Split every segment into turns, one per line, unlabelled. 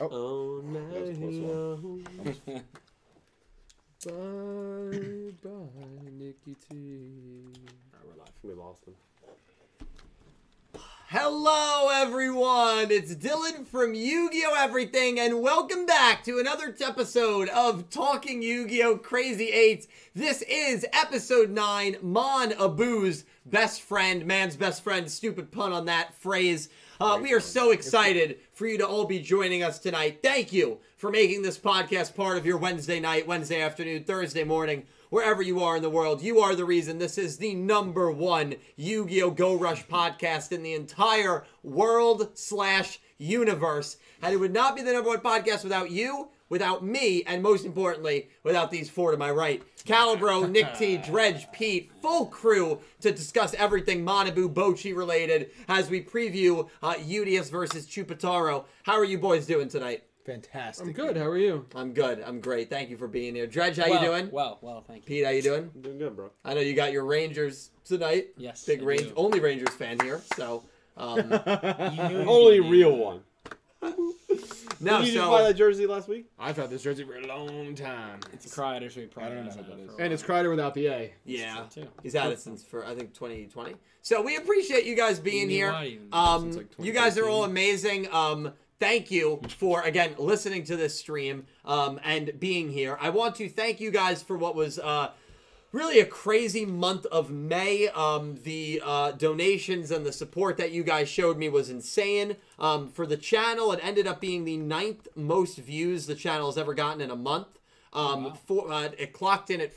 Oh.
Oh,
That was a close
no.
Almost.
Bye bye, Nikki T.
Alright, we're live.
We lost him.
Hello, everyone. It's Dylan from Yu-Gi-Oh! Everything, and welcome back to another t- episode of Talking Yu-Gi-Oh! Crazy Eights. This is episode nine. Mon Abu's best friend, man's best friend. Stupid pun on that phrase. Uh, we are so excited for you to all be joining us tonight. Thank you for making this podcast part of your Wednesday night, Wednesday afternoon, Thursday morning, wherever you are in the world. You are the reason this is the number one Yu Gi Oh! Go Rush podcast in the entire world slash universe. And it would not be the number one podcast without you, without me, and most importantly, without these four to my right Calibro, Nick T, Dredge, Pete, full crew to discuss everything Manabu Bochi related as we preview uh, UDS versus Chupataro. How are you boys doing tonight?
Fantastic.
I'm good. How are you?
I'm good. I'm great. Thank you for being here. Dredge, how
well,
you doing?
Well, well, thank you.
Pete, how you doing?
I'm doing good, bro.
I know you got your Rangers tonight.
Yes,
Big
I
Range, Oh.
do.
only Rangers fan here. So, um,
Only real one.
no,
Did you just buy
so
that jersey last week? I've had this jersey for a long time.
It's a Crider, so we probably
I don't know what
haven't had
that
it
is.
for a
And it's
while.
Crider without the A.
yeah,
Too.
he's had it since for I think 2020. So we appreciate you guys being here. Um,
Since, like,
you guys are
2013.
all amazing. Um, thank you for again listening to this stream um, and being here. I want to thank you guys for what was uh, really a crazy month of May. Um, the uh, donations and the support that you guys showed me was insane. Um, for the channel, it ended up being the ninth most views the channel has ever gotten in a month. Um,
Wow.
for, uh, it clocked in at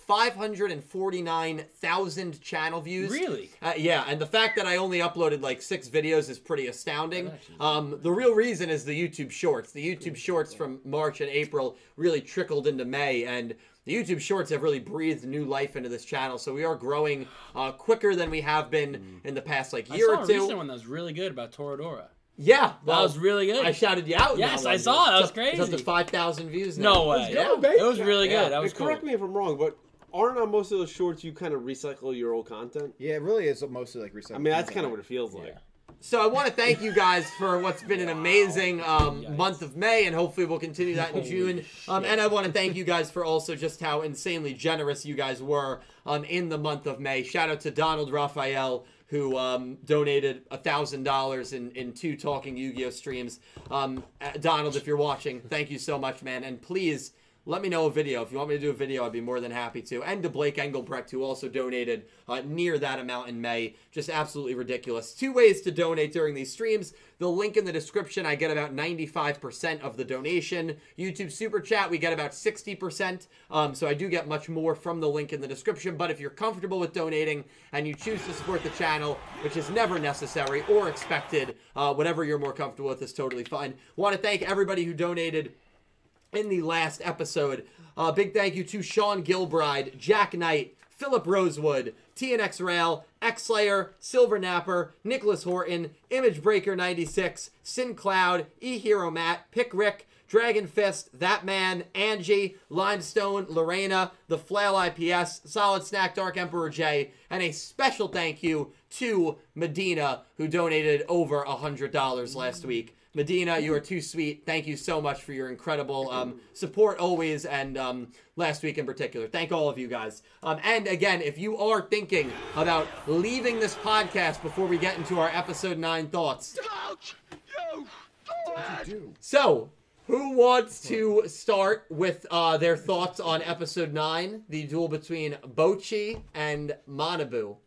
549,000 channel views.
Really?
Uh, yeah, and the fact that I only uploaded like six videos is pretty astounding.
That actually-
Um, the real reason is the YouTube Shorts. The YouTube Shorts from March and April really trickled into May, and the YouTube Shorts have really breathed new life into this channel. So we are growing uh, quicker than we have been in the past like
Hmm. I
year
saw
or
a
two.
recent one that was really good about Toradora.
Yeah,
that
well,
was really good.
I shouted you out. in
Yes,
that
I
one.
saw it.
It's
That was
up- it's up
crazy.
to five thousand views now.
no way.
Yeah.
baby.
It was really
Yeah.
good. That was
And
cool.
correct me if I'm wrong, but aren't on most of those shorts you kind of recycle your old content?
Yeah, it really is mostly like recycling.
I mean, that's kind of what it feels like.
So I want to thank you guys for what's been an amazing um,
Yikes.
month of May, and hopefully we'll continue that in
Holy
June. Um, and I want to thank you guys for also just how insanely generous you guys were um, in the month of May. Shout out to Donald Raphael who um, donated thousand dollars in in two talking Yu-Gi-Oh streams. Um, uh, Donald, if you're watching, thank you so much, man, and please. Let me know a video. If you want me to do a video, I'd be more than happy to. And to Blake Engelbrecht, who also donated uh, near that amount in May. Just absolutely ridiculous. Two ways to donate during these streams. The link in the description, I get about 95% of the donation. YouTube Super Chat, we get about 60%. Um, so I do get much more from the link in the description. But if you're comfortable with donating and you choose to support the channel, which is never necessary or expected, uh, whatever you're more comfortable with is totally fine. Want to thank everybody who donated in the last episode. Uh, big thank you to Sean Gilbride, Jack Knight, Philip Rosewood, TNX Rail, X Slayer, Silver Napper, Nicholas Horton, Image Breaker 96, Sin Cloud, E Hero Matt, Pick Rick, Dragon Fist, That Man, Angie, Limestone, Lorena, The Flail IPS, Solid Snack, Dark Emperor J, and a special thank you to Medina, who donated over $100 last week. Medina, you are too sweet. Thank you so much for your incredible um, support always, and um, last week in particular. Thank all of you guys. Um, and again, if you are thinking about leaving this podcast before we get into our episode nine thoughts, so who wants to start with uh, their thoughts on episode nine, the duel between Bochi and Manabu?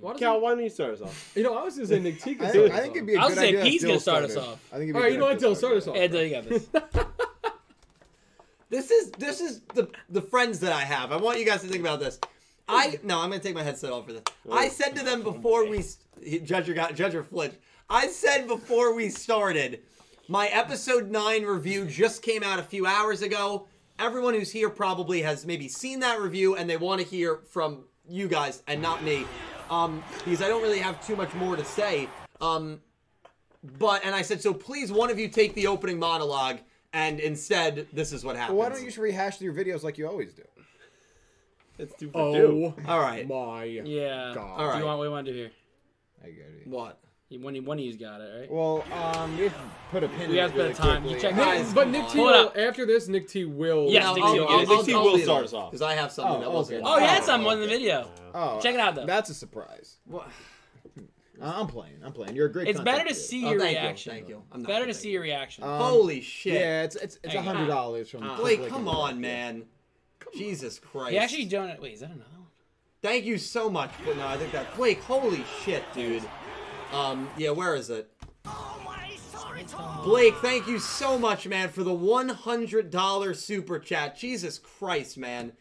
Why Cal, why don't you start us off?
You know, I was gonna say Nick T
I
could do
think,
it.
I think it'd be a
I was
good
gonna say
idea if
Pete's
Dill
gonna start us
started.
off.
I think it'd be
All
a
right,
good
you
idea
know what?
if
Dill,
Dill
start us off.
started.
Ed, you got this.
This is this is the the friends that I have. I want you guys to think about this. I no, I'm gonna take my headset off for this. I said to them before we s- judge or got judge or flinch. I said before we started, my episode nine review just came out a few hours ago. Everyone who's here probably has maybe seen that review and they want to hear from you guys and not me, um, because I don't really have too much more to say. Um, but and I said so. Please, one of you take the opening monologue, and instead, this is what happens.
Why don't you just rehash your videos like you always do?
It's two for two.
Oh
All right.
my
Yeah.
God.
All
Do
right.
you want what do you want to do here?
I get it.
What?
He- One, one of you's got it, right?
Well, um, we have to put a pin.
We
in
have
it
to put a
really
time.
quickly.
You check-
Guys,
but Nick T
Pull it
will,
up.
after this, Nick T will.
Yes,
Now,
Nick
I'll-
T will
I'll-
get it.
I'll-
Nick T
I'll
will
lead
start
off,
us off.
'cause I have something
Oh,
that was
okay.
good.
Oh, he had
Oh,
some on the
okay.
video.
Oh,
Check it out, though.
That's a surprise.
Wha-
I- I'm playing. I'm playing. You're a great.
It's
content
better to
creator.
see
Oh,
your
thank you,
reaction.
thank you.
though.
I'm not
better to
gonna-
see your reaction.
Um,
Holy shit!
Yeah, it's it's it's
Hey,
a hundred dollars from.
ah.
Blake
Blake, come
and-
on, man. Jesus Christ!
he actually donated. Wait, is that another one?
Thank you so much, but no, I think that Blake. Holy shit, dude. Um, yeah, where is it? Blake, thank you so much, man, for the one hundred dollar super chat. Jesus Christ, man.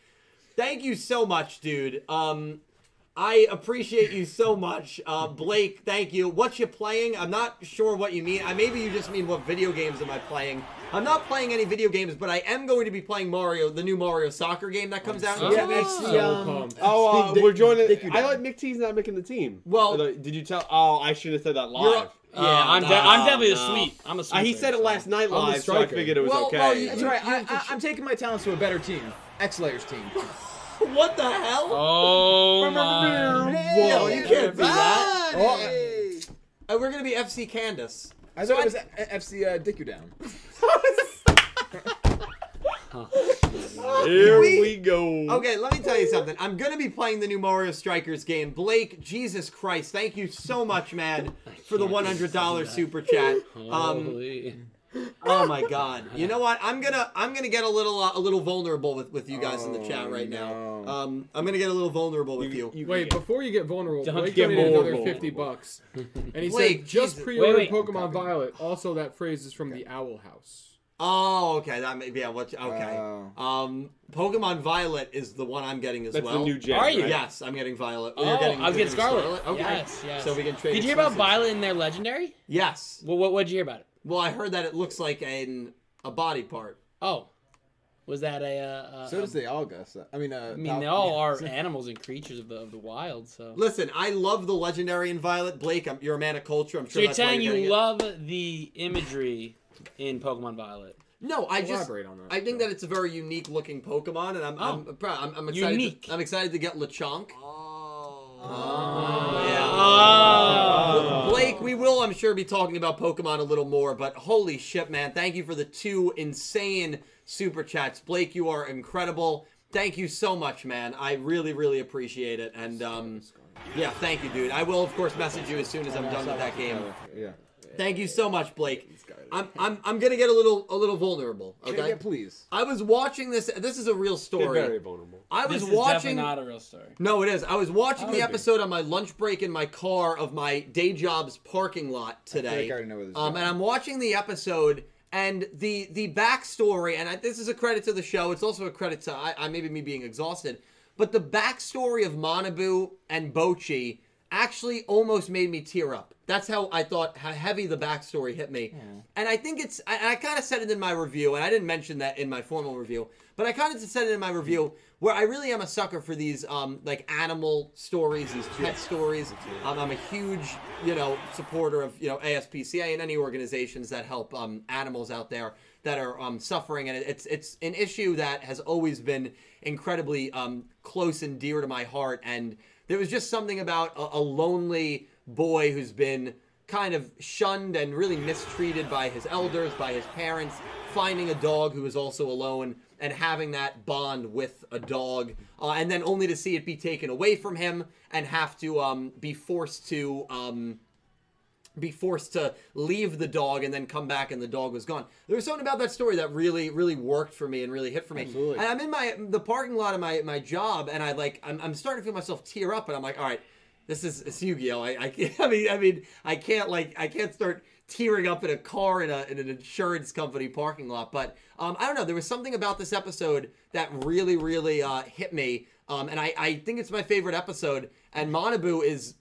Thank you so much, dude. Um, I appreciate you so much, uh, Blake. Thank you. What you playing? I'm not sure what you mean. I maybe you just mean what video games am I playing? I'm not playing any video games, but I am going to be playing Mario, the new Mario soccer game that comes out. in
Yeah,
two weeks.
that's
So
the um,
pumped.
Oh, uh,
Dick-
we're joining.
Dick you
I
down.
like Nick T's not making the team.
Well-
Although, did you tell? Oh, I should have said that
You're-
live.
Yeah, I'm, de-
no,
I'm definitely
no.
a sweep. I'm a sweep.
Uh, he said it last night
the
live, so I
striker.
figured it was
Well,
okay.
well, you-
but-
That's right. I, I, I'm taking my talents to a better team. X Layers team.
What the hell?
Oh my!
Whoa, you can't do that.
Oh, I,
Uh, we're gonna be FC Candace.
I thought it was a- FC uh, Dick you down.
Here
We-
we, go.
Okay, let me tell you something. I'm gonna be playing the new Mario Strikers game. Blake, Jesus Christ, thank you so much, man, for the $100 super chat. Um,
Holy.
oh my God. You know what? I'm gonna I'm gonna get a little uh, a little vulnerable with, with you guys in the chat
Oh,
right
no.
now. Um, I'm gonna get a little vulnerable with you.
Wait, before you get vulnerable,
Don't
Blake
get
donated
more
another
vulnerable.
fifty bucks, and he
Blake,
said, "Just
Jesus.
pre-order
Wait, wait.
Pokemon Violet." Also, that phrase is from the Owl House.
oh, okay. That may, yeah. What? Okay.
Oh.
Um, Pokemon Violet is the one I'm getting as
That's
well.
the new gen.
Are you?
right?
Yes, I'm getting Violet.
Oh,
You're getting,
I'll
you're
get
getting
Scarlet.
Okay.
Yes, yes.
So we can trade.
Did you hear about
exclusives.
Violet in their legendary?
Yes.
Well, what what'd you hear about it?
Well, I heard that it looks like an a body part.
Oh, was that a? Uh, uh,
So does
um,
the August. I mean, uh,
I mean, they all are animals and creatures of the of the wild. So,
Listen, I love the legendary in Violet. Blake, I'm, you're a man of culture. I'm
so
sure
you're
that's why
telling
you're
you
getting it.
love the imagery in Pokemon Violet?
No, I just
Elaborate on that.
I think that it's a very unique looking Pokemon, and I'm I'm, proud- I'm, I'm excited.
Unique.
To, I'm excited to get Lechonk.
Oh.
Yeah.
Oh.
Blake, we will, I'm sure, be talking about Pokemon a little more, but holy shit, man. Thank you for the two insane super chats. Blake, you are incredible. Thank you so much, man. I really, really appreciate it. And um, yeah, thank you, dude. I will, of course, message you as soon as I'm done with that game.
Yeah.
Thank you so much, Blake. I'm, I'm, I'm gonna get a little, a little vulnerable.
Yeah,
Okay.
yeah, please.
I was watching this. This is a real
They're very
story.
vulnerable.
I was
This is definitely
watching.
not a real story.
No, it is. I was watching
How
the
would
episode on my lunch break in my car of my day job's parking lot
I feel like I
today.
already know where this is
um, and
going.
I'm watching the episode and the the backstory, and I, this is a credit to the show. It's also a credit to I, I maybe me being exhausted, but the backstory of Manabu and Bochi actually almost made me tear up. That's how I thought how heavy the backstory hit me, and I think it's I, I kind of said it in my review, and I didn't mention that in my formal review, but I kind of said it in my review where I really am a sucker for these um like animal stories, these pet stories. Um, I'm a huge you know supporter of you know ASPCA and any organizations that help um, animals out there that are um, suffering, and it- it's it's an issue that has always been incredibly um, close and dear to my heart. And there was just something about a, a lonely boy who's been kind of shunned and really mistreated by his elders, by his parents, finding a dog who is also alone and having that bond with a dog, uh, and then only to see it be taken away from him and have to um, be forced to. Um, be forced to leave the dog and then come back and the dog was gone. There was something about that story that really, really worked for me and really hit for me.
Absolutely.
And I'm in my the parking lot of my my job and I like I'm, I'm starting to feel myself tear up and I'm like, all right, this is it's Yu-Gi-Oh. I, I can't I mean I mean I can't like I can't start tearing up in a car in a in an insurance company parking lot. But um I don't know, there was something about this episode that really, really uh hit me. Um and I, I think it's my favorite episode and Monabu is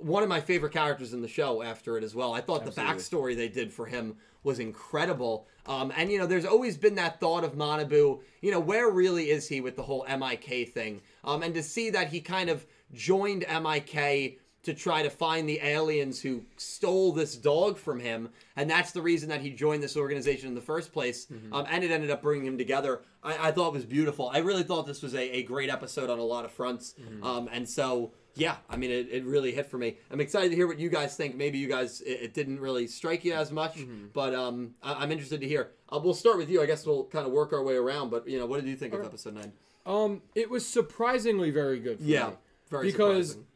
one of my favorite characters in the show after it as well. I thought the backstory they did for him was incredible. Um, and, you know, there's always been that thought of Manabu, you know, where really is he with the whole MIK thing? Um, and to see that he kind of joined MIK to try to find the aliens who stole this dog from him. And that's the reason that he joined this organization in the first place. Um, and it ended up bringing him together. I, I thought it was beautiful. I really thought this was a, a great episode on a lot of fronts. Um, and so yeah, I mean, it, it really hit for me. I'm excited to hear what you guys think. Maybe you guys, it, it didn't really strike you as much, but um, I, I'm interested to hear. Uh, we'll start with you. I guess we'll kind of work our way around, but, you know, what did you think of episode nine?
Um, it was surprisingly very good. For
Yeah,
me.
very
because
surprising.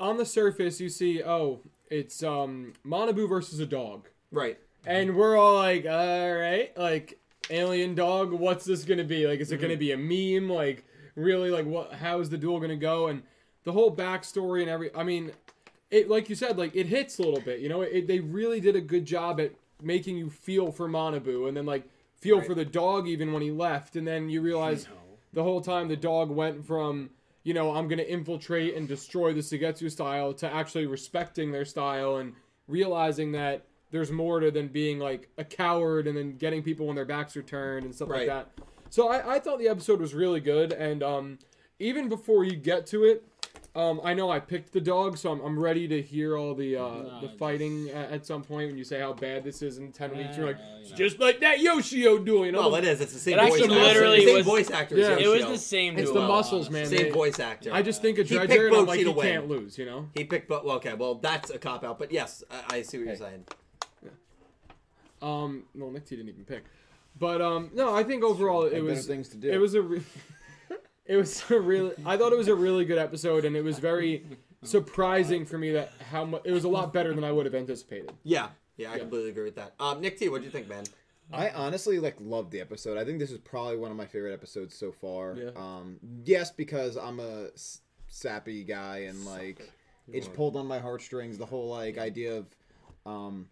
on the surface you see, oh, it's um Manabu versus a dog,
Right.
and we're all like, all right, like alien dog, what's this gonna be? Like, is it gonna be a meme? Like, really, like what? How is the duel gonna go? And the whole backstory and every, I mean, it like you said, like it hits a little bit. You know, it, they really did a good job at making you feel for Manabu, and then like feel for the dog even when he left, and then you realize the whole time the dog went from you know I'm gonna infiltrate and destroy the Sugetsu style to actually respecting their style and realizing that there's more to than being like a coward and then getting people when their backs are turned and stuff
Right.
like that. So I, I thought the episode was really good, and um, even before you get to it, um, I know I picked the dog, so I'm, I'm ready to hear all the uh, the
just-
fighting a- at, some point when you say how bad this is in ten weeks. You're like,
Yeah, you know.
just like that Yoshio duel, you know?
Well,
the-
it is. It's the same
It
voice
actually
actor.
literally
same
was-
voice actor. as
Yeah.
It
Yoshio.
was the same.
It's
duel,
the muscles, man.
honestly.
Same voice actor.
I just think of
He picked
Dredger and I'm
Bochy
like,
to
he
win.
can't lose, you know?
He picked, but okay, well, that's a cop out. But yes, I, I see what you're saying.
Um, well, Nick T didn't even pick. But um, no, I think overall
Had
it
better
was
things to do.
it was a re- it was a really I thought it was a really good episode and it was very surprising for me that how much it was a lot better than I would have anticipated.
Yeah, yeah, I completely agree with that. Um, Nick T, what do you think, man?
I honestly like loved the episode. I think this is probably one of my favorite episodes so far.
Yeah.
Um, yes, because I'm a s- sappy guy and like it's pulled on my heartstrings. The whole like idea of um,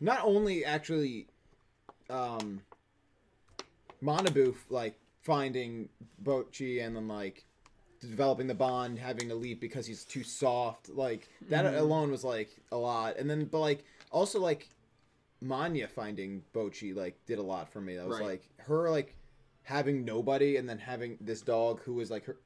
not only actually um, Monabu like finding Bochi and then like developing the bond, having to leap because he's too soft. Like that alone was like a lot. And then, but like also like Manya finding Bochi like did a lot for me. That was
Right.
like her like having nobody and then having this dog who was like her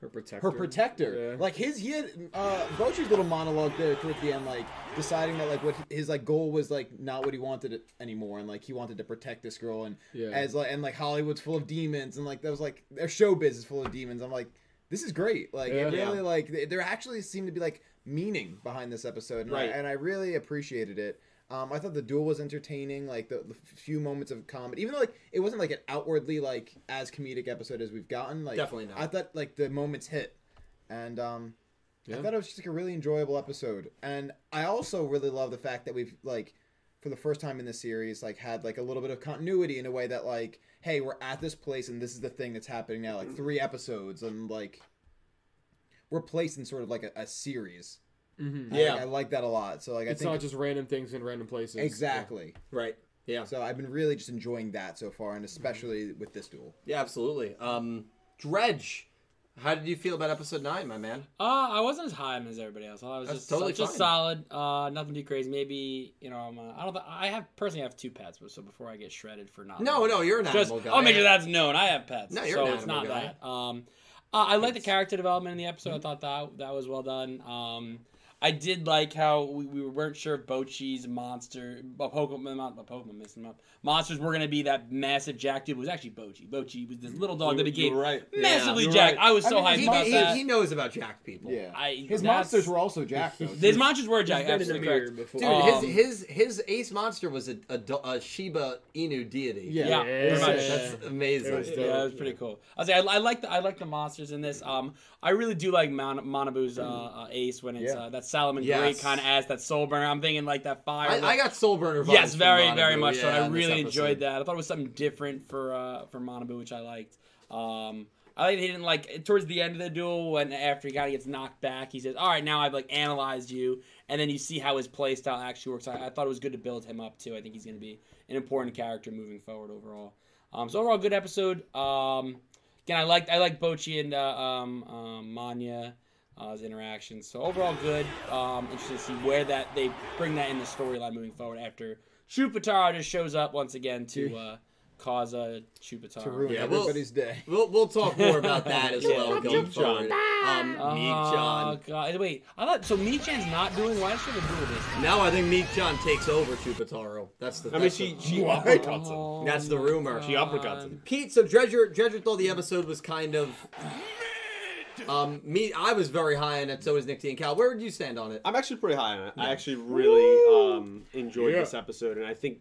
Her protector.
her protector.
Yeah.
Like his he had uh Bochi's little monologue there towards the end, like deciding that like what his like goal was like not what he wanted anymore and like he wanted to protect this girl and
Yeah.
as like and like Hollywood's full of demons and like that was like their showbiz is full of demons. I'm like, this is great. Like it
Yeah.
really like th- there actually seemed to be like meaning behind this episode and,
Right.
I, and I really appreciated it. Um, I thought the duel was entertaining, like the, the few moments of comedy, even though like it wasn't like an outwardly like as comedic episode as we've gotten. Like
Definitely not.
I thought like the moments hit, and um,
Yeah.
I thought it was just like a really enjoyable episode. And I also really love the fact that we've like, for the first time in the series, like had like a little bit of continuity in a way that like, hey, we're at this place and this is the thing that's happening now. Like three episodes and like, we're placed in sort of like a, a series.
Mhm.
I,
Yeah.
like, I like that a lot. So like,
It's
I think
not just random things in random places.
exactly.
Right. Yeah.
So I've been really just enjoying that so far, and especially with this duel.
Yeah, absolutely. Um, Dredge, how did you feel about episode nine, my man?
Uh, I wasn't as high on as everybody else. I thought it was
That's
just
totally
just
fine.
solid. Uh, nothing too crazy. Maybe you know I'm. Uh, I don't. Th- I have personally have two pets, but so before I get shredded for not.
No, no, you're an
Uh, Just,
animal guy.
I'll make sure that's known. I have pets.
No, you're
so
an
it's
animal
not
guy. Mm-hmm.
that. Um, uh, I like the character development in the episode. I thought that that was well done. Um, I did like how we, we weren't sure if Bochi's monster, uh, Pokemon, not Pokemon, missing up. Monsters were gonna be that massive jack dude. It was actually Bochi. Bochi was this little dog that became
right.
massively
Yeah.
jacked.
You're right.
I was so
I
hyped
mean,
He,
about
he-
that.
he knows about jack people.
I,
His
that's-
monsters were also jacked though.
His monsters were jacked.
Been in the
Absolutely correct.
mirror before.
Dude,
Um,
his his his ace monster was a, a, do- a Shiba Inu deity.
Yeah.
Yeah, pretty much.
That's amazing.
It was dope.
Yeah, that was pretty cool. I was like, I, I like the I like the monsters in this. Um, I really do like Mon- Monabu's uh, uh, ace when it's
Yeah.
uh, that Solomon
Yes.
Gray kind of ass, that soul burner. I'm thinking like that fire.
I, I got soul burner vibes.
yes,
from
very
Monabu,
very much so.
yeah,
And I
in this
really enjoyed
episode.
that. I thought it was something different for uh, for Monabu, which I liked. Um. I like that he didn't like towards the end of the duel when after he kind of gets knocked back, he says, "All right, now I've like analyzed you," and then you see how his play style actually works. I, I thought it was good to build him up too. I think he's going to be an important character moving forward overall. Um, so overall, good episode. Um, again, I liked I liked Bochi and uh, um, um, Manya. Uh, his interactions. So overall, good. Um, interesting to see where that they bring that in the storyline moving forward after Chupatara just shows up once again to uh, cause a Chupatara.
to ruin
Yeah, well-
everybody's day.
We'll, we'll talk more about that as
Yeah.
well going
Meek
forward.
John.
Um,
Oh,
Meek John.
God. Wait, I thought so. Meechan's not doing. Why does she have a duel this? time?
Now I think Meek John takes over Chupataro. That's the.
I mean,
that's
she
the-
she
What?
uppercuts him.
Oh
That's the
my
rumor. She
She uppercuts him.
Pete, so Dredger, Dredger thought the episode was kind of Um, me, I was very high on it. So was Nick D and Cal. Where would you stand on it?
I'm actually pretty high on it. I actually really um, enjoyed
Yeah.
this episode, and I think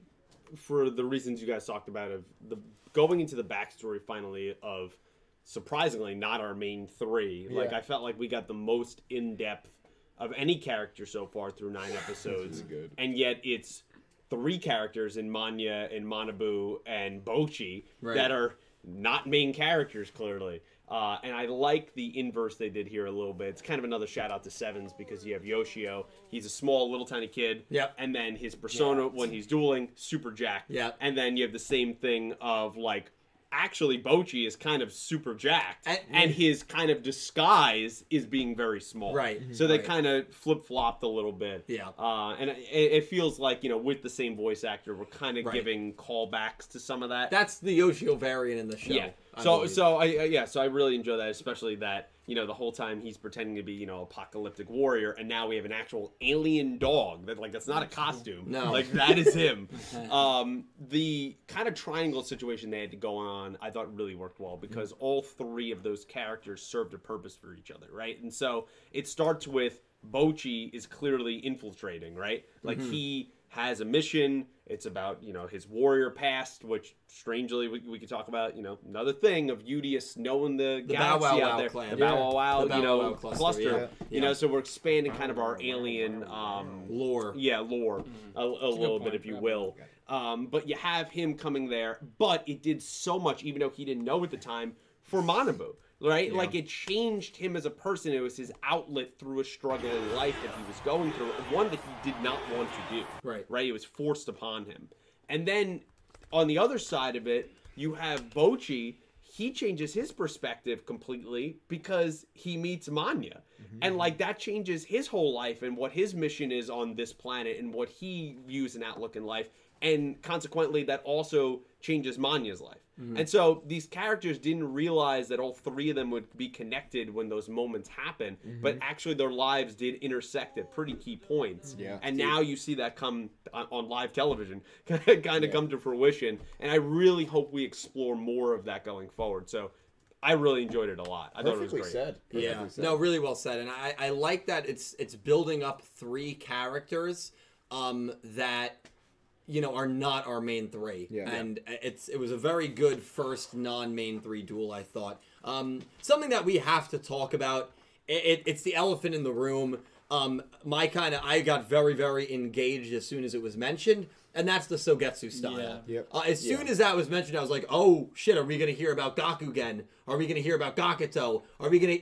for the reasons you guys talked about of the going into the backstory finally of surprisingly not our main three. Like
Yeah.
I felt like we got the most in depth of any character so far through nine episodes,
good.
and yet it's three characters in Manya and Manabu and Bochi
Right.
that are not main characters clearly. Uh, and I like the inverse they did here a little bit. It's kind of another shout out to Sevens because you have Yoshio. He's a small, little, tiny kid.
Yep.
And then his persona when he's dueling, super jacked.
Yep.
And then you have the same thing of like, actually, Bochi is kind of super jacked,
And-
and, his kind of disguise is being very small.
Right,
So they
right.
kind of flip flopped a little bit.
Yeah.
Uh, and it, it feels like you know, with the same voice actor, we're kind of
Right.
giving callbacks to some of that.
That's the Yoshio variant in the show.
Yeah.
I
so
believe.
so I, I yeah so I really enjoy that, especially that you know the whole time he's pretending to be you know apocalyptic warrior, and now we have an actual alien dog that like that's not a costume.
No.
like that is him. um, the kind of triangle situation they had to go on, I thought really worked well because
Mm-hmm.
all three of those characters served a purpose for each other, right? And so it starts with Bochi is clearly infiltrating, right? Like
Mm-hmm.
he has a mission. It's about you know his warrior past, which strangely we, we could talk about. You know another thing of Udius knowing the,
The Bow
galaxy
Wow
out
Wow
there,
clan.
the Bow Wow
The
Wow, you
Bow
know
Wow
cluster.
cluster, yeah.
You know, so we're expanding kind of our alien um,
lore.
yeah, lore a, a little
point,
bit, if you
yeah.
will. Um, but you have him coming there, but it did so much, even though he didn't know at the time, for Manabu, right? Like it changed him as a person. It was his outlet through a struggle in life that he was going through, one that he did not want to do.
Right.
Right? It was forced upon him. And then on the other side of it, you have Bochi. He changes his perspective completely because he meets Manya. And like that changes his whole life and what his mission is on this planet and what he views an outlook in life. And consequently, that also changes Manya's life.
Mm-hmm.
And so these characters didn't realize that all three of them would be connected when those moments happen,
Mm-hmm.
but actually their lives did intersect at pretty key points.
Yeah.
And now you see that come on, on live television, kind of come to fruition. And I really hope we explore more of that going forward. So I really enjoyed it a lot. I thought it was
Perfectly
great.
said. Perfectly
Yeah.
said.
No, really well said. And I, I like that it's it's building up three characters um that you know are not our main three.
Yeah.
And it's it was a very good first non-main three duel, I thought. Um something that we have to talk about it, it, it's the elephant in the room. Um my kind of I got very very engaged as soon as it was mentioned, and that's the Sogetsu style.
Yeah.
Yep.
Uh, as soon as that was mentioned, I was like, "Oh shit, are we gonna hear about Gakugen? Are we gonna hear about Gakuto? Are we gonna?"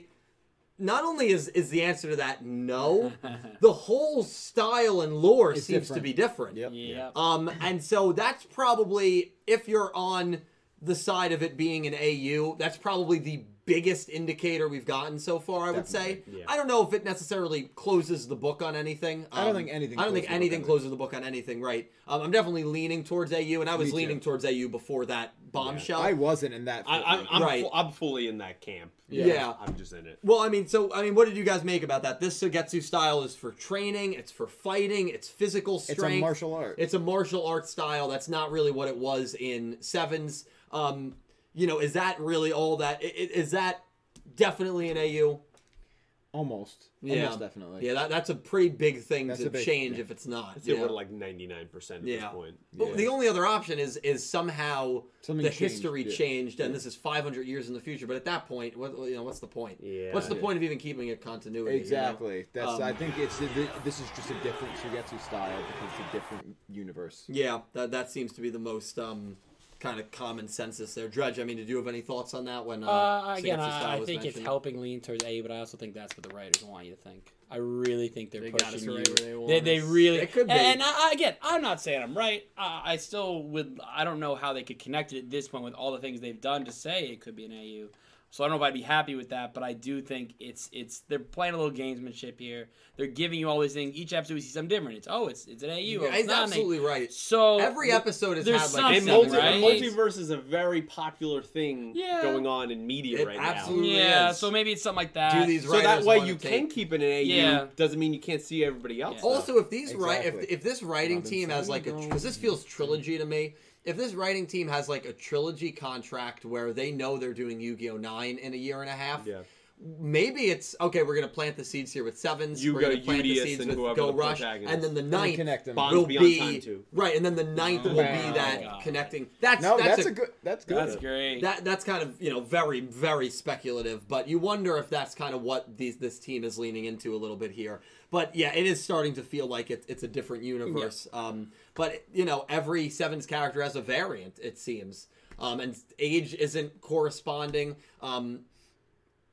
Not only is is the answer to that no, the whole style and lore seems to
different.
be different.
Yep.
Yeah.
Um, and so that's probably if you're on the side of it being an AU, that's probably the biggest indicator we've gotten so far. I would say.
Definitely,
yeah.
I don't know if it necessarily closes the book on anything.
I don't
Um,
think anything
I don't think
closes the book
anything
on it.
closes the book on anything. Right. Um, I'm definitely leaning towards AU, and I was
Me too.
leaning towards AU before that bombshell.
I wasn't in that.
I, I'm, I'm,
Right.
fu- I'm fully in that camp.
Yeah. Yeah.
I'm just in it.
Well, I mean, so I mean, what did you guys make about that? This Sugetsu style is for training, it's for fighting, it's physical
it's
strength,
a martial art.
It's a martial arts style. That's not really what it was in Sevens. Um, you know, is that really all that? i- i- Is that definitely an AU?
almost.
Yeah.
Almost definitely.
Yeah, that, that's a pretty big thing
That's
to
a big-
change
yeah.
if it's not.
It's yeah.
yeah.
we're like 99% at this
Yeah.
point.
Well, The only other option is is somehow
Something
the
changed,
history
yeah.
changed, and this is 500 years in the future. But at that point, what you know, what's the point?
Yeah.
What's the
Yeah.
point of even keeping it continuity? you know?
Exactly. That's.
Um,
I think it's. This is just a different Sugetsu style because it's a different universe.
Yeah, that that seems to be the most um, kind of common census there. Dredge, I mean, did you have any thoughts on that? When uh,
Uh, again,
Sansa Starr
I, I
was
think it's
mentioned?
helping lean towards A, but I also think that's what the writers want you to think. I really think they're
They got us
pushing you.
right where they want
they, they
us.
really
It could be.
And, and I, I- again, I'm not saying I'm right. I, I still would. I don't know how they could connect it at this point with all the things they've done to say it could be an AU. So I don't know if I'd be happy with that, but I do think it's it's they're playing a little gamesmanship here. They're giving you all these things. Each episode we see something different. It's oh, it's it's an AU. oh, it's
He's
not an AU.
absolutely right.
So
Every episode has
there's
had like
and
something,
multi-
seven,
right?
multiverse is a very popular thing
Yeah.
going on in media
It
right now.
absolutely
Yeah,
is.
so maybe it's something like that.
Do these
So that
writers
way
wanna
you
take-
can keep it in AU.
Yeah.
Doesn't mean you can't see everybody else.
Yeah.
though.
Also, if these write if,
Exactly.
if this writing
Robinson,
team has like a because this feels trilogy to me. If this writing team has like a trilogy contract where they know they're doing Yu Gi Oh nine in a year and a half,
Yeah.
maybe it's okay. We're gonna plant the seeds here with sevens.
You
we're
go
gonna plant the
Udius
seeds
and
with
whoever
Go
the
Rush,
protagonist.
and then the
I'll
ninth
connect them.
Bond-
will
Beyond
be
Time too.
right, and then the ninth will be
my
that
God.
connecting. That's
No,
that's, a,
good. Oh, That's good.
That's great.
that that's kind of you know very very speculative, but you wonder if that's kind of what these this team is leaning into a little bit here. But yeah, it is starting to feel like it, it's a different universe. Um, but you know, every sevens character has a variant. It seems, um, and age isn't corresponding. Um,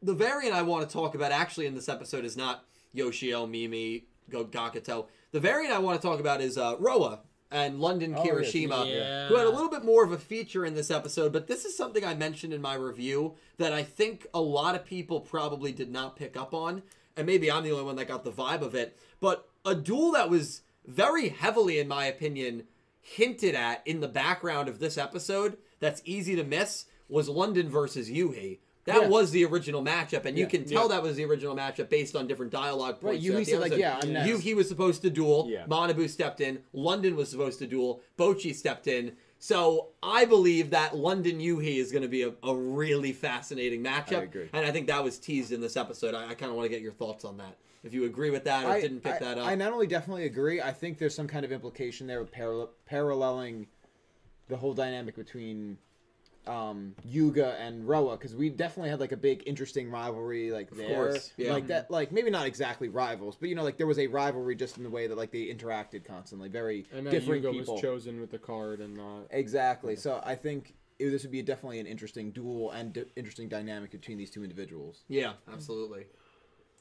the variant I want to talk about actually in this episode is not Yoshio, Mimi, Go Gakuto. The variant I want to talk about is uh, Roa and London
Oh, yes,
Kirishima,
yeah.
who had a little bit more of a feature in this episode, but this is something I mentioned in my review that I think a lot of people probably did not pick up on, and maybe I'm the only one that got the vibe of it, but a duel that was very heavily, in my opinion, hinted at in the background of this episode that's easy to miss was London versus Yuhi. That
Yeah.
was the original matchup, and you
Yeah.
can tell that was the original matchup based on different dialogue
Right,
points.
Yuhi
throughout the
said, like,
episode.
"Yeah, I'm next."
Yuhi was supposed to duel.
Yeah.
Manabu stepped in. London was supposed to duel. Bochi stepped in. So I believe that London Yuhi is going to be a, a really fascinating matchup,
agree.
and I think that was teased in this episode. I, I kind of want to get your thoughts on that. If you agree with that or
I
didn't pick
I-
that up,
I not only definitely agree. I think there's some kind of implication there with parallel, paralleling the whole dynamic between um, Yuga and Roa because we definitely had like a big interesting rivalry like there,
course, yeah.
like that, like maybe not exactly rivals, but you know, like there was a rivalry just in the way that like they interacted constantly, very
And that
different
Yugo
people.
was chosen with the card and not.
Exactly. So I think it, this would be definitely an interesting duel and d- interesting dynamic between these two individuals.
yeah, absolutely.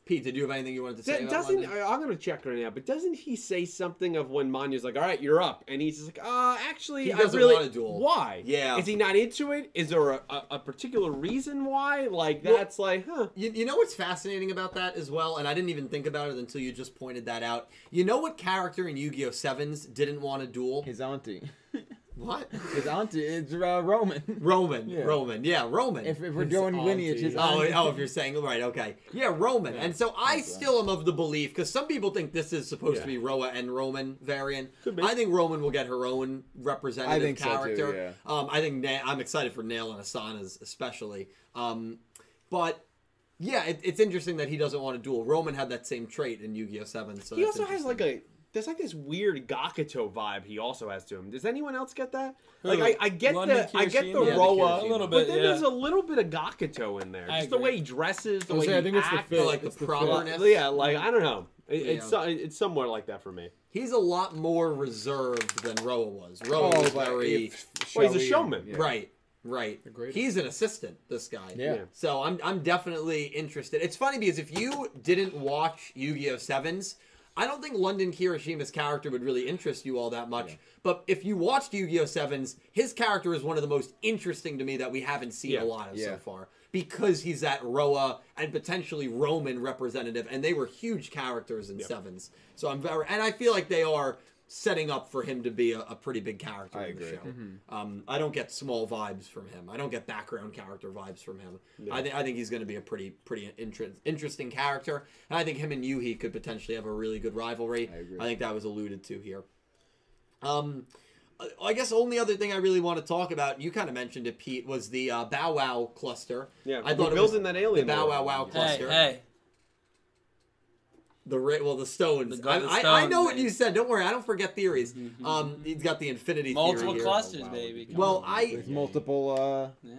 Pete, did you have anything you wanted to say?
Mm. That
about
doesn't uh,
London?
I, I'm gonna check right now, but doesn't he say something of when Manya's like, "All right, you're up," and he's just like, "Uh, actually,
He
I
doesn't
really
want a duel.
why?
Yeah.
is he not into it? Is there a, a, a particular reason why? Like
Well-
that's like, huh?
You, you know what's fascinating about that as well, and I didn't even think about it until you just pointed that out. You know what character in Yu-Gi-Oh! Sevens didn't want to duel?
His auntie,
what?
his auntie is uh, Roman.
Roman.
Yeah.
Roman. Yeah, Roman.
If, if we're doing
auntie.
lineage, his
oh,
auntie.
oh, if you're saying right, okay. Yeah, Roman. And so I still am of the belief because some people think this is supposed to
Yeah.
be Roa and Roman variant.
Could be.
I think Roman will get her own representative
I think so, too,
character.
yeah.
Um, I think Na- I'm excited for Nail and Asana's especially. Um, but yeah, it, it's interesting that he doesn't want to duel. Roman had that same trait in Yu-Gi-Oh! Seven. So
He
that's
also has
interesting.
like a there's like this weird Gakuto vibe he also has to him. Does anyone else get that? Like I, I get
London
the I get the
Kirishima?
Yeah, the
Roa,
Kirishima.
A little
but
bit,
then
yeah.
there's a little bit of Gakuto in there.
I
Just the
agree.
way he dresses, the
I,
way
was saying,
he
I think it's the
acts.
fit.
like the
it's the
proper-
fit.
fit.
Yeah, like I don't know. It,
Yeah.
It's so- it's somewhere like that for me.
He's a lot more reserved than Roa was. Roa
Oh,
was
but
very
if
Well, he's a
Shelly-
showman.
yeah.
right, right.
Agreed.
He's an assistant. This guy.
Yeah.
Yeah.
So I'm I'm definitely interested. It's funny because if you didn't watch Yu-Gi-Oh! Sevens, I don't think London Kirishima's character would really interest you all that much. But if you watched Yu-Gi-Oh! Sevens, his character is one of the most interesting to me that we haven't seen
Yeah.
a lot of so
Yeah.
far. Because he's that Roa and potentially Roman representative, and they were huge characters in Sevens. So I'm very, and I feel like they are setting up for him to be a, a pretty big character
I
in the
agree.
show. Um, I don't get small vibes from him. I don't get background character vibes from him. I think I think he's going to be a pretty pretty inter- interesting character, and I think him and Yuhi could potentially have a really good rivalry.
I agree.
think that was alluded to here. Um, I- I guess only other thing I really want to talk about, you kind of mentioned it, Pete, was the uh, Bow Wow cluster.
Yeah,
I
we're
thought it was
building that alien
the Bow
world.
Wow Wow
Hey,
hey,
cluster.
hey.
The ra- well, the stones.
The- the
I, I, I know
stones,
what you
right.
said. Don't worry, I don't forget theories. Um, he's got the infinity
Multiple
theory here.
clusters,
Oh, wow.
baby. Come
Well,
on.
I
There's multiple. Uh,
Yeah.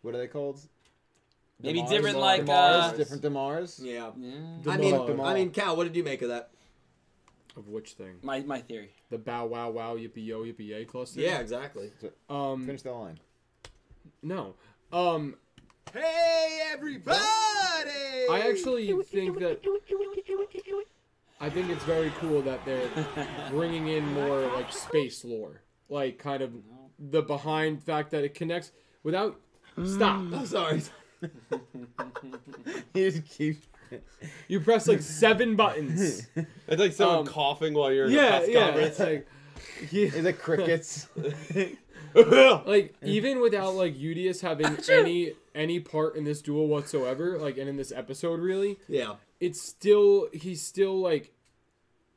what are they called?
Maybe
Demars?
different,
Demars?
like,
Demars?
uh,
different Demars.
yeah.
Yeah.
I mean,
Demar.
I mean, Cal, what did you make of that?
Of which thing?
My my theory.
The bow wow wow yippee yo yippee yay cluster.
Yeah, exactly.
Um.
Finish that line.
No. Um.
Hey everybody!
I actually think that I think it's very cool that they're bringing in more like space lore, like kind of the behind fact that it connects without. Stop.
Hmm.
I'm sorry.
He just keeps.
You press like seven buttons.
It's like someone
Um,
coughing while you're in a
Yeah,
press
yeah.
conference.
It's like, yeah.
Is it crickets?
like even without like Udius having any any part in this duel whatsoever, like and in this episode really,
Yeah.
it's still he's still like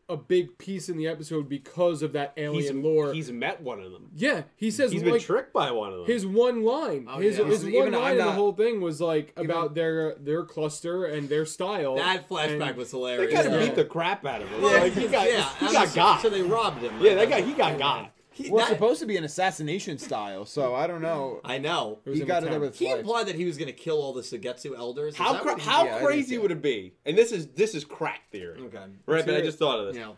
a big piece in the episode because of that
He's,
alien lore.
he's met one of them.
yeah, he says
He's been
like
tricked by one of them.
his one line,
Oh,
his,
yeah.
his
Even
one line in the
I'm not-
whole thing was like about their their cluster and their style.
That flashback
And-
was
they
hilarious.
kind of
Yeah.
beat the crap out of him.
yeah,
Like, he got,
yeah,
he
I'm-
got got.
So they robbed him.
yeah, that guy, he got got.
He,
Well, it's
that-
supposed to be an assassination style, so I don't know.
I know.
It was
He
an
got it there
attempt.
with
He
life.
implied that he was going to kill all the Sugetsu elders. Is
How
that
cra-
what he-
how
yeah, I
crazy
think
would it be? And this is this is crack theory.
Okay.
Right, but I
Serious.
just thought of this.
You know,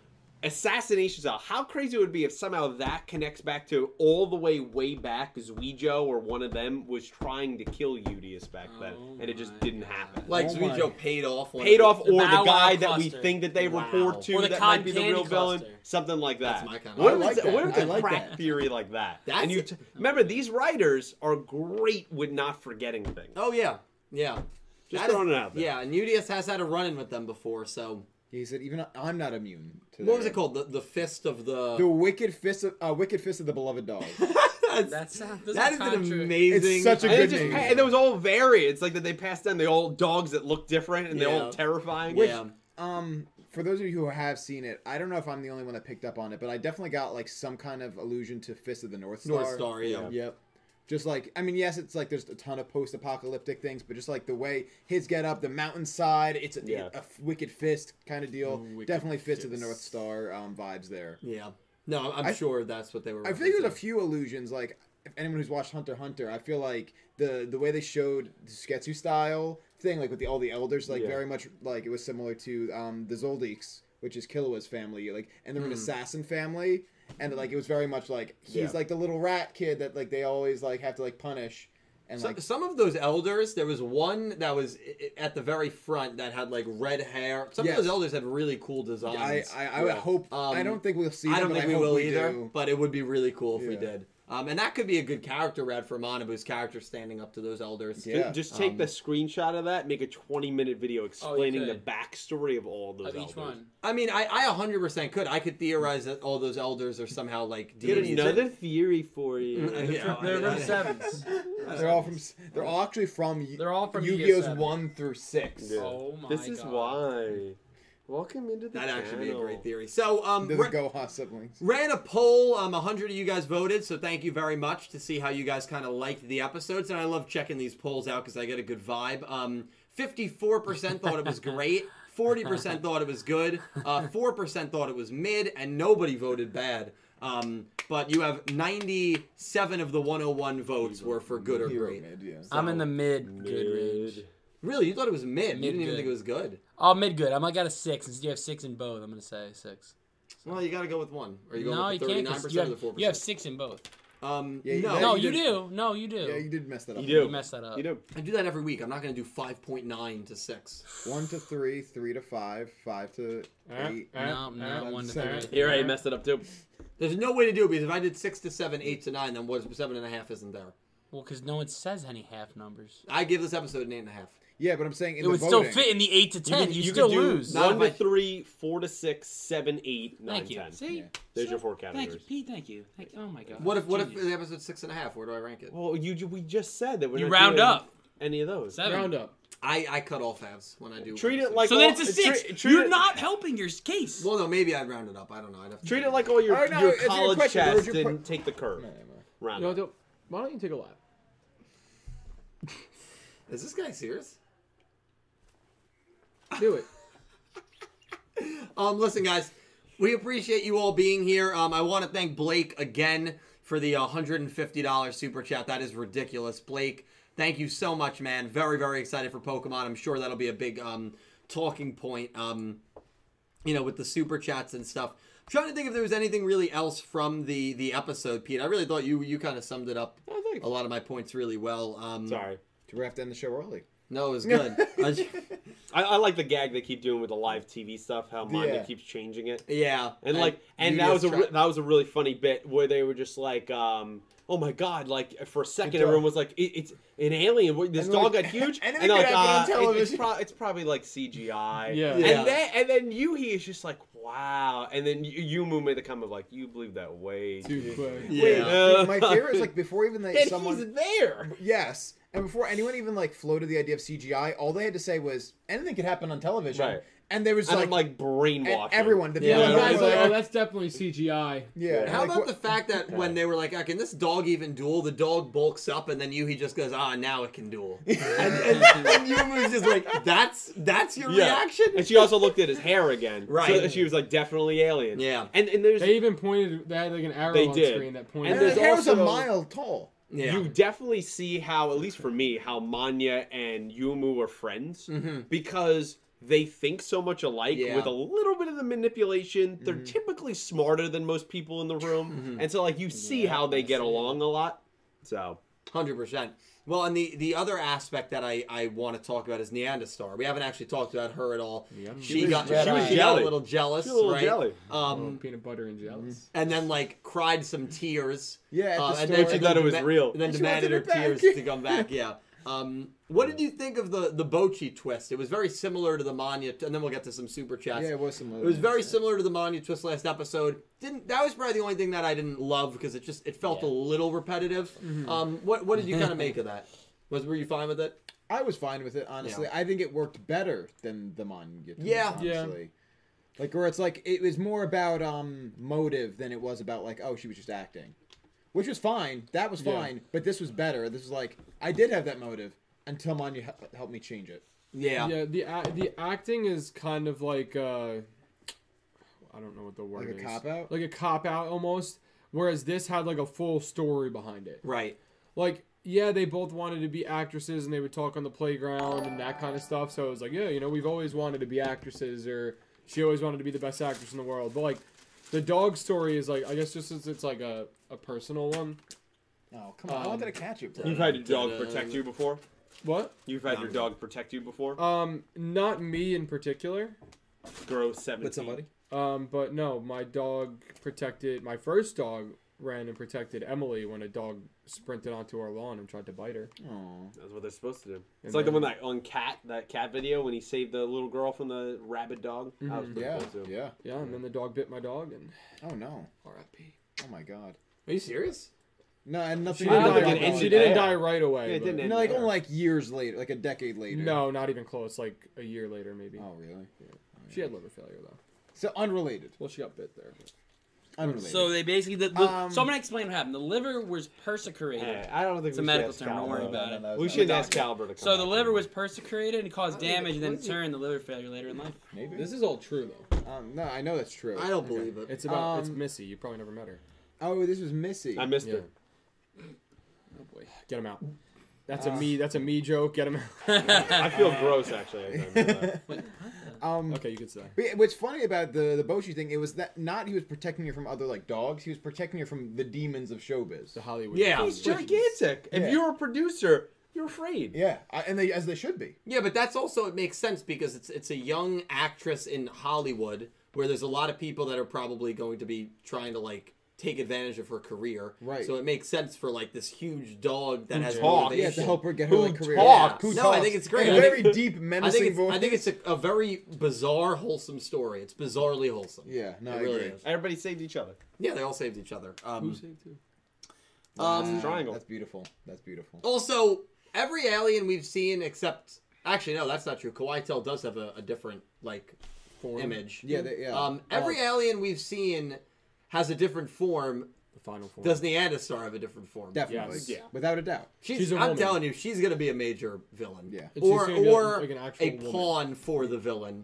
assassination style. How crazy it would be if somehow that connects back to all the way way back Zuijo or one of them was trying to kill Udius back then,
Oh
and it just
my
didn't happen.
like
Oh my.
Zuijo paid off. One
Paid
of
off
his-
or the
Bow Wow
guy that we
cluster.
think that they
Wow.
report to
Or the
that
cotton
might be the
candy
real villain,
cluster.
something like that.
That's my kind of-
what
I
if
like
it's,
that.
what if it's
I
a
like
crack
that.
theory like that?
That's
and you
it.
t- remember these writers are great with not forgetting things.
Oh yeah, yeah.
Just
That is-
throwing it out there.
Yeah, and UDS has had a run in with them before. So
He said, "Even I'm not immune." to
what was
their-
it called? The the fist of the.
The wicked fist, of, uh, wicked fist of the beloved dog.
that's,
That sounds. doesn't
that is an
contradict-
amazing.
It's such a
And, it
good
just,
name.
pa- and there was all variants like that they passed down. They all dogs that look different and they're all
Yeah.
terrifying.
Yeah.
um, for those of you who have seen it, I don't know if I'm the only one that picked up on it, but I definitely got like some kind of allusion to Fist of the North Star.
North Star. Yeah.
Yep. Just like I mean, yes, it's like there's a ton of post-apocalyptic things, but just like the way his get up, the mountainside, it's a,
Yeah.
a f- wicked fist kind of deal.
Wicked
definitely Fist of the
Fist.
North Star um, vibes there.
Yeah. No, I'm- I'm
I-
sure that's what they were.
I feel there's a
referencing.
few illusions. Like if anyone who's watched Hunter x Hunter, I feel like the the way they showed the Sketsu style thing, like with the all the elders, like
Yeah.
very much like it was similar to um, the Zoldyks, which is Killua's family, like, and they're an assassin family, and like it was very much like he's
Hmm. Yeah.
like the little rat kid that like they always like have to like punish, and
So,
like
some of those elders, there was one that was i- i- at the very front that had like red hair. Some
Yes.
of those elders had really cool designs.
I I, I would
Yeah.
hope I
Um,
don't think we'll see.
I
them,
don't
but
think we
hope
will either,
do.
but it would be really cool if we
Yeah.
did. Um, and that could be a good character read for Manabu's character standing up to those elders.
Yeah.
Ju- Just take
Um,
the screenshot of that, make a 20 minute video explaining the
could.
backstory of all those.
Oh, Of
elders.
each one.
I mean, I, I 100% could. I could theorize that all those elders are somehow like
Get
deities.
another theory for you.
Mm, yeah.
They're
Yeah.
from sevens.
They're all from. s- They're all actually from. Yu-
They're all from
Yu-Gi-Oh's
Yu-Gi-Oh!
one through six.
Yeah.
Oh my
this is
God.
why. Welcome into the
That'd actually be a
channel.
great theory. So, um,
Those
ra-
Goha siblings.
ran a poll. Um, 100 of you guys voted, so thank you very much to see how you guys kind of liked the episodes. And I love checking these polls out because I get a good vibe. Um, 54% thought it was great. 40% thought it was good. Uh, 4% thought it was mid, and nobody voted bad. Um, but you have 97 of the 101 votes were for good or
Hero
great.
mid, yeah.
I'm in the mid, good range.
Mid.
Really, you thought it was mid? You didn't even
Mid-good.
think it was good.
Oh, mid good. I'm like at a six. Since you have six in both, I'm gonna say six.
Well, you got to go with one. Or you go
no,
with
you
the
can't.
39%
'cause You
or
have,
the 4%?
you have six in both.
um,
Yeah, you-
no,
yeah,
no,
you
you
did-
do. No, you do.
Yeah, you did mess that up.
You do.
You messed that up.
You know,
I do that every week. I'm not going to do 5.9 to 6.
One to three, three to five, five to
Uh,
eight.
uh,
No, not
uh,
one to
sorry.
three.
here I messed it up too.
There's no way to do it because if I did six to seven, eight to nine, then what is seven and a half isn't there?
Well, because no one says any half numbers.
I give this episode an eight and a half.
Yeah, but I'm saying in
it
the
would
voting,
still fit in the eight to
You
ten.
could-
You,
you
still
could do
lose.
Not
One
if
to
I-
three, four to six, seven, eight, nine,
Thank you.
ten.
See,
Yeah.
There's your four
Thank you,
categories.
Pete. Thank you. Thank you. Oh my god.
What if what if
Genius.
the episode's six and a half? Where do I rank it?
Well, you ju- we just said that we're
You
not
round
doing
up.
any of those.
Seven.
Round up.
I I cut off halves when I do.
Treat it like
So
all,
then it's a six.
Treat, treat
You're
it,
not helping your case.
Well, no, maybe I'd round it up. I don't know. I'd have to
Treat it like all your,
All right, now,
your
it's a good
college
question. Where's
chest
your
and
pro-
take the curve. Round
No,
up.
don't, why don't you take a lap?
Is this guy serious?
Do it.
Um, listen, guys, we appreciate you all being here. Um, I want to thank Blake again for the uh, $150 super chat. That is ridiculous, Blake. Thank you so much, man. Very, very excited for Pokemon. I'm sure that'll be a big um, talking point. Um, you know, with the super chats and stuff. I'm trying to think if there was anything really else from the the episode, Pete. I really thought you you kind of summed it up
Oh, thanks.
a lot of my points really well. Um,
Sorry.
Do we have to end the show early?
no, it was good. I ju-
I, I like the gag they keep doing with the live TV stuff. How Manda
Yeah.
keeps changing it,
yeah,
and like, and
you
that was
just
a
try-
re- that was a really funny bit where they were just like, um, "Oh my god!" Like for a second,
dog.
everyone was like, it, "It's an alien." What- This
And
dog
like-
got huge,
and
and,
it
they're
could
like,
happen on
uh, it- it's,
television.
pro- it's probably like CGI.
Yeah.
Yeah.
And then and then Yuhi is just like, "Wow!" And then Yu- Yumu made the comment like, "You believe that way
Too quick.
Yeah.
uh,
My favorite is like before even
and
that someone.
he's there.
Yes, and before anyone even like floated the idea of CGI, all they had to say was anything could happen on television,
Right.
and there was
And
like,
I'm like brainwashed.
and everyone. The
Yeah.
people
Yeah,
that
guys,
were
like,
like-
oh, that's definitely CGI.
yeah.
How
like,
about
what-
the fact that when they were like, "Ah, "Can this dog even duel?" The dog bulks up, and then you he just goes, "Ah, now it can duel." and, and, and you was just like, "That's that's your
Yeah.
reaction."
And she also looked at his hair again.
Right.
So she was like definitely alien.
Yeah.
And and there's
They even pointed. They had like an arrow
They
on
did.
screen that
and
pointed.
And
their
there's
hair was a
also-
mile tall.
Yeah.
you definitely see how, at least for me, how Manya and Yumu are friends because they think so much alike
Mm-hmm. Yeah. Mm-hmm.
with a little bit of the manipulation. They're typically smarter than most people in the room, and so like you see how they get along a lot. So
Hundred percent. Well, and the the other aspect that I I want to talk about is Neanderstar. We haven't actually talked about her at all. She,
was-
got
she
she, got
was
a
jelly. Oh,
little jealous,
She was a little
right?
jelly.
Um,
Oh, peanut butter and
Mm.
jealous.
and then like cried some tears.
Yeah, at the
uh,
store.
and then
She thought it was
dema-
real.
And then
She
demanded her
wanted it
tears
back.
to come back. Yeah. Um, what did you think of the the Bochi twist? It was very similar to the Manya, t- and then we'll get to some super chats.
yeah, it was some.
It was very similar to the Manya twist last episode. Didn't that was probably the only thing that I didn't love because it just it felt a little repetitive.
Mm-hmm.
Um, what what did you kind of make of that? Was were you fine with it?
I was fine with it, honestly. I think it worked better than the manga.
Yeah.
Yeah.
honestly. Like where it's like it was more about um motive than it was about like oh she was just acting, which was fine. That was
Yeah.
fine. But this was better. This was like I did have that motive until Manya he- helped me change it.
Yeah.
Yeah, the a- the acting is kind of like uh, I don't know what the word
Like a
is.
cop-out?
Like a cop out almost. Whereas this had like a full story behind it.
Right.
Like yeah, they both wanted to be actresses and they would talk on the playground and that kind of stuff. So it was like yeah, you know, we've always wanted to be actresses or she always wanted to be the best actress in the world. But like the dog story is like I guess just since it's like a a personal one.
Oh come on! I
Um,
wanted to catch you, bro.
you've
Uh,
had your dog protect you before.
What?
You've had your dog protect you before.
Uh,
Um, not me in particular.
Grow seventeen.
With somebody.
Um, but no, my dog protected my first dog ran and protected Emily when a dog sprinted onto our lawn and tried to bite her.
Aw.
That's what they're supposed to do. It's
And
like the
then-
one that on cat that cat video when he saved the little girl from the rabid dog. That was pretty
Yeah,
cool too.
yeah.
Yeah, and then the dog bit my dog and
Oh no!
R.I.P.
Oh my god!
Are you serious?
No, and
she
nothing. Oh,
didn't,
don't
die,
think it
right-
ended
she didn't
there.
die right away.
Yeah, it
but-
didn't end
No, like
there.
only like years later, like a decade later.
No, not even close. Like a year later, maybe.
Oh really?
She had liver failure though.
So unrelated.
Well, she got bit there. but-
Unrelated.
So they basically the, the,
Um,
so I'm gonna explain what happened. The liver was persecrated.
Hey, I don't think
It's a
we should
medical
ask
term, don't
Calvin
worry
about
about it.
We should ask Caliber to come.
So the
back
liver
in.
was persecrated and caused
don't even-
damage, and then
what
in
is it?
turn the liver failure later in life.
Maybe.
This is all true though.
um, no, I know that's true.
I don't believe it.
It's about it's
Um,
Missy. You probably never met her.
Oh, this was Missy.
I missed
Yeah.
it.
Oh boy, get him out. That's a
Uh,
me. That's a me joke. Get him out.
I feel gross actually. I don't
uh,
know that.
um,
okay, you could say.
but yeah, what's funny about the the Boshi thing? It was that not he was protecting her from other like dogs. He was protecting her from the demons of showbiz.
The Hollywood.
Yeah.
He's gigantic. If
Yeah.
you're a producer, you're afraid.
Yeah, I, and they as they should be.
Yeah, but that's also it makes sense because it's it's a young actress in Hollywood where there's a lot of people that are probably going to be trying to like take advantage of her career.
Right.
So it makes sense for like this huge dog that has
talks.
Yeah, to
motivation.
help her get her
Who
like, career.
talks?
Who
No, I
talks?
think it's great.
And
I
a
think-
very deep,
I
menacing
think it's,
voice.
I think it's a, a very bizarre, wholesome story. It's bizarrely wholesome.
Yeah, no,
it
I
really
agree.
is.
Everybody saved each other.
Yeah, they all saved each other. Um,
Who saved who?
Wow,
um, Oh.
triangle.
That's beautiful. That's beautiful.
also, every alien we've seen except actually no, that's not true. Kawaitel does have a, a different like
Form.
image.
Yeah, they, yeah. Uh,
Um, every alien we've seen has a different form.
The final form.
Does Neanderstar have a different form?
definitely,
Yes.
Yeah.
without a doubt.
She's,
She's a
I'm
woman.
telling you, she's gonna be a major villain.
Yeah.
And she's
Or
gonna be
or
like an actual
a
woman.
pawn for the villain.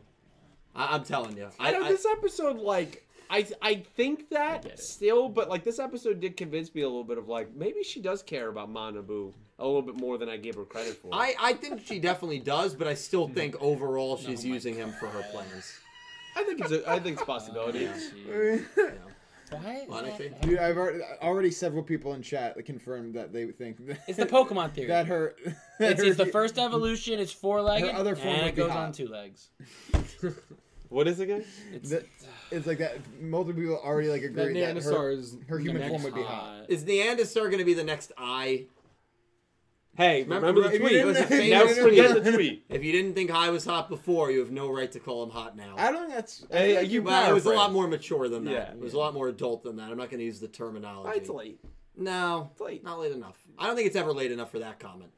I, I'm telling you. I,
I know
I-
this episode, like, I I think that
get it.
still, but like this episode did convince me a little bit of like maybe she does care about Manabu a little bit more than I gave her credit for.
I, I think she definitely does, but I still think overall she's using him for her plans.
I think it's a, I think it's a possibility.
Why?
Honestly.
Dude, I've already, already several people in chat confirmed that they think that,
It's the Pokemon theory.
that her. that
it's,
her-
it's the first evolution. It's four legged,
Her other form
and
would
it
be
goes
hot.
on two legs.
What is it again?
It's
that- it's like that. Multiple people already like
That
agree that, her,
Neanderthal is
her human
next-
form would be hot.
hot.
Is Neanderstar gonna be the next eye?
Hey,
Remember-
remember, the
if you
tweet?
didn't- if you
Now
didn't-
forget the tweet.
If you didn't think I was hot before, you have no right to call him hot now.
I don't think that's. I
Hey,
feel like
you
Well, it was a lot
paraphrase.
more mature than that.
Yeah.
it was a lot more adult than that. I'm not going to use the terminology.
It's late.
No,
It's late.
not late enough. I don't think it's ever late enough for that comment.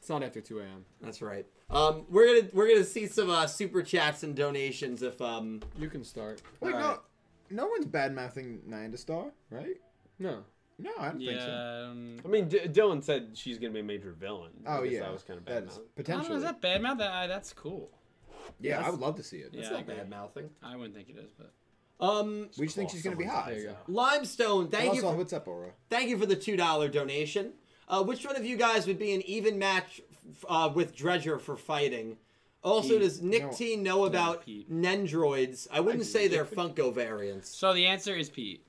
It's not after 2 a.m.
That's right. Um, we're gonna we're gonna see some uh, super chats and donations if um
You can start.
Wait,
All
no,
right.
no one's bad mouthing Nine to Star, right?
No.
No, I don't think so.
Yeah. um,
I mean, D- Dylan said she's gonna be a major villain. I
Oh
guess
yeah,
that was kind of
That
bad.
is
mouth.
I don't know.
potentially.
Is that bad mouth? That, I- that's cool.
yeah, I
Yes.
would love to see it.
Yeah.
it's
I
not
agree.
bad mouthing.
I wouldn't think it is, but
Um,
We just think she's gonna be hot.
There you go.
Limestone,
And
thank you.
also,
for-
what's up, Aura?
Thank you for the two dollar donation. Uh, which one of you guys would be an even match f- uh, with Dredger for fighting? Also,
Pete.
does Nick
No.
T know about
Pete.
Nendroids? I wouldn't
I-
say they're Funko variants.
so the answer is Pete.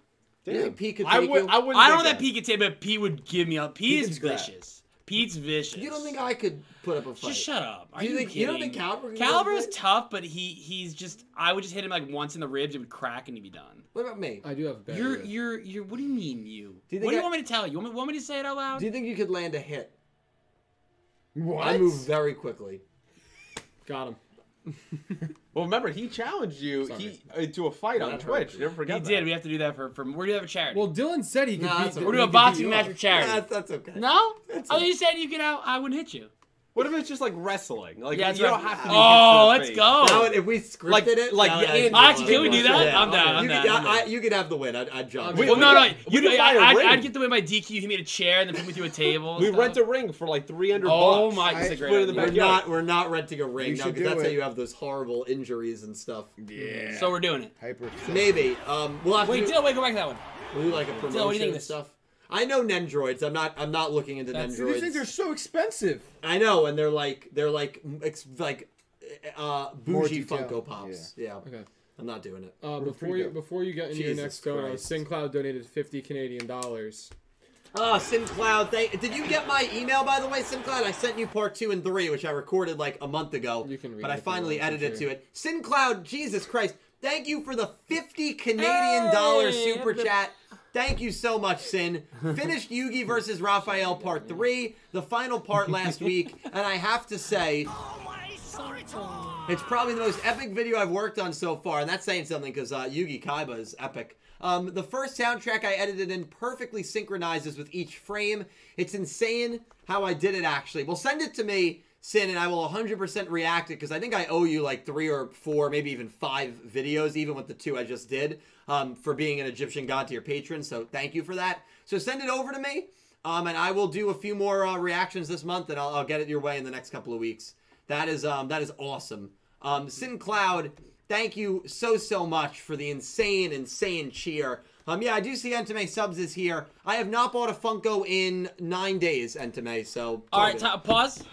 You
Damn.
think Pete could
I
take
would.
you?
I would.
I don't know that Pete could take, but Pete would give me up. Pete,
Pete
is
could grab.
vicious. Pete's vicious.
You don't think I could put up a fight?
Just shut up. Are
Do you
you,
think-
kidding?
you don't think Caliber can go
Caliber
for
is
it?
tough, but he he's just. I would just hit him like once in the ribs. It would crack and he'd be done.
What about me?
I do have a bad
You're
idea.
you're you're. What do you mean you?
Do you think
what do you
I-
want me to tell you? You want me, want me to say it out loud?
Do you think you could land a hit?
What?
I move very quickly.
Got him.
Well, remember he challenged you
Sorry.
he uh, to a fight on
That
Twitch.
hurt.
Never
he
forget that.
did. We have to do that for for. We're doing for charity.
Well, Dylan said he could
Nah,
beat
that's
the-
all
we're
he
doing a
could
boxing
beat
match
you
for
up.
charity.
Nah, that's okay.
no.
That's
Oh,
it.
you said you could out. I wouldn't hit you.
What if it's just like wrestling? Like
Yeah,
you don't
that's right.
have to. Be
Oh,
hits
let's
to the face.
go.
Now, if we scripted
Like-
it,
like,
now
yeah,
I'd-
actually, can we do that?
Yeah,
I'm
down,
okay.
I'm
You could,
down.
I- I- you could have the win. I'd, I'd jump.
We-
We
well, no,
could-
no.
we
You,
could buy
I,
a
I'd,
ring.
I'd get the way my DQ. You meet a chair and then put me through a table. and
We
stuff.
rent a ring for like three hundred.
Oh
bucks.
my,
I-
that's a great
Put it in the
idea.
We're
backyard.
not we're not renting a ring
You
now
should
because that's
do
how
it.
you have those horrible injuries and stuff.
Yeah.
So we're doing it.
hyper.
Maybe. Um, we'll have
Wait,
to do,
Dylan, wait, go back to that one.
we'll do like a
do you
promotion
think
and
this-
stuff. I know Nendroids. I'm not. I'm not looking into
That's-
Dude, these things are
Nendroids.
so expensive.
I know, and they're like they're like m- ex, like uh,
More
bougie
detail.
Funko Pops. Yeah.
Okay.
I'm not doing it.
Uh,
We're
before
pretty
you
good.
before you get into your
Jesus
next donor,
Christ.
SinCloud donated 50 Canadian dollars.
Ah, SimCloud. Thank. Did you get my email by the way, SimCloud? I sent you part two and three, which I recorded like a month ago.
You can read
but
it
I
if you
finally
want, I'm
edited
sure.
to it. SimCloud. Jesus Christ. Thank you for the 50 Canadian dollar
Hey,
super
the-
chat. Thank you so much, Sin. Finished Yugi versus Raphael part three, the final part last week, and I have to say, it's probably the most epic video I've worked on so far, and that's saying something because uh, Yugi Kaiba is epic. Um, the first soundtrack I edited in perfectly synchronizes with each frame. It's insane how I did it, actually. Well, send it to me, Sin, and I will 100% react it because I think I owe you like three or four, maybe even five videos, even with the two I just did, um, for being an Egyptian god to your patron. So thank you for that. So send it over to me, um, and I will do a few more uh, reactions this month, and I'll, I'll get it your way in the next couple of weeks. That is um that is awesome. Um SinCloud, thank you so so much for the insane, insane cheer. Um yeah, I do see Entame subs is here. I have not bought a Funko in nine days, Entame, so
All right, ta- pause.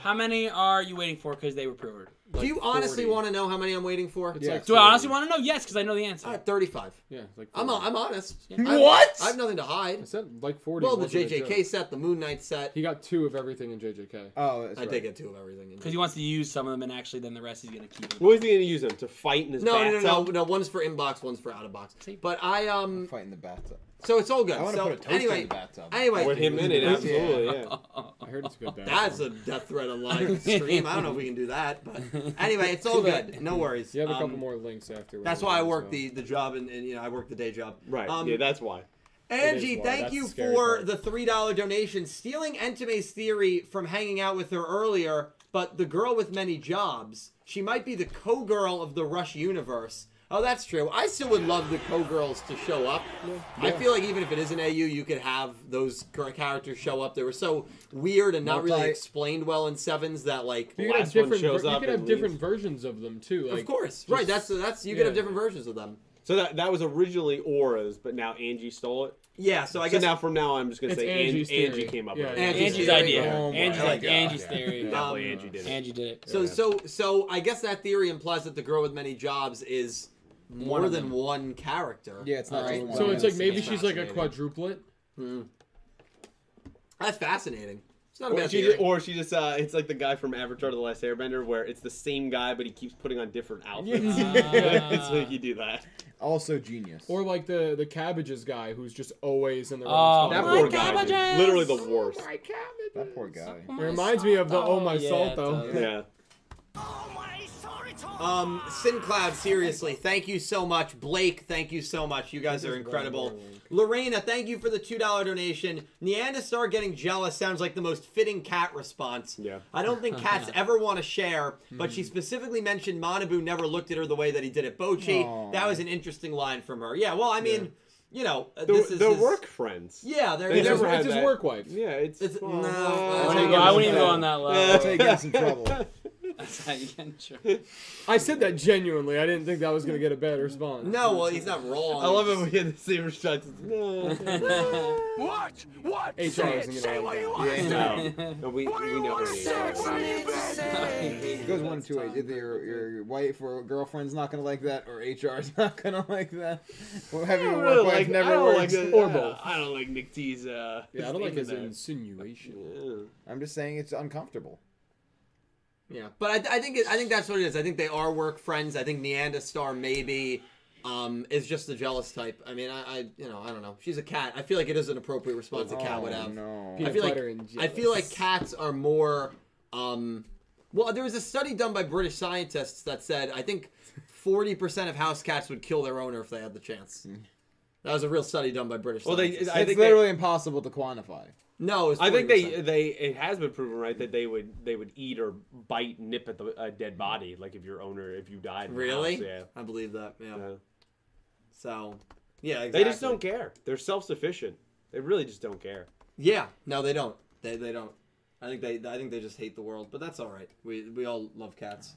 How many are you waiting for? Because they were pre-ordered.
Do you honestly want to know how many I'm waiting for?
It's like
Do I
forty.
honestly want to know? Yes, because I know the answer.
All right, thirty-five.
Yeah, it's like
I'm
40.
I'm honest. I-
What?
I have nothing to hide.
I said like 40.
Well, the
wasn't a
JJK
joke.
set, the Moon Knight set.
He got two of everything in JJK.
Oh, that's
I
right.
did get two of everything. in
Because he wants to use some of them, and actually, then the rest he's gonna keep.
What is he gonna use them to fight in his
No, no, no,
bathtub?
no, no. One's for inbox, one's for out of box. But I
Oh,
um,
Fight in the bathtub.
so it's all good.
I want to
so
put a toaster
anyway,
in the bathtub.
anyway,
With him in it,
Yeah.
absolutely. Yeah.
I heard it's a good.
That's
bathroom.
a death threat on live stream. I don't know if we can do that, but anyway, it's all
Too bad.
good. No worries.
You have a
Um,
couple more links after.
That's why I work the, the job and, and you know I work the day job.
Right.
Um,
yeah, that's why.
Angie,
why.
thank
That's
you
the scary
for
part.
the three dollar donation. Stealing Entime's theory from hanging out with her earlier, but the girl with many jobs. She might be the co-girl of the Rush universe. Oh, that's true. I still would love the co-girls to show up. I feel like even if it is an AU, you could have those char- characters show up. They were so weird and not really
Multi-
explained well in sevens that like
You could have
last one
different.
shows
ver- you
up
could
and
have different
leaves.
versions of them too. Like,
of course, right? That's
just-
that's you could have
yeah.
different versions of them.
So that that was originally Aura's, but now Angie stole it.
Yeah, so I
so
guess
now from now on, I'm just gonna
It's
say An-
Angie's
Angie
theory.
came up
Yeah,
with it.
yeah.
Angie's
Angie's
theory.
idea.
Oh my
Angie's,
God.
Angie's
Yeah.
theory.
Yeah.
Definitely
Um,
Angie did it.
Angie did it.
So
Yeah.
so so I guess that theory implies that the girl with many jobs is more
of
than
them.
one character.
Yeah, it's not
Alright,
just one.
So
Wow.
it's like maybe
That's
she's like a
fascinating.
quadruplet.
That's fascinating. It's not a
Or
bad
she,
theory.
just, or she just, uh, it's like the guy from Avatar The Last Airbender where it's the same guy, but he keeps putting on different outfits.
Yeah.
it's like you do that.
Also genius.
Or like the the cabbages guy who's just always in the
Oh,
wrong
That
spot.
my
poor guy.
cabbages!
dude. Literally the worst.
Ah.
that poor guy.
Oh,
It reminds me of the Oh My Salt, though.
Yeah.
Um, SinCloud, seriously, thank you so much. Blake, thank you so much. You guys are incredible. Lorena, thank you for the $2 donation. Neanda Star getting jealous sounds like the most fitting cat response.
Yeah.
I don't think cats ever want to share, but she specifically mentioned Manabu never looked at her the way that he did at Bochi.
Aw.
That was an interesting line from her. Yeah, well, I mean, you know, uh,
The,
this is
the
his-
work friends.
Yeah, they're
They
It's
they're-
his,
never had
it's his
that.
work wife.
Yeah, it's
It's-
well,
no,
well,
I
I
wouldn't
wouldn't,
go-
go,
I
on that
That's
level.
how you get in some trouble.
That's how you get in trouble.
I said that genuinely. I didn't think that was gonna get a bad response.
No, well, he's not wrong.
I love it when we get the same response. No.
What? What?
HR
Say it.
isn't gonna
Say
have
what
that.
you want to
yeah,
say.
no. no we,
What do
we
you
never
want to
need
say?
that.
What do you say?
It goes one of two ways. Either your, your, your wife or girlfriend's not going to like that, or HR's not going to like that. Well,
I
having a
don't
work
really
wife
like- I
never
don't
works.
Like
or
I
both.
don't- I don't like Nick T's. Uh,
Yeah, I don't like his
statement
insinuation.
there.
I'm just saying it's uncomfortable.
Yeah, but I, I think it, I think that's what it is. I think they are work friends. I think Neanda Star maybe um, is just the jealous type. I mean, I, I you know I don't know. She's a cat. I feel like it is an appropriate response a cat would
Oh,
have.
no.
Peanut
I feel like
butter and
I feel like
jealous.
cats are more. Um, well, there was a study done by British scientists that said I think forty percent of house cats would kill their owner if they had the chance.
Mm.
That was a real study done by British.
Well, they.
scientists.
I
It's
think
literally impossible to quantify.
no, it was
I think they
40%.
they it has been proven right that they would they would eat or bite nip at the a dead body like if your owner if you died in the
really.
uh, house, yeah.
I believe that. Yeah.
Yeah.
So. Yeah, exactly.
they just don't care they're self sufficient they really just don't care
Yeah, no, they don't. They they don't. I think they I think they just hate the world, but that's all right. We we all love cats.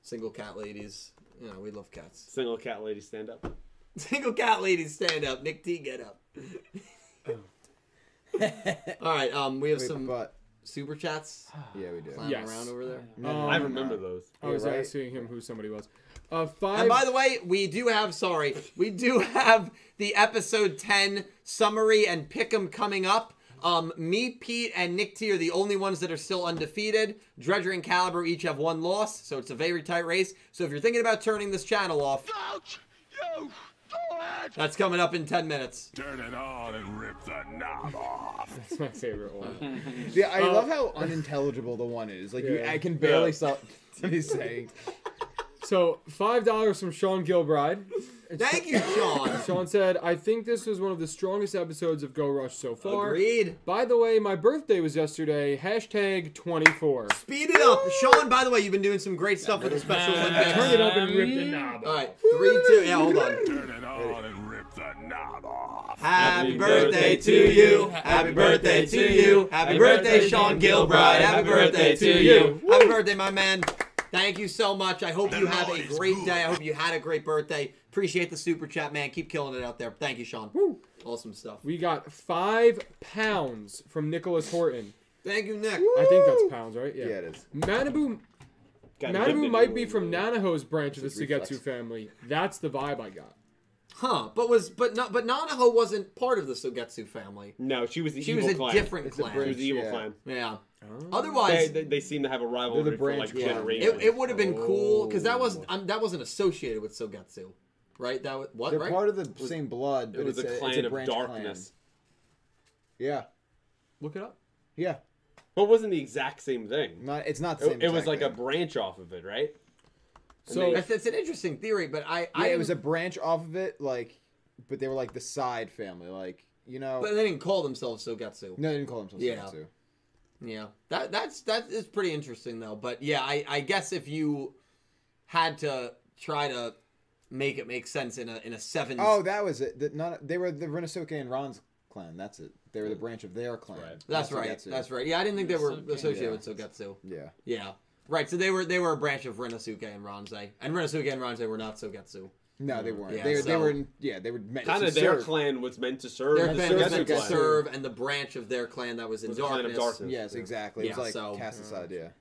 Single cat ladies, you know, we love cats.
single cat lady stand up
Single cat ladies, stand up. Nick T, get up. all right, um, we have
Wait,
some
but
super chats
yeah, we do.
climbing
Yes.
around over there.
Um,
I remember those
I was
Yeah, right.
asking him who somebody was. Uh, five.
And by the way, we do have sorry, we do have the episode ten summary and pick'em coming up. Um, me, Pete, and Nick T are the only ones that are still undefeated. Dredger and Caliber each have one loss, so it's a very tight race. So if you're thinking about turning this channel off,
Don't you do it!
that's coming up in ten minutes.
Turn it on and rip the knob off.
That's my favorite one.
Yeah, I love how unintelligible the one is. Like, you,
Yeah.
I can barely
Uh, Yeah.
stop what he's saying.
So five dollars from Sean Gilbride.
Thank you, Sean.
Sean said, "I think this was one of the strongest episodes of Go Rush so far."
Agreed.
By the way, my birthday was yesterday. Hashtag 24.
Speed it up, Sean. By the way, you've been doing some great stuff with the Special
Turn it
Olympics.
up and rip the knob.
All right, three, two. Yeah, hold on.
Turn it on and rip the knob off.
Happy birthday to you. Happy birthday to you. Happy birthday, Sean Gilbride. Happy birthday to you. Happy birthday, my man. Thank you so much. I hope you have a great day. I hope you had a great birthday. Appreciate the super chat, man. Keep killing it out there. Thank you, Sean. Awesome stuff.
We got five pounds from Nicholas Horton.
Thank you, Nick.
I think that's pounds, right?
Yeah, it is.
Manabu,
Got
Manabu
limited
might be
room.
from Nanaho's branch of the
It's a reflex.
Sugetsu family. That's the vibe I got.
Huh? But was but not but Nanaho wasn't part of the Sogetsu family.
no she was the
She
evil
was a
clan.
different
It's a
she was
clan.
the evil
Yeah.
clan
Yeah.
they,
Otherwise,
they, they seem to have a rivalry
They're the
for like
branch, yeah.
generations
It, it would have been cool because that wasn't um, that wasn't associated with Sogetsu, right? That was what
They're
right?
part of the same blood, but
it was
it's,
a
a,
clan
it's a
of
branch
darkness
Clan. Yeah,
Look it up.
yeah.
but it wasn't the exact same thing
Not, it's not the
it,
same.
it was like a
exact thing.
branch off of it right
So
That's, that's an interesting theory, but I I
Yeah, it
didn't-
was a branch off of it, like, but they were like the side family, like you know.
but they didn't call themselves Sogetsu.
no, they didn't call themselves
Yeah.
Senzu.
Yeah, that that's that is pretty interesting though. But yeah, I I guess if you had to try to make it make sense in a in a seven
Oh, that was it. The, not, they were the Renosuke and Ron's clan. That's it. They were the branch of their clan.
right.
Mm. that's
not
right,
Sugetsu.
that's right. Yeah, I didn't think they were
Sogetsu.
associated
Yeah.
with Sogetsu.
Yeah.
Yeah. Right, so they were they were a branch of Renosuke and Ronzai, and Renosuke and Ronzai were not Sogetsu.
No, they weren't.
Mm. Yeah,
they, they
so-
were. in- Yeah, they were meant
kind
to
of their
serve.
clan was meant to serve
Their
the
clan was
Sugetsu
meant to
clan.
serve, and the branch of their clan that was in
Was a clan of darkness.
Yes,
Yeah.
exactly. It
Yeah,
was like
so- mm.
Cass's idea.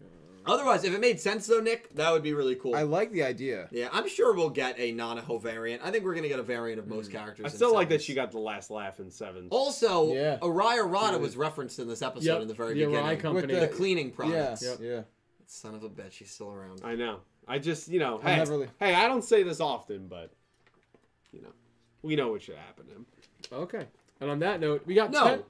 Otherwise, if it made sense though, Nick, that would be really cool.
I like the idea.
yeah, I'm sure we'll get a Nanaho variant. I think we're gonna get a variant of most characters.
Mm. I
in
still like that
sevens.
she got the last laugh in seven.
Oh. Also,
Yeah.
Araya Rada was referenced in this episode
Yep,
in the very
the Araya
beginning.
company.
The cleaning
Yeah,
products.
Yep.
yeah.
Son of a bitch, she's still around.
I know. I just, you know,
I
hey,
never really-
hey, I don't say this often, but you know, we know what should happen to him.
okay. And on that note, we got
No.
ten.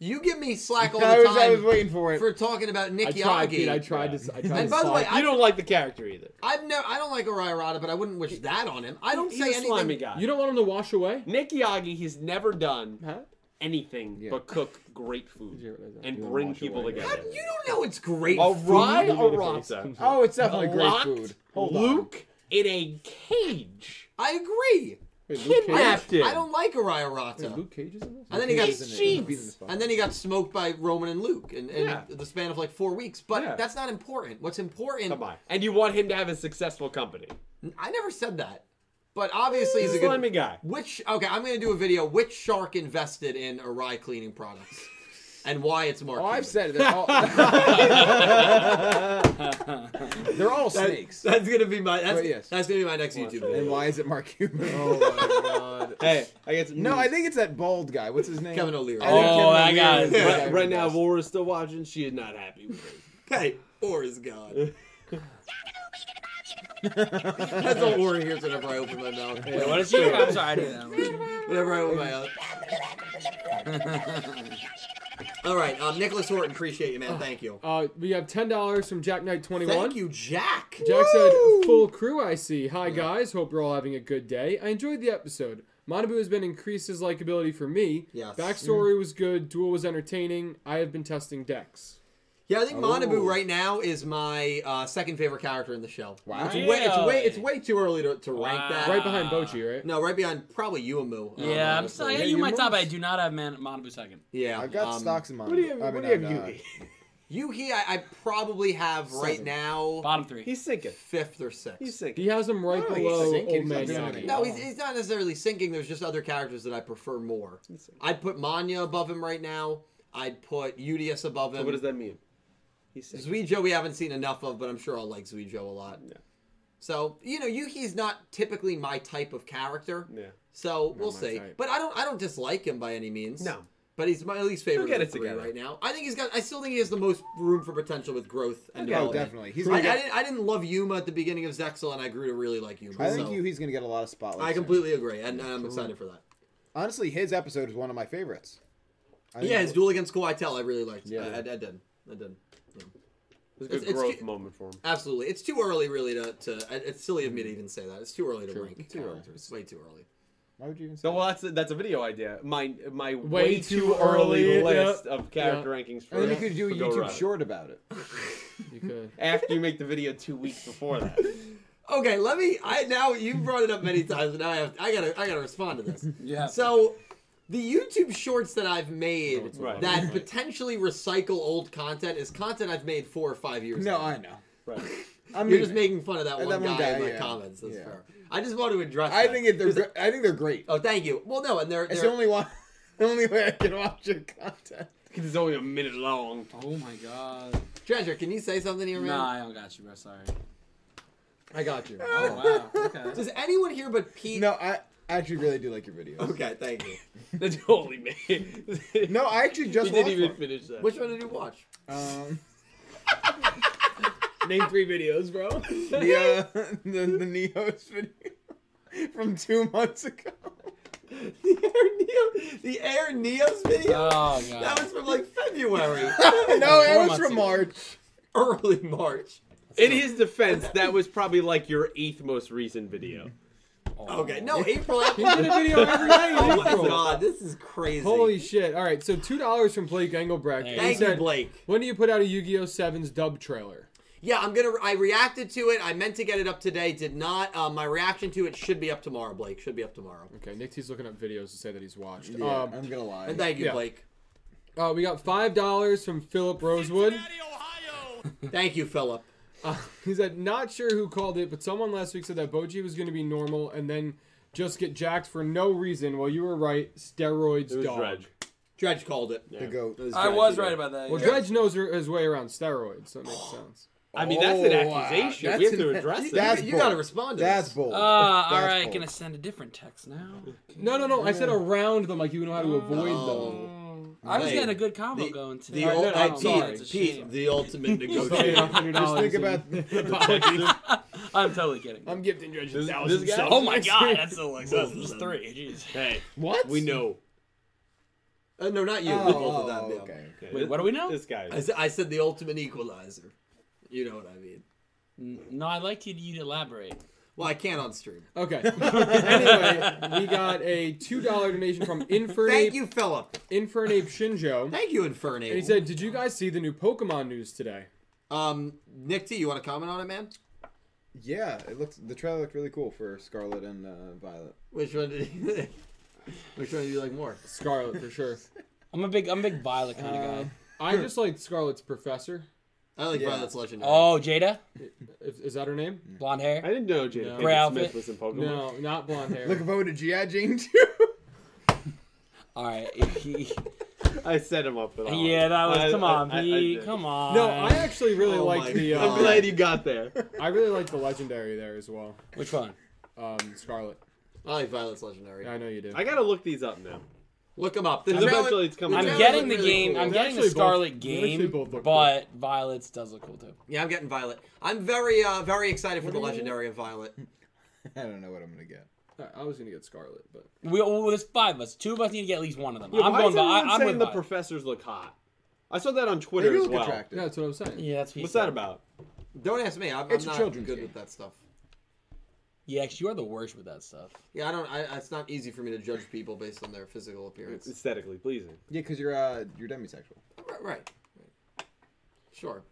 You give me slack all the
I was,
time
I was waiting for it.
for talking about
I
Nicky
tried,
Aggie.
dude. I tried to. I tried
And
to
by the way,
slide-
I,
You don't like the character either.
I've never. I don't like Oriarada, but I wouldn't wish that on him. I don't
He's
say
a slimy
anything.
guy.
you don't want him to wash away.
Nick Yagi, he's never done
Huh?
anything
Yeah.
but cook great food
You realize that?
and
You wanna
bring
wash
people
away.
together.
How, you don't know it's great.
A
food.
rye
Give me the
arata.
face.
oh, it's definitely great
Locked
food. Hold on.
Luke in a cage.
I agree.
Wait, Luke Cage?
Kidnapped him.
I don't like
Wait,
Oriarata.
Luke Cage is in this.
And then he got
He's in it. He's
sheets.
beating the fuck.
And then he got smoked by Roman and Luke in, in
Yeah.
the span of like four weeks. But
Yeah.
that's not important. What's important?
Come on. And you want him to have a successful company.
I never said that. But obviously he's a good.
Slimy guy.
Which okay, I'm gonna do a video. Which shark invested in Arai cleaning products, and why it's Mark?
Oh, I've
Cuban.
said it. They're all, They're all snakes.
That's gonna be my. That's,
Right, yes.
that's gonna be my next YouTube
and
video.
why is it Mark Cuban?
Oh my
Hey, I guess
No, I think it's that bald guy. What's his name?
Kevin O'Leary.
I think
Oh,
Kevin
that
O'Leary
guy
is
is-
the
Right, right now,
who does-
Laura's still watching. She is not happy with it.
god. Hey, or is God. That's all Warren hears whenever I open my mouth.
Wait, what is she? I'm sorry, I didn't know.
Whenever I open my mouth. All right, um, Nicholas Horton, appreciate you, man. Thank you.
Uh, we have ten dollars from Jack Knight Twenty One.
Thank you, Jack.
Jack said, "Full crew, I see. Hi guys, hope you're all having a good day. I enjoyed the episode. Manabu has been increased his likability for me.
Yes.
Backstory was good. Duel was entertaining. I have been testing decks.
Yeah, I think
Oh.
Manabu right now is my uh, second favorite character in the show.
Wow.
It's way, it's way, it's
Really?
way too early to, to rank
Wow.
that.
Right behind
Ah.
Bochi, right?
No, right behind probably Uemu. um,
Yeah, I'm
honestly.
sorry. I got
Yeah,
you in my
you
top, but I
must.
do not have Man- Manabu second.
Yeah,
I've got
um,
stocks in mind.
What do you have,
I
what
mean,
do you
I've,
have
uh,
Yugi?
Yuki, I, I probably have right
Seven.
now
Bottom three.
He's sinking.
fifth or sixth.
He's
He
sinking.
has him right
No, he's
below
sinking.
Old
He's not
Man
doing
Yagi.
anything.
no, he's, he's not necessarily sinking. There's just other characters that I prefer more. I'd put Manya above him right now. I'd put Udius above him.
So what does that mean? He's sinking.
Zuijo we haven't seen enough of, but I'm sure I'll like Zuijo a lot.
Yeah.
So you know, Yuki's not typically my type of character.
Yeah.
So we'll
my
see.
type.
But I don't I don't dislike him by any means.
No.
But he's my least favorite
He'll get
of the
it
three
together.
right now. I think he's got. I still think he has the most room for potential with growth and
Oh,
development.
definitely. He's
I,
gonna
I
get,
didn't, I didn't love Yuma at the beginning of Zexel, and I grew to really like Yuma.
I think
so
you, he's going to get a lot of spotlight.
I completely agree, and I'm excited for that.
Honestly, his episode is one of my favorites. I
Yeah,
think-
his duel against Kawaitel, I really liked.
Yeah.
I, I, I did. I
It
did.
was a good
It's- it's
growth
ju-
moment for him.
Absolutely. It's too early, really, to. to I- it's silly of me to even say that. It's too early to rank
Hmm. Too early.
characters. It's way too early.
Why would you even say
So
that?
well, that's a, that's a video idea. My my way,
too
too,
early,
early,
yeah.
list of character rankings for
And then you could do a
for Go
YouTube
Run.
short about it.
You could.
after you make the video two weeks before that.
Okay, let me. I now you brought it up many times, and now I have. I gotta. I gotta respond to this.
Yeah.
So, the YouTube shorts that I've made
Right.
that potentially recycle old content is content I've made four or five years.
No,
ago.
I know.
Right.
I'm
You're just making fun of that
That
one,
one guy,
guy, in my
yeah.
comments. That's
Yeah.
fair. I just want to address.
I
that.
think it, they're.
'Cause-
Gr- I think they're great.
Oh, thank you. Well, no, and they're.
It's
they're-
the only one. The only way I can watch your content.
Because it's only a minute long.
Oh my god.
Treasure, can you say something here, man?
Nah, I don't got you, bro. Sorry.
I got you.
Oh wow. Okay.
Does anyone here but Pete?
No, I actually really do like your videos.
Okay, thank you.
That's holy man.
No, I actually just
he didn't
watched
even
one.
finish that.
Which one did you watch?
Um,
Name three videos, bro.
the, uh, the the Neos video from two months ago.
The Air Neo, the Air Neos video.
Oh god.
that was from like February,
no, it was
months
from
ago.
March.
early March.
In his defense, that was probably like your eighth most recent video.
Oh. Okay, no, April.
He did a video every day in
oh my
April.
god, this is crazy.
Holy shit! All right, so two dollars from Blake Engelbrecht.
Thank
He
thank you,
said,
Blake.
"When do you put out a Yu-Gi-Oh! Sevens dub trailer?"
Yeah, I'm gonna. I reacted to it. I meant to get it up today, did not. Um, my reaction to it should be up tomorrow, Blake. Should be up tomorrow.
Okay, Nick T's looking up videos to say that he's watched.
Yeah,
Um,
I'm gonna lie.
And thank you,
Yeah.
Blake.
uh, we got five dollars from Philip Rosewood.
Thank you, Philip.
Uh, he said, "Not sure who called it, but someone last week said that Boji was going to be normal and then just get jacked for no reason. Well, you were right. Steroids,
It was
dog.
Dredge.
Dredge called it.
the goat.
I was right about that.
Well,
yeah.
Dredge knows her- his way around steroids, so it makes sense.
I mean, that's an
Oh, wow.
accusation.
That's
we have to
an-
address it.
that's
you
bold.
gotta respond to
That's
this.
bold.
Uh, all
That's
right,
bold.
gonna send a different text now.
No, no, no. I said around them, like you know how to avoid
Oh.
them.
No.
I was
Wait.
getting a good combo
The-
going today.
The
All right,
ul-
no, no,
I-
I'm
Pete-
sorry.
It's a
Pete,
shame.
the ultimate
Paying
negotiator.
$100
Just think
and-
about
I'm totally kidding.
I'm gifting Dredge a
This-
thousand
this guy- Oh,
subs.
oh my god, that's so like that's just three. Jeez.
Hey,
what
we know.
Uh, no, not you.
Oh,
both of them. yeah.
okay.
Wait, what do we know?
This guy.
I, s- I said the ultimate equalizer. You know what I mean.
N- No, I'd like you to elaborate.
Well, I can't on stream.
Okay. anyway, we got a two dollar donation from Infernape
Thank you, Philip.
Infernape Shinjo, and
Thank you, Infernape.
he said, "Did you guys see the new Pokemon news today?"
um, Nick T, you want to comment on it, man?
Yeah, it looks the trailer looked really cool for Scarlet and uh, Violet.
Which one did you, Which one do you like more?
Scarlet for sure.
I'm a big, I'm a big Violet kind of
Uh,
guy.
I just like Scarlet's professor.
I like
Yeah.
Violet's Legendary.
Oh, Jada,
Is, is that her name?
blonde
I
hair.
didn't know Jada
No.
Pinkett
Gray
Smith
outfit.
was in Pokemon.
No, not blonde hair.
Looking forward to GI Jane too.
All right, he,
I set him up for that. one.
yeah, that was.
I-
come
I-
on,
I- I
he,
did.
come on.
no, I actually really
Oh my
like the.
God.
Uh,
I'm glad you got there.
I really like the legendary there as well.
Which one?
Um, Scarlet.
I like Violet's Legendary.
I know you do.
I gotta look these up now.
Look him up. There's
Because
a-
eventually it's coming.
I'm
Violet
out.
getting the
looked really
game.
cool.
I'm
They're
getting the
actually both-
Scarlet
they're actually
game,
both look
but Violet's does look cool too.
yeah, I'm getting Violet. I'm very, uh, very excited for the Legendary of Violet.
I don't know what I'm gonna get.
I- I was gonna get Scarlet, but
We, well, there's five of us. Two of us need to get at least one of them.
Yeah,
I'm
why
going.
is
Vi- I,
everyone
I'm
saying
with
the
Violet.
professor's look hot? I saw that on
They
Twitter
do
as
look
well.
attractive.
yeah, that's what I'm saying.
yeah, that's what he
What's
said.
that about?
Don't ask me. I'm, I'm
It's a
not
children's
good
game.
with that stuff.
Yeah, 'cause you are the worst with that stuff.
Yeah, I don't. I, it's not easy for me to judge people based on their physical appearance.
Aesthetically pleasing.
Yeah, because you're uh you're demisexual.
Right. right. Sure.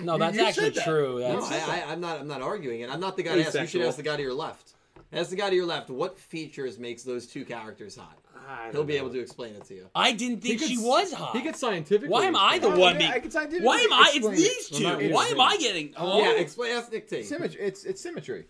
No, that's
you
actually
said that.
true.
No,
That's,
I, I, I'm not. I'm not arguing it. I'm not the guy to ask. You should
Asexual.
ask the guy to your left. Ask the guy to your left. What features makes those two characters hot?
I don't
He'll be
know.
able to explain it to you.
I didn't think she was hot.
He gets scientific.
Why am I the
Oh,
one?
yeah,
be-
I can scientifically
Why am I? It's
explain
these
it.
two.
Well, not
Why am I
interesting.
getting? Oh,
Yeah, explain. Ask Nick T.
Symmetry. It's it's symmetry.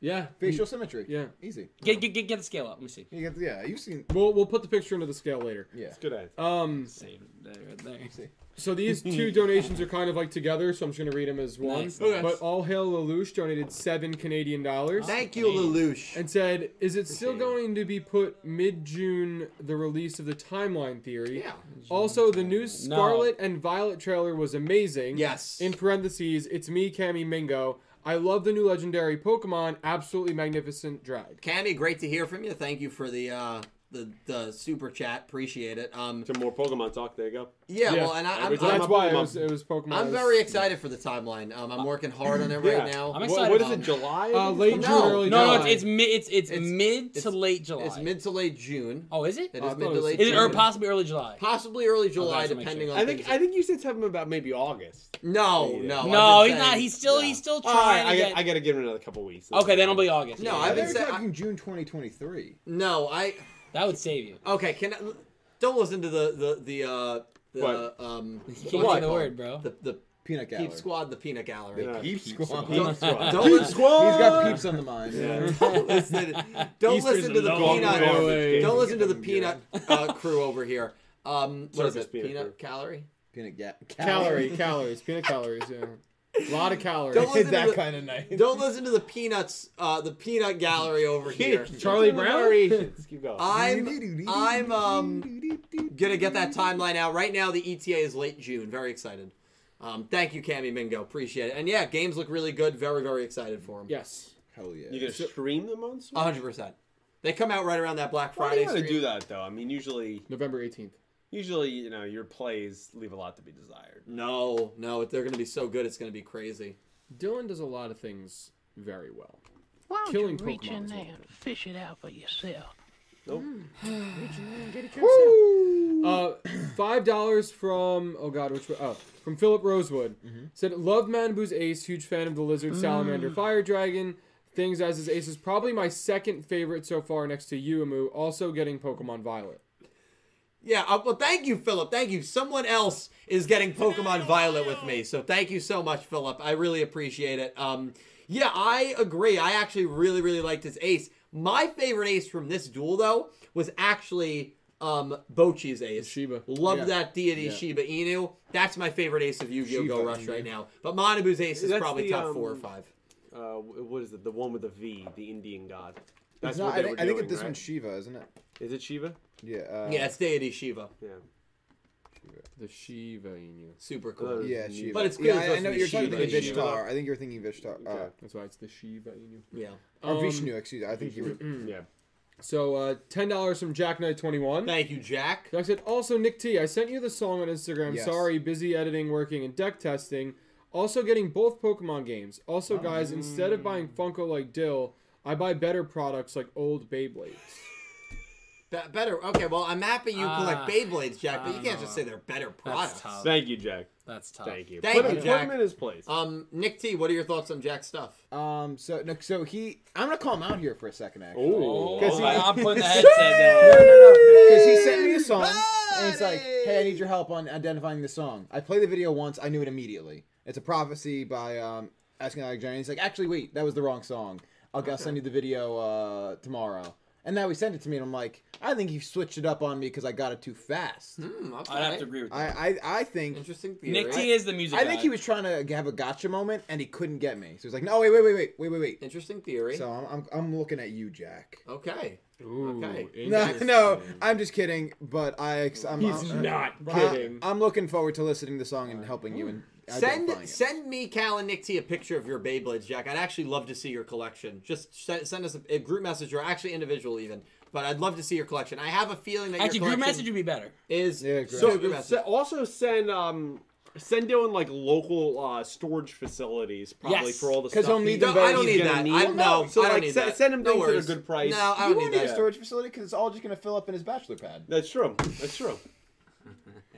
Yeah.
Facial symmetry.
Yeah.
Easy.
get, get, get, get the scale up. Let me see.
You get, yeah, you've seen.
We'll we'll put the picture into the scale later.
Yeah.
It's a good answer.
Um.
Save it there, right there.
So these two donations are kind of like together, so I'm just gonna read them as one.
Nice, nice.
But all hail Lelouch donated seven Canadian dollars.
Thank you, Lelouch.
and said, "Is it still going to be put mid-June? The release of the timeline theory.
Yeah.
Also, the new
No.
Scarlet and Violet trailer was amazing.
Yes.
In parentheses, it's me, Cammy Mingo. I love the new legendary Pokemon. Absolutely magnificent drag.
Cammy, great to hear from you. Thank you for the uh, the the super chat. Appreciate it. Um.
Some more Pokemon talk. There you go.
Yeah.
Yeah.
Well, and I, I'm,
Every
So
time
I'm,
that's
a
why it
Pokemon-
was it was Pokemon.
I'm
It was-
very excited for the timeline. Um, I'm working hard on it right
Yeah.
now.
What,
I'm excited
what is
about
it? July?
Uh, late
No.
June, early
No, no,
July.
it's it's mid, it's, it's,
It's-
mid to
it's-
late July.
It's mid to late June.
oh, is it?
It
I
is
thought
mid
it
to
was-
late
Is it
June.
or possibly early Oh, July?
possibly early
I
July,
just wanna make
depending
sure.
on.
I
things
think
that-
I think you said something about maybe August.
no,
Yeah.
no. I've
no,
been
he's not.
Oh, saying-
He's still
Yeah.
he's still
All right,
trying
I,
to
got,
get.
I gotta give it another couple weeks.
okay, then it'll be August.
No,
Yeah,
I
I've been
think
saying.
we're
I-
talking June 2023.
No, I.
that would save you.
Okay, can I, don't listen to the the the. Uh, the,
What?
um,
Can't
what's it
say the
called?
word, bro.
The, the
Peanut gallery.
Peep Squad, the Peanut Gallery.
Yeah.
Peep squad.
Peep squad.
Don't, listen,
He's got peeps on the mind.
Yeah.
don't listen. Don't
Easter's
listen to the
a
long
Peanut.
way away.
Don't listen to the
Yeah.
Peanut uh, crew over here. Um, what is
Circus
it?
peanut
Peanut
crew.
Gallery.
Peanut ga-
calorie calories, peanut calories. Yeah, a lot of calories.
Don't listen to
that
the-
kind of night.
Don't listen to the Peanuts. Uh, the Peanut Gallery over here.
Charlie Brown?
Variations. Keep
Uh,
going.
I'm I'm um gonna get that timeline out right now. The ETA is late June. Very excited. Um, thank you, Cammy Mingo. Appreciate it. And yeah, games look really good. Very very excited for them.
Yes.
Hell yeah.
You gonna stream them on Switch?
hundred percent. They come out right around that Black
Why do
Uh, Friday.
you gotta
stream.
do that though? I mean, usually,
November eighteenth.
usually, you know, your plays leave a lot to be desired.
No, no, they're gonna be so good. It's gonna be crazy.
Dylan does a lot of things very well.
Why don't
Killing
you reach
Pokemon
in
is
there
one of
and fish it out for yourself?
Uh, five dollars from oh god, which oh from Philip Rosewood said loved Manabu's Ace, huge fan of the Lizard Salamander Fire Dragon. Things as his Ace is probably my second favorite so far, next to Yuumu. Also getting Pokemon Violet.
Yeah. Uh, well, thank you, Philip. Thank you. Someone else is getting Pokemon Violet with me, so thank you so much, Philip. I really appreciate it. Um, yeah, I agree. I actually really, really liked his ace. My favorite ace from this duel, though, was actually um Bochi's ace.
Shiba.
Love
Yeah.
that deity
Yeah.
Shiba Inu. That's my favorite ace of Yu-Gi-Oh! Go
Shiba
Rush
Inu.
right now. But Manabu's ace is
That's
probably
the,
top
um,
four or five.
Uh, wh- what is it? The one with the V, the Indian god. That's
It's not,
what
I
they
think,
were
I
doing,
think this
right?
one's Shiva, isn't it?
Is it Shiva?
Yeah. Uh,
yeah, it's deity Shiva.
Yeah.
The Shiva Inu.
Super
Uh,
cool.
Yeah,
Shiva.
Shiva.
But it's
yeah,
clearly
I, I
supposed
know
to be
you're talking
Shiva,
about
Shiva.
Vishtar. I think you're thinking Vishtar. Uh,
Okay.
That's why it's the Shiva Inu.
Yeah.
Or
Um,
Vishnu, excuse me. I think he would.
Yeah.
So uh, ten dollars from Jack Knight Twenty One.
Thank you, Jack.
Jack said, also, Nick T, I sent you the song on Instagram.
Yes.
Sorry, busy editing, working, and deck testing. Also, getting both Pokemon games.
Oh.
Also, guys, instead of buying Funko like Dill, I buy better products like old Beyblades.
Be- better. Okay, well, I'm happy you
Ah,
collect Beyblades, Jack,
I
but you
don't
can't
know.
just say they're better
That's
products.
tough.
Thank you, Jack.
That's tough.
Thank you.
Thank
put,
you,
him-
Jack.
Put him in his place.
Um, Nick T, what are your thoughts on Jack's stuff?
Um. So no. So he. I'm gonna call him out here for a second. Actually.
Ooh.
Cause he-
Oh, I'm putting the
No,
headset
no,
down.
no. Because he sent me a song, and it's like, hey, I need your help on identifying the song. I played the video once. I knew it immediately. It's a prophecy by um, Asking Alexander. He's like, actually, wait, that was the wrong song. I'll, I'll send you the video uh, tomorrow. And now he sent it to me, and I'm like, I think he switched it up on me because I got it too fast.
Hmm, okay.
I'd have to agree with
I,
that.
I, I think.
Interesting theory.
Nick T is the music.
I think
guy.
he was trying to have a gotcha moment, and he couldn't get me. So he was like, "No, wait, wait, wait, wait, wait, wait, wait."
Interesting theory.
So I'm, I'm, I'm looking at you, Jack.
Okay.
Ooh,
Okay.
No, no, I'm just kidding. But I, I'm,
He's
I'm-
not
I-
kidding.
I'm looking forward to listening to the song and helping you and
Send send me Cal and Nick T a picture of your Beyblades, Jack. I'd actually love to see your collection. Just send, send us a, a group message or actually individual even. But I'd love to see your collection. I have a feeling that
Actually,
your
group
collection
message would be better.
is
Yeah,
yeah,
group
so
message.
group
Se-
message.
also send um send Dylan like local uh, storage facilities probably
Yes.
for all the
'Cause
stuff.
he'll need
he-
them
No, I don't
He's
need
gonna
that.
need-
I,
Well,
no,
so
I don't
like
need
se-
that.
send him
No
things at a
worries.
good price.
No, I
You
don't
won't
need
need a
that.
storage facility because it's all just gonna fill up in his bachelor pad.
That's true. That's true.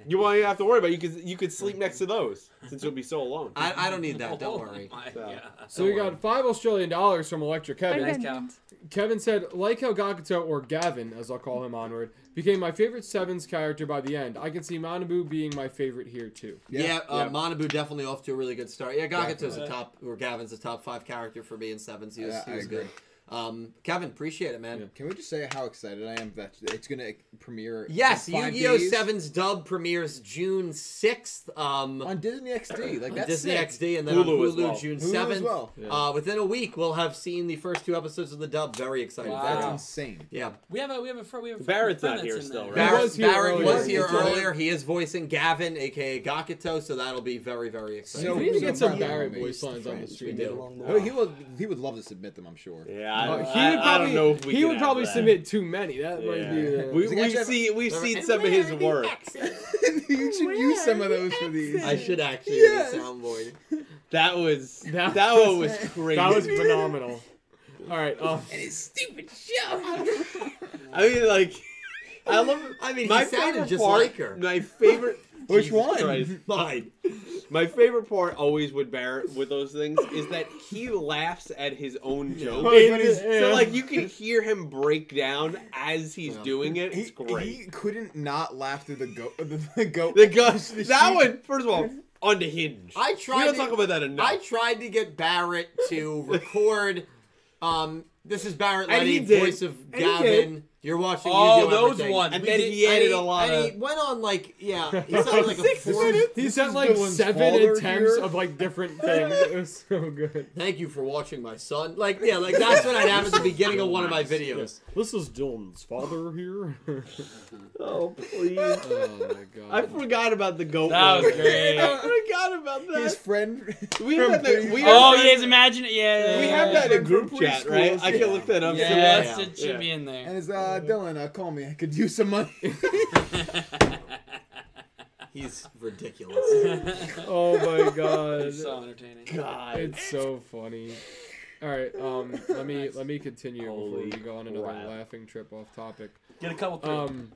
You won't even have to worry about it. you could you could sleep next to those since you'll be so alone.
I, I don't need that. Don't worry.
Oh My God.
So we
Oh,
got five Australian dollars from Electric Kevin.
Thanks, Cal.
Kevin said, like how Gakuto, or Gavin, as I'll call him onward, became my favorite Sevens character by the end. I can see Manabu being my favorite here, too.
Yeah, uh,
yeah.
Manabu definitely off to a really good start. Yeah, Gakuto's
Definitely.
a top, or Gavin's a top five character for me in sevens. He was,
Yeah,
he
I
was good.
agree.
Um, Kevin, appreciate it, man.
Yeah.
Can we just say how excited I am that it's gonna premiere? in
Yes, Yu
five
Gi Oh!
days
7's dub premieres June 6th. Um,
on Disney XD. Like
on
that's
Disney
sick.
XD and then
Hulu
on
as
Hulu
well.
June
Hulu as
7th.
well.
Uh, within a week, we'll have seen the first two episodes of the dub. Very excited.
Wow.
That's
That's-
insane.
Yeah.
We have a we have a fr- we have a
Barrett's
friend
not
that's
here
in
still,
that.
right?
Barrett
was
was
He
here, was here
here earlier.
did it.
earlier. He is voicing Gavin, aka Gakuto, so that'll be very, very exciting.
So
we need to
so
get some
proud of
Barrett
me.
voice lines on the
Friends,
stream.
we do. Oh, he would he would love to submit them. I'm sure.
yeah, I,
Uh,
I-
he would
I
probably,
don't know if we
he
can
would
have
probably
that.
submit too many. That might be.
Yeah.
the-
We,
Does he
we've
actually have-
seen we've
Remember-
seen
and
some of
where
his
are the
work.
you should use some of those for these.
I should actually
Yes.
read the soundboard.
That was
That
that, one
was-
was crazy.
that was phenomenal. All right. Um,
I mean, like, I love.
I mean,
my
he sounded
favorite
just
part,
like her.
My favorite.
Which
Jesus
one?
Christ.
Mine.
My favorite part always with Barrett with those things is that he laughs at his own
Oh,
joke.
In
And
his-
so like you can hear him break down as he's
Yeah.
doing it.
He,
It's great.
he couldn't not laugh through the goat. The, the goat.
the ghost.
the
That
sheep.
one, first of all, on the hinge.
I
we
tried
don't
to-
talk about that enough.
I tried to get Barrett to record. um, this is Barrett
And he
Letty,
did.
voice of
And he
Gavin. You're watching.
Oh,
you do
those
everything.
ones.
and
And
then
it-
he added
and
a lot
And
of.
he went on like, yeah, he sounded like a four.
he
is
sent like
Dylan's
seven
father
attempts
here.
of like different things. It was so good.
Thank you for watching my son. Like, yeah, like that's what I'd have at the beginning of one of my videos.
This is Dylan's father here.
oh please!
oh my god.
I forgot about the goat.
That
one.
was great.
I forgot about that.
His friend.
we
from
had that.
Greece.
We
Oh,
had
you guys imagine it? Yeah.
We
yeah,
have
yeah.
that in
From
group chat,
preschool,
right? I
yeah.
can look that up. somewhere.
Yes,
Yeah.
it should
Yeah.
be in there.
And it's uh, Dylan. Uh, call me. I could use some money.
He's ridiculous.
Oh my god.
It's so entertaining.
God.
It's so funny. All right, um, let me let me continue before
Holy
we go on another
crap.
laughing trip off topic.
Get a couple through.
Um,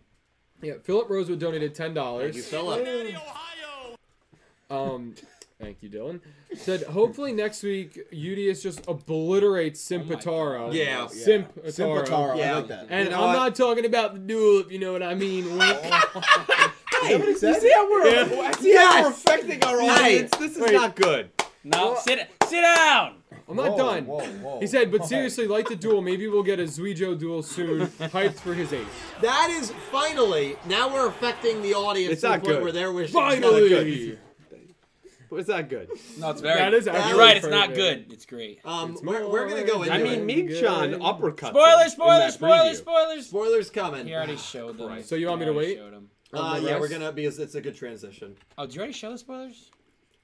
yeah, Philip Rosewood donated ten
Thank you,
dollars.
Philip.
Um, thank you, Dylan. Said hopefully next week Udius just obliterates Simpataro.
God. Yeah.
Simpataro.
Simpataro.
Yeah.
I like that.
And
You know
I'm
what?
not talking about the duel, if you know what I mean.
Somebody said
See how we're,
Yeah.
see how we're affecting our
Nice.
audience? This is
Wait.
not good.
no,
well-
sit sit down.
I'm not
Whoa,
done.
whoa, whoa.
He said, but
Okay.
seriously, like the duel. Maybe we'll get a Zuijo duel soon. Hyped for his ace.
That is finally now we're affecting the audience
It's
to the
not
point
good.
where they're wishing.
Finally.
It's not good.
No, it's very.
That is
You're
actually
right. It's not
perfect.
good. It's great.
Um,
It's
we're, we're gonna
more
go into
I
it.
mean,
me-
Meek Chan
Good.
uppercut.
Spoiler! Spoiler! Spoiler! Spoilers!
spoilers coming.
He already showed them.
So you want me to
He already
wait?
showed 'em.
Uh,
On the
yeah, we're
rest?
gonna because it's a good transition.
Oh, did you already show the spoilers?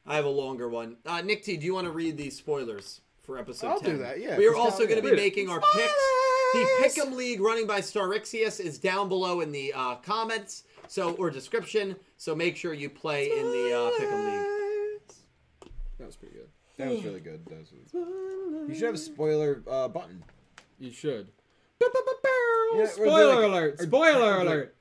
I have a longer one. Uh, Nick T, do you want to read these spoilers for episode?
I'll
10?
do that, yeah,
We are
just
also
kinda-
going to be
Read
making our picks. The Pick'em League running by Starixius is down below in the uh, comments, so or description. So make sure you play in the uh, Pick'em League.
That was pretty good.
That was really good. That was You should have a spoiler uh, button.
You should.
Yeah, or
Spoiler
like-
alert! Spoiler alert!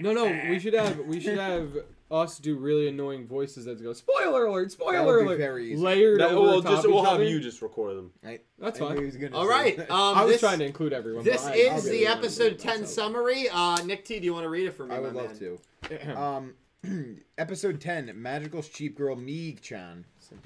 No, no, we should have we should have us do really annoying voices that go spoiler alert,
That would
spoiler
be
alert,
very easy.
layered
That-
over
we'll
top
just,
each
we'll have
other.
you just record them.
I- I
That's
knew
fine.
he was gonna
All
say
right.
that.
Um,
I was
this,
trying to include everyone.
This
but I- I'll
is
be
really
the
able to do
episode
it
10
myself.
summary. Uh, Nick T, do you want to read it for me?
I would
my
love
man?
to. Um, episode 10 Magical Sheep Girl Meeg Chan.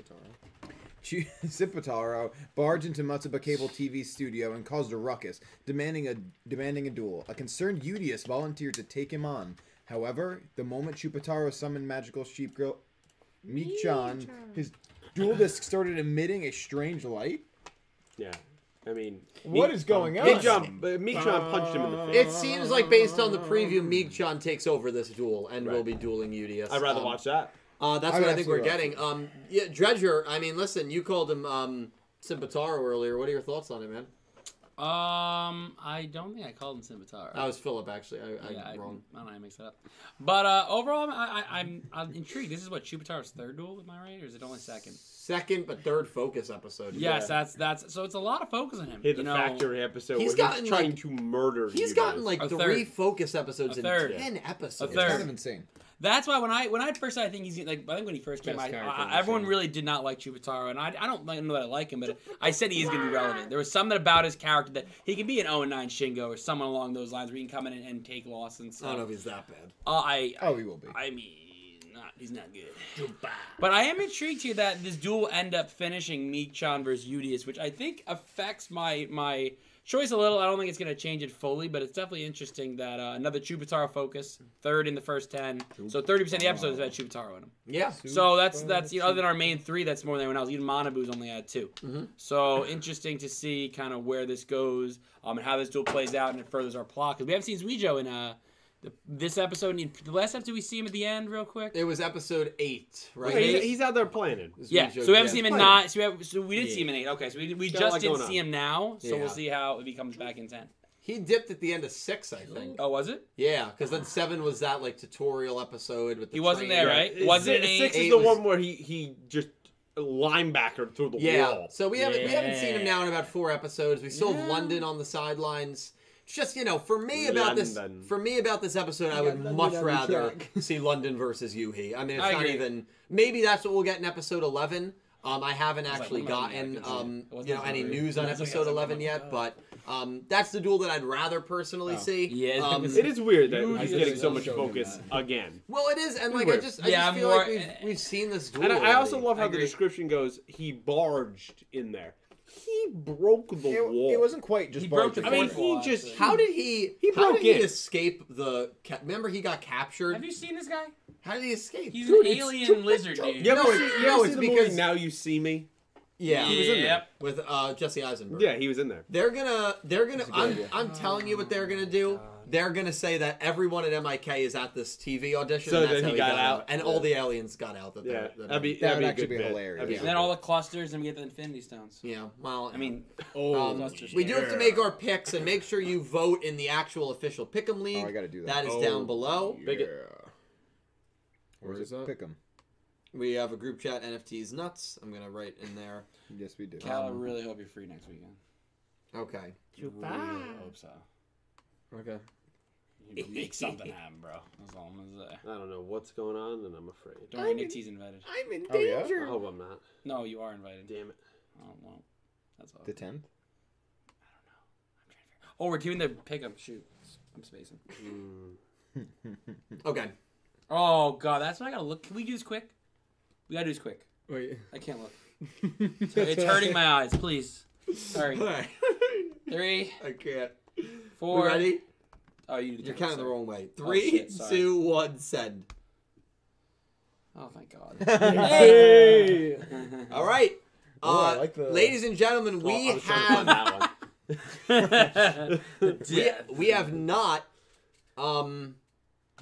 Chi- Sipataro barged into Matsuba Cable TV studio and caused a ruckus, demanding a demanding a duel. A concerned Udius volunteered to take him on. However, the moment Chupataro summoned magical sheep girl Meek-chan, his dual disc started emitting a strange light.
Yeah. I mean, Uh,
What is going on?
Meek John, Meek John punched him in the face.
It seems like based on the preview, Meek-chan takes over this duel and will be dueling Udius.
I'd rather
Um,
watch that.
Uh, that's
I
what
would
I think we're
absolutely
getting. Um, yeah, Dredger. I mean, listen, you called him um, Simpataro earlier. What are your thoughts on it, man?
Um, I don't think I called him Simbatara.
That was Philip, actually. I, I,
yeah, I, I
wrong.
don't know. I mixed it up. But uh, overall, I'm- I, I, I'm I'm intrigued. This is what Chupitaro's third duel, am I right, or is it only second?
Second, but third focus episode.
Yes, that's that's. So it's a lot of focus on him.
Hit the
you know,
factory episode
He's
where
gotten,
he's trying
like-
to murder.
He's
you
gotten
guys.
like
A
three
third.
focus episodes
A
in
third.
ten episodes.
A
It's
third.
kind of insane.
That's why when I when I first I think he's like I think when he first came
Best
out,
character in
I,
the
everyone
show.
really did not like Chupitaro, and I, I don't like- know that I like him, but I said he is going to be relevant. There was something about his character that he can be an 0 and 9 Shingo or someone along those lines where he can come in and, and take loss and
I don't know if
stuff.
he's that bad.
Uh, I
Oh, he will be.
I mean, not, he's not good. But I am intrigued here that this duel end up finishing Meek Chan versus Udius, which I think affects my my choice a little. I don't think it's going to change it fully, but it's definitely interesting that uh, another Chupitaro focus, third in the first 10. So 30% of the episodes had Chupitaro in them.
Yeah.
So that's, that's you know, other than our main three, that's more than anyone else. Even Manabu's only had 2 So interesting to see kind of where this goes um, and how this duel plays out and it furthers our plot. Because we haven't seen Zuijo in uh, the, this episode. And the last episode, we see him at the end, real quick.
It was episode eight, right?
Okay, he's, he's out there planning.
Is
Yeah,
when he
so we haven't
showed-
seen him
yeah.
in nine. So we, have, so we did see him in eight. Okay, so we, we
Got a
just
lot
didn't
going
see
on.
him now. So
Yeah.
we'll see how if he comes back in ten.
He dipped at the end of six, I think.
Oh, was it?
Yeah, because then seven was that like tutorial episode with the.
He wasn't
train.
there, right? Was it
six?
eight?
Six is
Eight
the
was-
one where he he just linebacker through the
Yeah.
wall.
So we haven't we haven't seen him
Yeah.
now in about four episodes. We still have
Yeah.
London on the sidelines. It's Just you know, for me about
London.
this for me about this episode, I would
London
much
on the
rather
track.
see London versus Yuhi. I mean, it's
I
not
agree.
even maybe that's what we'll get in episode eleven. Um, I haven't
like,
actually
what am I doing?
gotten
I couldn't
um,
see it. It wasn't
you know
as
any
good.
news on
That's what I
episode
said.
eleven
Oh.
yet, but um, that's the duel that I'd rather personally see.
Yeah,
um,
it's-
It is weird that
Dude,
he's
I
getting
just
so much
showed him
focus again.
well, it is, and like I
Weird.
just I
Yeah,
just
I'm
feel
more-
like we've, we've seen this duel.
And I, I also
already.
love how the
agree.
description goes. He barged in there. He broke the
It,
wall.
it wasn't quite just
He broke
barged
the
in.
I mean,
fourth
he
wall,
just-
actually.
How did he?
He
how
broke
did
in.
he escape the? Ca- remember, he got captured.
Have you seen this guy?
how did he escape?
He's
Dude,
an
it's
alien lizard dude.
You ever
No,
see,
it-
you
no,
ever see
it's
the
because-
movie Now You See Me?
yeah,
He was in there. Yep.
with uh, Jesse Eisenberg.
Yeah, he was in there.
they're gonna, they're gonna.
a good
I'm,
idea.
I'm telling you what they're gonna
Oh,
do. They're gonna say that everyone at MIK is at this TV audition.
So
and that's
that
how
he got out.
and all the aliens got out. That
Yeah,
they're- that
that'd be
That
that'd
would
be a
actually
good
be
bit.
hilarious.
That'd be a
And
good
then
bit.
all the clusters, and we get the Infinity Stones.
yeah. Well,
I mean,
Oh,
Um,
clusters.
we do have to make our picks and make sure you vote in the actual official Pick'em League.
Oh, I gotta do that.
That is
Oh,
down below.
Big-
Where
Where is
is it?
that?
Pick 'em.
We have a group chat. NFTs nuts. I'm gonna write in there.
Yes, we do. Um,
Cal, I really hope you're free next weekend.
Okay.
Really hope so.
Okay.
You can make something happen, bro. That's all I'm gonna say.
I don't know what's going on, and I'm afraid.
Don't worry, Nick T's invited.
I'm in danger.
I hope I'm not.
No, you are invited.
Damn it.
I don't know. That's all.
The tenth.
Oh, we're doing the pickup. Shoot, I'm spacing.
Okay.
Oh god, that's what I gotta look. Can we do this quick? We gotta do this quick.
Wait.
I can't look. It's hurting my eyes. Please. Sorry.
All right.
Three,
I can't.
four.
we ready?
Oh, you. did
You're counting the wrong way.
Oh,
Three,
shit,
two, one,
sorry.
send.
Oh my god. Hey!
All right.
Oh, I
uh,
like the-
Ladies and gentlemen, we
I was trying to find
have
that one.
we, we have not um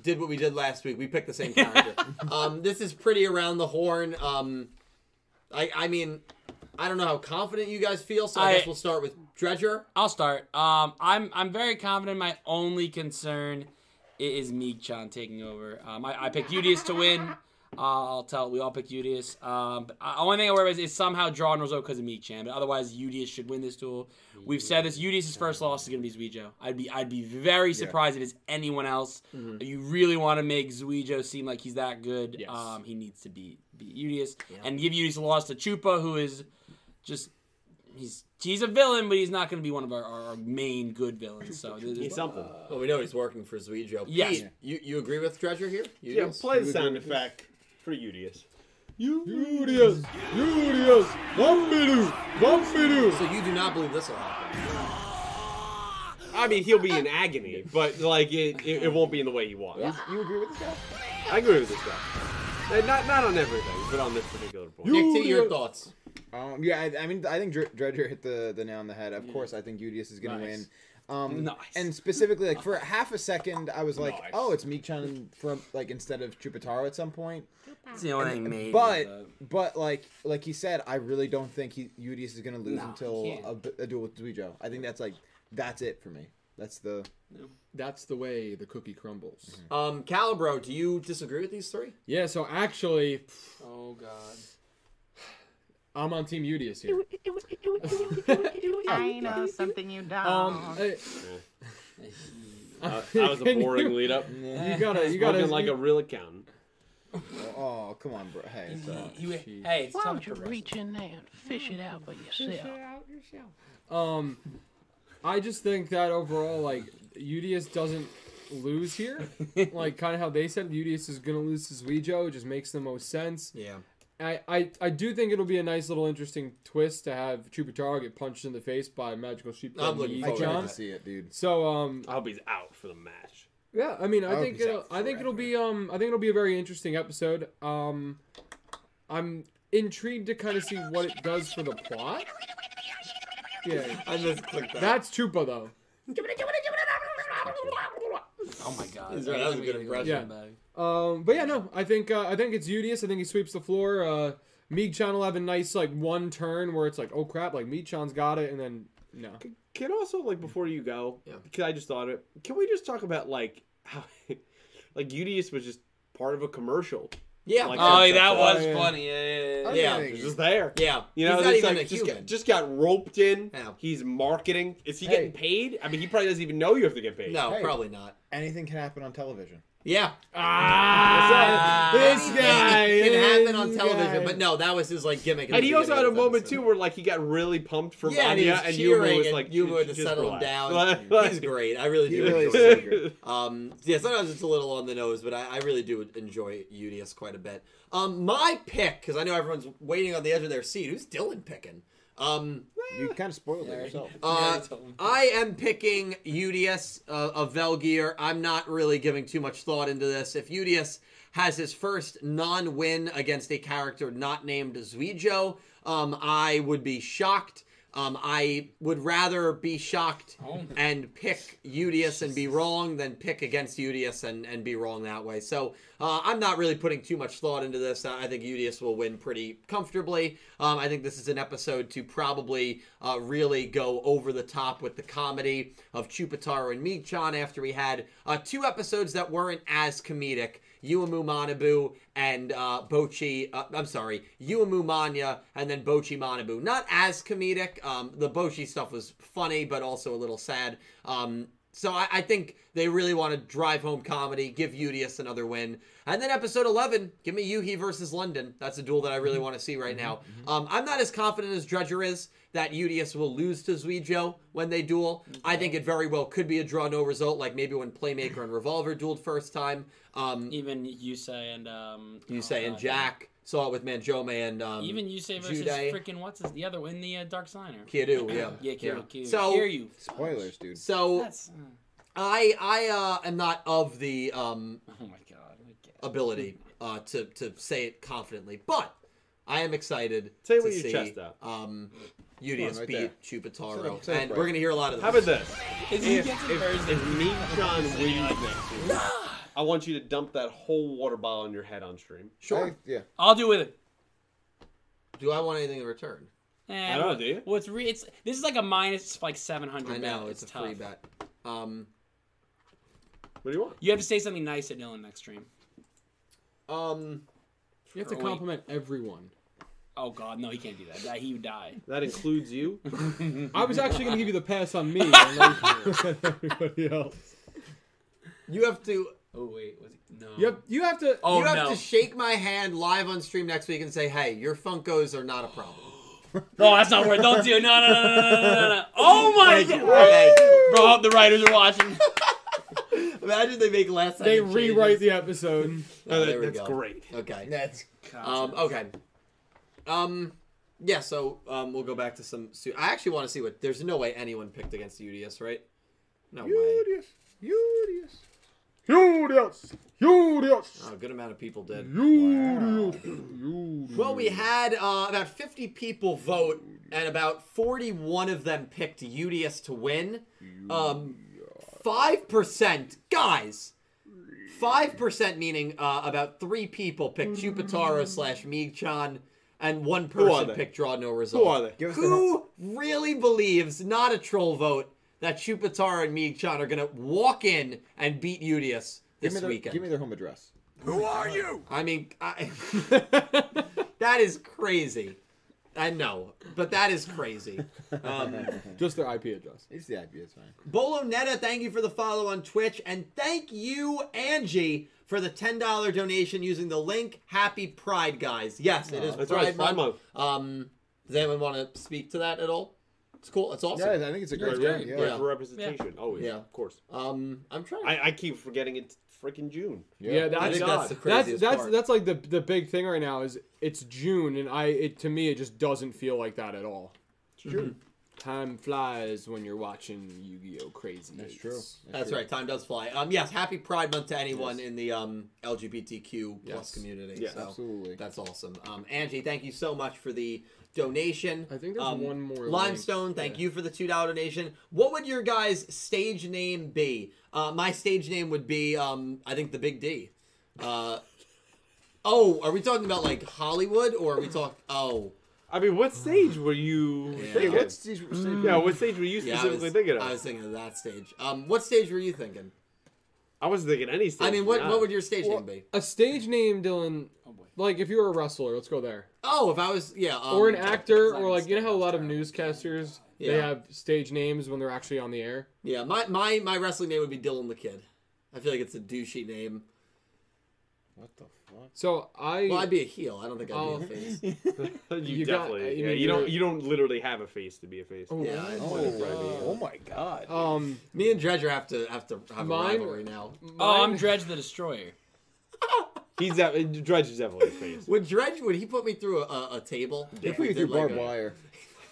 did what we did last week. We picked the same character. um, this is pretty around the horn. Um, I I mean, I don't know how confident you guys feel, so I,
I-
guess we'll start with Dredger.
I'll start. Um, I'm I'm very confident. My only concern i- is Meek Chan taking over. Um, I, I picked Udius to win. Uh, I'll tell. We all picked Udius. Um, but I, only thing I worry about is, is somehow drawing result because of Meek Chan. But otherwise, Udius should win this duel. We've said this. Udius' first loss is going to be Zuijo. I'd be I'd be very surprised if it's anyone else. You really want to make Zuijo seem like he's that good.
Yes.
Um, he needs to be beat Udius and give Udius a loss to Chupa, who is just he's he's a villain, but he's not going to be one of our, our, our main good villains. So
He's
this is,
something.
Well, we know he's working for Zuijo.
Yes.
Pete, you, you agree with Dredger here? You
Yeah,
do?
play the sound effect for Udius.
Julius, Julius, Bumbidu, Bumbidu.
So you do not believe this will happen.
I mean, he'll be in agony, but like it, it, it won't be in the way you want.
You agree with this guy?
I agree with this guy. And not not on everything, but on this particular point.
You-
Nick T, your
Julius.
thoughts?
Um, yeah, I, I mean, I think Dr- Dredger hit the, the nail on the head. Of course, I think Udius is going to
Nice.
win. Um,
Nice.
And specifically, like for a half a second, I was like,
Nice.
"Oh, it's Meek-chan from like instead of Chupitaro at some point."
it's the only thing made.
But but like like he said, I really don't think he Udius is going to lose
No, he
until
can't.
a, b- a duel with Zuijo. I think that's like that's it for me. That's the
That's the way the cookie crumbles.
Um, Calibro, do you disagree with these three?
Yeah, so actually,
oh god,
I'm on Team Udius here.
I
uh,
know something you don't.
Um, I,
Uh, that was a
Can you-
boring lead up.
you gotta, you gotta,
Spoken like a real accountant.
oh come on, bro. Hey, uh, so-
You- hey, it's
Why
time
don't
for
you reach in there and fish it out for yourself?
Um, I just think that overall, like Udius doesn't lose here. like kind of how they said Udius is gonna lose to Zuijo, it just makes the most sense.
Yeah.
I, I, I do think it'll be a nice little interesting twist to have Chupitaro get punched in the face by Magical Sheep.
I'm looking
I can't
forward John?
wait to see it, dude.
So um
I hope he's out for the match.
yeah, I mean I,
I'll
think
be sad
it'll, I think it'll be um I think it'll be a very interesting episode. Um, I'm intrigued to kind of see what it does for the plot. Yeah,
I just clicked that.
that's Chupa though.
oh my god,
That was a good impression.
Yeah. Um, but yeah, no, I think uh, I think it's Udius. I think he sweeps the floor. Uh, Meek Chan will have a nice like one turn where it's like, oh crap, like Meek Chan's got it, and then no.
Can also like before you go,
Yeah.
because I just thought of it. Can we just talk about like how like Udius was just part of a commercial?
Yeah.
Like
Oh,
that.
yeah, that was
yeah.
funny. Yeah, yeah,
Oh.
yeah.
Yeah.
Okay.
He's just there.
yeah.
You know,
he's not
it's
even
like,
a
just,
human.
got, just got roped in.
Yeah.
He's marketing. Is he
Hey.
getting paid? I mean, he probably doesn't even know you have to get paid.
no,
Hey.
probably not.
Anything can happen on television.
Yeah.
Ah,
This guy. It can happen on television, but no, that was his like gimmick. in
And
the
he also had
beginning
a
of this
moment
episode.
too where like he got really pumped for
Yeah, and he
Mania,
was
and Yuma
cheering,
was
and
like,
Yuma
"J-
had to
just
settle him
relax."
down.
Like- like-
He's great. I really
He
do
really
enjoy
is.
him. Um, yeah, sometimes it's a little on the nose, but I, I really do enjoy UDS quite a bit. Um, my pick, because I know everyone's waiting on the edge of their seat. Who's Dylan picking? Um,
You kind of spoiled it yourself.
uh,
Yeah, I told him.
I am picking UDS uh, of Velgear. I'm not really giving too much thought into this. If UDS has his first non-win against a character not named Zuijo, um, I would be shocked. Um, I would rather be shocked
Oh
and pick UDS and be wrong than pick against UDS and, and be wrong that way. So uh, I'm not really putting too much thought into this. I I think UDS will win pretty comfortably. Um, I think this is an episode to probably uh, really go over the top with the comedy of Chupitaro and Meek-chan after we had uh, two episodes that weren't as comedic. Yuumu Manabu and uh, Bochi. Uh, I'm sorry, Yuumu Manya and then Bochi Manabu. Not as comedic. Um, the Bochi stuff was funny, but also a little sad. Um, so I, I think they really want to drive home comedy, give Udius another win, and then episode 11, give me Yuhi versus London. That's a duel that I
Mm-hmm.
really want to see right now. Um, I'm not as confident as Dredger is that Udius will lose to Zuijo when they duel. I think it very well could be a draw no result, like maybe when Playmaker and Revolver dueled first time. Um,
Even Yusei and um,
you
oh,
say, and
God.
Jack saw it with Manjome and um,
Even Yusei versus
Judai.
freaking what's his, the other one, the uh, Dark Signer.
Kidu. Yeah,
Yeah, Kiru, Kiru.
So-
Kiru.
Spoilers, dude.
So
That's,
I I uh, am not of the um,
oh my god. I can't.
ability uh, to to say it confidently, but I am excited
Say it
to
with your
see
chest out.
um, Udius
right
beat
there.
Chupitaro,
Sit up, sit up
and
right.
we're gonna hear a lot of this.
How about this?
Is he
If,
gets
if,
embarrassed
if Meek John wins next week, I want you to dump that whole water bottle on your head on stream.
Sure.
I- yeah.
I'll do with it.
Do I want anything in return?
Eh,
I don't know,
what-
do you?
What's re- it's this is like a minus like seven hundred.
I know it's, a
tough.
free bet. Um,
What do you want?
You have to say something nice at Dylan next stream.
um,
You have to
Wait.
compliment everyone.
Oh God, no, he can't do that. That he would die.
That includes you.
I was actually going to give you the pass on me, and like everybody else.
you have to
Oh wait, was he? No.
You have, you have to.
Oh
you have
no.
to shake my hand live on stream next week and say, "Hey, your Funkos are not a problem."
no, that's not where. Don't do. No, no, no, no, no, no, no, no. Oh my
Thank you.
God.
Thank you.
Bro, I hope the writers are watching.
Imagine they make last.
They rewrite the episode.
Oh, there we
That's
go.
great.
Okay.
That's
Um, okay. Um, yeah. So um, we'll go back to some. su- I actually want to see what. There's no way anyone picked against UDS, right? No way.
Judas, Judas, Judas, Judas,
Oh, a good amount of people did.
Judas, Judas.
Well, we had uh, about 50 people vote, and about 41 of them picked UDS to win. Um, 5%, guys, 5%, meaning uh, about three people picked Chupataro slash Meegchan, and one
are
person
they?
picked Draw No Result.
Who are they?
give us the
Who really believes, not a troll vote, that Chupataro and Meegchan are going to walk in and beat UDS
give me
this
their,
weekend?
Give me their home address.
Who are you?
I mean, I, that is crazy. I know, but that is crazy. Um,
just their IP address.
It's the IP. It's fine.
Bolo Netta, thank you for the follow on Twitch, and thank you, Angie, for the ten dollar donation using the link. Happy Pride, guys! Yes, it is
That's
Pride
right, Pride
Month. Um, does anyone want to speak to that at all? It's cool. It's awesome.
Yeah, I think it's a great
Right,
game.
right,
Yeah.
right,
Yeah.
for representation, always.
Yeah.
of course.
Um, I'm trying.
I, I keep forgetting it's freaking June.
Yeah,
I
that's,
think that's the
that's
craziest
that's
part.
that's like the the big thing right now is it's June and I it to me it just doesn't feel like that at all. Mm-hmm.
June.
Time flies when you're watching Yu-Gi-Oh! Crazy.
That's true.
That's
true.
right. Time does fly. Um, yes, happy Pride Month to anyone in the um, LGBTQ plus
Yes.
community.
Yes.
so
Absolutely.
that's awesome. Um, Angie, thank you so much for the donation.
I think there's
Um,
one more link.
Limestone, thank you for the two dollar donation. What would your guys' stage name be? Uh, my stage name would be, um, I think, the Big D. Uh, oh, are we talking about like Hollywood or are we talking? Oh,
I mean, what stage were you? Yeah,
Hey,
thinking?
what's these? these-
yeah what stage were you
yeah, I
specifically
was,
thinking of?
I was thinking of that stage. Um, what stage were you thinking?
not thinking any stage.
I mean, what
yeah.
what would your stage
Well,
name be?
A stage name, Dylan. Like if you were a wrestler, let's go there.
Oh, if I was, yeah, um,
or an actor, or like you know how a lot of newscasters they
Yeah.
have stage names when they're actually on the air.
Yeah, my, my my wrestling name would be Dylan the Kid. I feel like it's a douchey name.
What the fuck?
So I
Well, I'd be a heel. I don't think I'd
Oh.
be a face.
you,
you got-
definitely?
I
yeah,
mean,
you don't.
you're-
You don't literally have a face to be a face.
Oh,
Yeah, I-
Oh, oh my god.
um
me and Dredger have to have to have
Mine-
a rivalry now.
Oh,
mine-
I'm Dredge the Destroyer.
He's that Dredge is definitely a face.
Would Dredge would he put me through a, a, a table?
They
we
put you
did
through
like
barbed
a-
wire.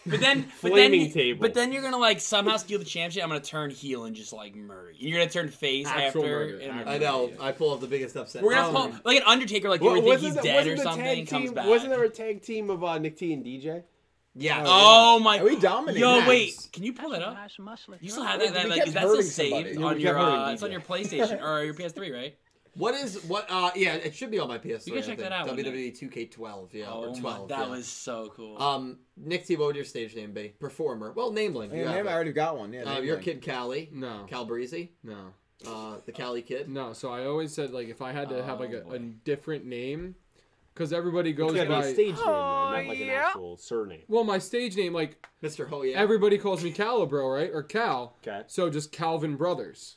But then, but then,
Flaming
you-
table.
but then you're gonna like somehow steal the championship. I'm gonna turn heel and just like murder. you. You're gonna turn face
Actual
after.
murder.
and Oh. I'm gonna
I know.
murder you.
I pull off the biggest upset.
We're gonna
Um,
pull, like an Undertaker, like you would think he's dead or something,
tag
comes
team,
back.
Wasn't there a tag team of uh, Nick T and DJ?
yeah.
oh my!
And we dominated.
Yo,
that.
wait, can you pull
That's
that
a
up?
nice muscling.
You still have that? that
we
like,
kept
is that still
hurting somebody.
saved
Yeah,
on
we
your?
kept hurting
Uh, it's on your PlayStation or your PS3, right?
What is what? Uh, yeah, it should be on my PS3.
You can
I
check
think. E
that out one day.
WWE 2K12. Yeah,
oh
or
my-
12.
that
yeah.
was so cool.
Um, Nick T. What would your stage name be? Performer. Well, name link.
Hey,
you have
man, I
it.
already got one. Yeah,
Uh,
name
your
link.
kid Callie.
no
Cal Breezy.
no
Uh, the Cali kid.
no. So I always said like if I had to have like a,
Oh,
a
boy.
different name, because everybody
It's
goes
gotta be a
by.
stage name, though,
Oh,
not like an actual surname.
well, my stage name, like
Mr. Ho. Yeah.
everybody calls me Calibro, right? Or Cal.
Okay.
So just Calvin Brothers.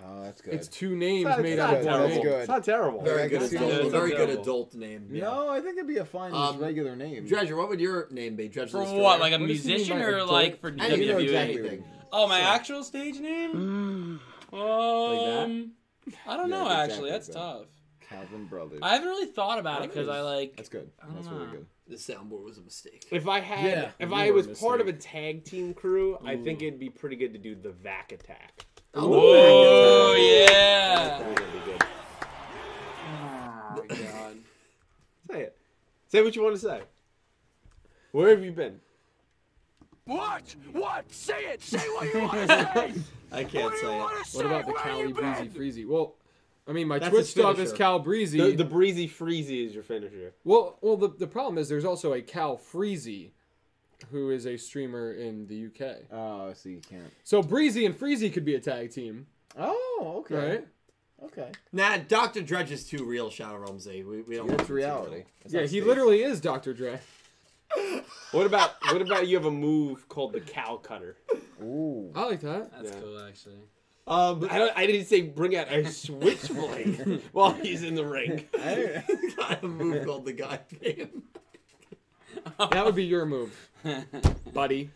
Oh, that's good.
It's two names
It's not-
made
it's
out
not
of one
That's
terrible.
name.
good.
It's not terrible.
Yeah,
Very
I can
good
see
adult.
that.
a very good
Adorable.
adult name. yeah.
No, I think it'd be a fine just
Um,
regular name.
Dredger, what would your name be? Dredger
for
the
what?
Destroyer?
Like a
What does he mean
musician
by
or
adult?
like for
I
You know
WWE?
exactly what it
anything.
means.
Oh, my actual stage name?
Mm.
Um, I don't
Yeah,
know.
exactly
Actually, that's
that.
tough.
Calvin Brothers.
I haven't really thought about it because I
Nice.
like.
That's good.
don't
That's
know.
really good.
The soundboard was a mistake.
If I had,
Yeah,
if
you
I
were
was
a
part of a
mistake.
tag team crew, I think it'd be pretty good to do the Vac Attack.
Oh yeah!
That'd be good.
Oh my god.
Say it. Say what you want to say. Where have you been?
What? What? Say it. Say what you want to say.
I can't
What do you
say it.
want to say?
What about the
Where
Cali
you been?
Breezy Freezy? Well, I mean my
That's
Twitch
his
stuff is
finisher.
Cal Breezy.
The, the breezy freezy is your finisher.
Well, well, the, the problem is there's also a Cal Freezy, who is a streamer in the UK.
Oh, so you can't.
So Breezy and Freezy could be a tag team,
Oh, okay.
right?
Okay.
Nah, Doctor Dredge is too real, Shadow Rumsey. We, we don't.
It's reality. It's
Yeah,
not
he
staged.
literally is Dr. Dre.
What about what about you have a move called the cow cutter?
Ooh.
I like that.
That's
Yeah.
cool, actually.
Um, I, don't, I didn't say bring out a switchblade while he's in the ring.
Got a move called the guy game.
That would be your move, buddy.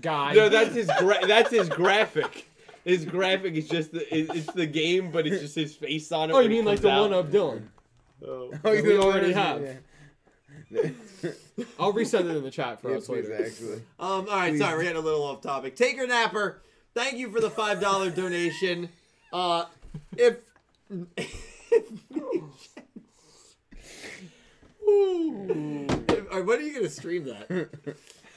Guy.
No, that's his gra- that's his graphic. His graphic is just the it, it's the game, but it's just his face on it.
oh, you
when he
mean like
comes
the
out.
one of Dylan?
Oh.
Oh,
that
you
we
know,
already
yeah.
have. I'll resend it in the chat for
Yeah,
us
please,
later.
actually.
Um, all right,
Please.
sorry, we're getting a little off topic. Taker Napper, thank you for the five dollar donation. Uh, if, Ooh. If- all right, when are you gonna stream that?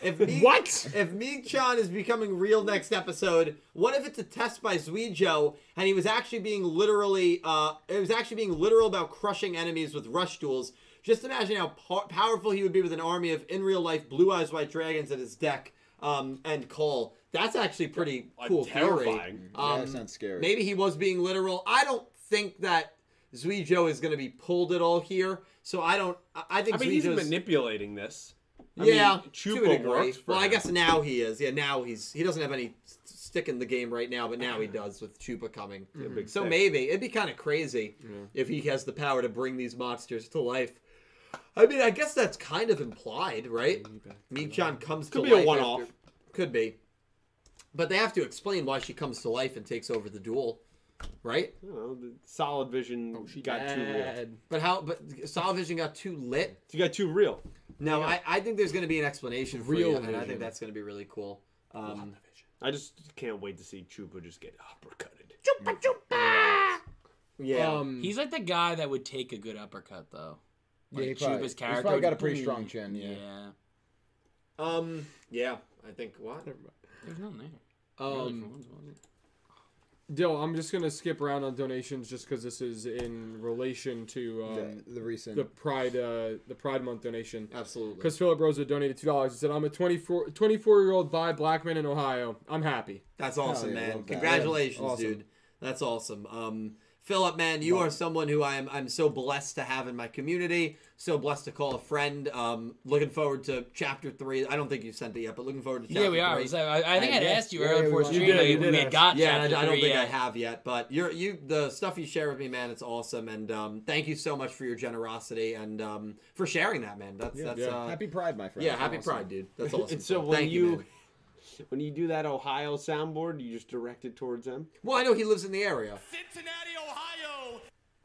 If me,
What?
If Meek Chan is becoming real next episode, what if it's a test by Zuijo and he was actually being literally, uh, it was actually being literal about crushing enemies with rush duels? Just imagine how po- powerful he would be with an army of in real life blue eyes white dragons at his deck um, and call. That's actually pretty cool. Theory.
Terrifying.
Yeah,
Um,
that sounds scary.
Maybe he was being literal. I don't think that Zuijo is going to be pulled at all here. So I don't. I- I think
I mean, he's
Zuijo's.
manipulating this. I mean,
yeah,
Chupa
to a degree.
works for
Well, I
him.
guess now he is. Yeah, now he's. He doesn't have any s- stick in the game right now, but now he does with Chupa coming.
big
So
stick.
maybe it'd be kind of crazy if he has the power to bring these monsters to life. I mean, I guess that's kind of implied, right? Meek-chan comes
Mm, Could
to
be a
life
one-off.
after- Could be. But they have to explain why she comes to life and takes over the duel, right?
I don't know, the solid vision got too real.
Oh, Bad.
But how? But Salvision got too lit.
You got too real.
No, I, I think there's going to be an explanation for
Real
you, and I
vision.
think that's going to be really cool. Um,
I just can't wait to see Chupa just get uppercutted.
yeah.
Um,
He's like the guy that would take a good uppercut, though.
Yeah, he
Like,
probably-
Chuba's
he's
character.
probably got a
would-
pretty strong chin, yeah.
Um. Yeah, I think what.
There's nothing there.
um, Dill, I'm just gonna skip around on donations just because this is in relation to um,
the, the recent.
the Pride uh, the Pride Month donation.
Absolutely.
Because Philip Rosa donated two dollars. He said, "I'm a 24 24 year old bi black man in Ohio. I'm happy."
That's awesome,
yeah,
man.
love that.
Congratulations,
Yeah, awesome.
dude. That's awesome. Um, Philip, man, you are someone who I am. I'm so blessed to have in my community. So blessed to call a friend. Um, looking forward to chapter three. I don't think you sent it yet, but looking forward to chapter
Yeah, we are.
three.
So I, I think
I
I'd
guess-
asked you
yeah,
earlier
we
before
were-
stream
You did,
if
you did
we had
ask.
got
yeah, and
chapter
I, I don't
three
think I
yet.
have yet, but you're you the stuff you share with me, man. It's awesome, and um, thank you so much for your generosity and um, for sharing that, man. That's that's
Yeah.
Uh,
happy Pride, my friend.
yeah, happy
Awesome.
Pride, dude. That's awesome.
And so
Phil.
when
thank
you,
man.
when you do that Ohio soundboard, you just direct it towards them.
well, I know he lives in the area.
Cincinnati, Ohio.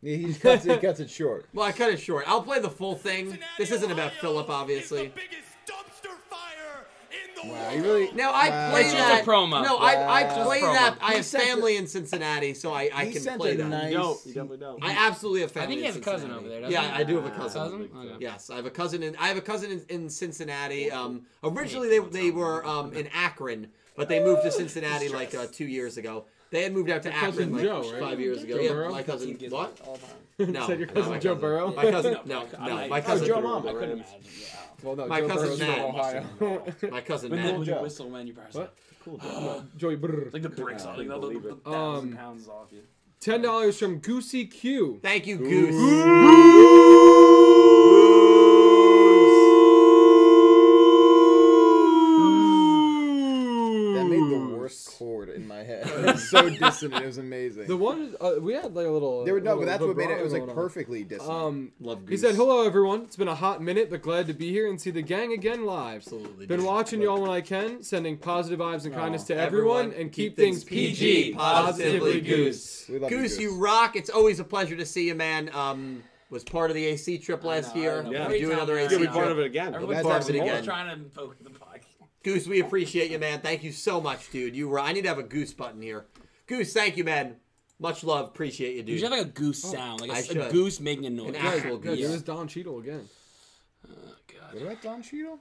Yeah, he, just cuts, he cuts it short.
Well, I cut it short. I'll play the full thing. This isn't about Philip,
Is
obviously.
the biggest dumpster fire in the
Wow,
world.
he really.
Now I
Wow.
play
It's just
that.
a promo.
No, I, I
Wow. Just
play
promo.
that. I
He
have
sent
family in Cincinnati, so I, I
He
can
sent
play
a
that.
nice.
You don't. You definitely don't.
I absolutely have family.
I think he
in
has a cousin
Cincinnati.
over there, doesn't
Yeah,
he? Uh,
I do have a cousin.
Cousin? Okay.
Yes, I have a cousin in. I have a cousin in, in Cincinnati. Um, originally they they were um in Akron, but they moved to Cincinnati like uh, two years ago. They had moved out to Akron
cousin
like
Joe, right?
five years ago.
Joe
yeah,
Burrow?
my cousin. What?
All the time.
No,
Said your
not
cousin
my
Joe Burrow?
My cousin. No,
I
no,
like-
my
Oh,
cousin.
Joe Mama.
I couldn't imagine. Yeah.
Well, no,
My
Joe
cousin's
Burrow's
mad.
from Ohio.
My cousin
When
Matt.
would
Joe.
you whistle when you press
What?
it?
Joey Brr.
Like the bricks off, like the, the, the thousand
Um,
pounds off you.
Ten dollars from Goosey Q.
Thank you, Goose.
That made the worst chord in my head. It was so dissonant. It was amazing.
The one uh, we had like a little.
there were, no, but
little
that's what made it.
vibrato
It was like
going on.
perfectly dissonant.
Um,
Love
He
Goose.
said, "Hello, everyone. It's been a hot minute, but glad to be here and see the gang again live.
Absolutely,
Been
dude.
watching y'all when I can, sending positive vibes and kindness to everyone,
everyone,
and keep, things PG.
Positively Goose.
we love you,
Goose, you rock. It's always a pleasure to see you, man. Um, was part of the AC trip last
know, I
year.
know.
Yeah.
Every
Do
time
another
I-
AC
You'll be
trip.
Yeah,
part of it again.
Everyone's
That's
part of it
always
again.
trying to invoke the podcast.
Goose, we appreciate you, man. Thank you so much, dude. You were. I need to have a goose button here. Goose, thank you, man. Much love. Appreciate you,
You
dude.
should have like a goose sound, like
I
a- a,
should.
goose making a noise.
An actual
Good.
goose.
It was Don Cheadle again.
Oh, God.
What about Don Cheadle?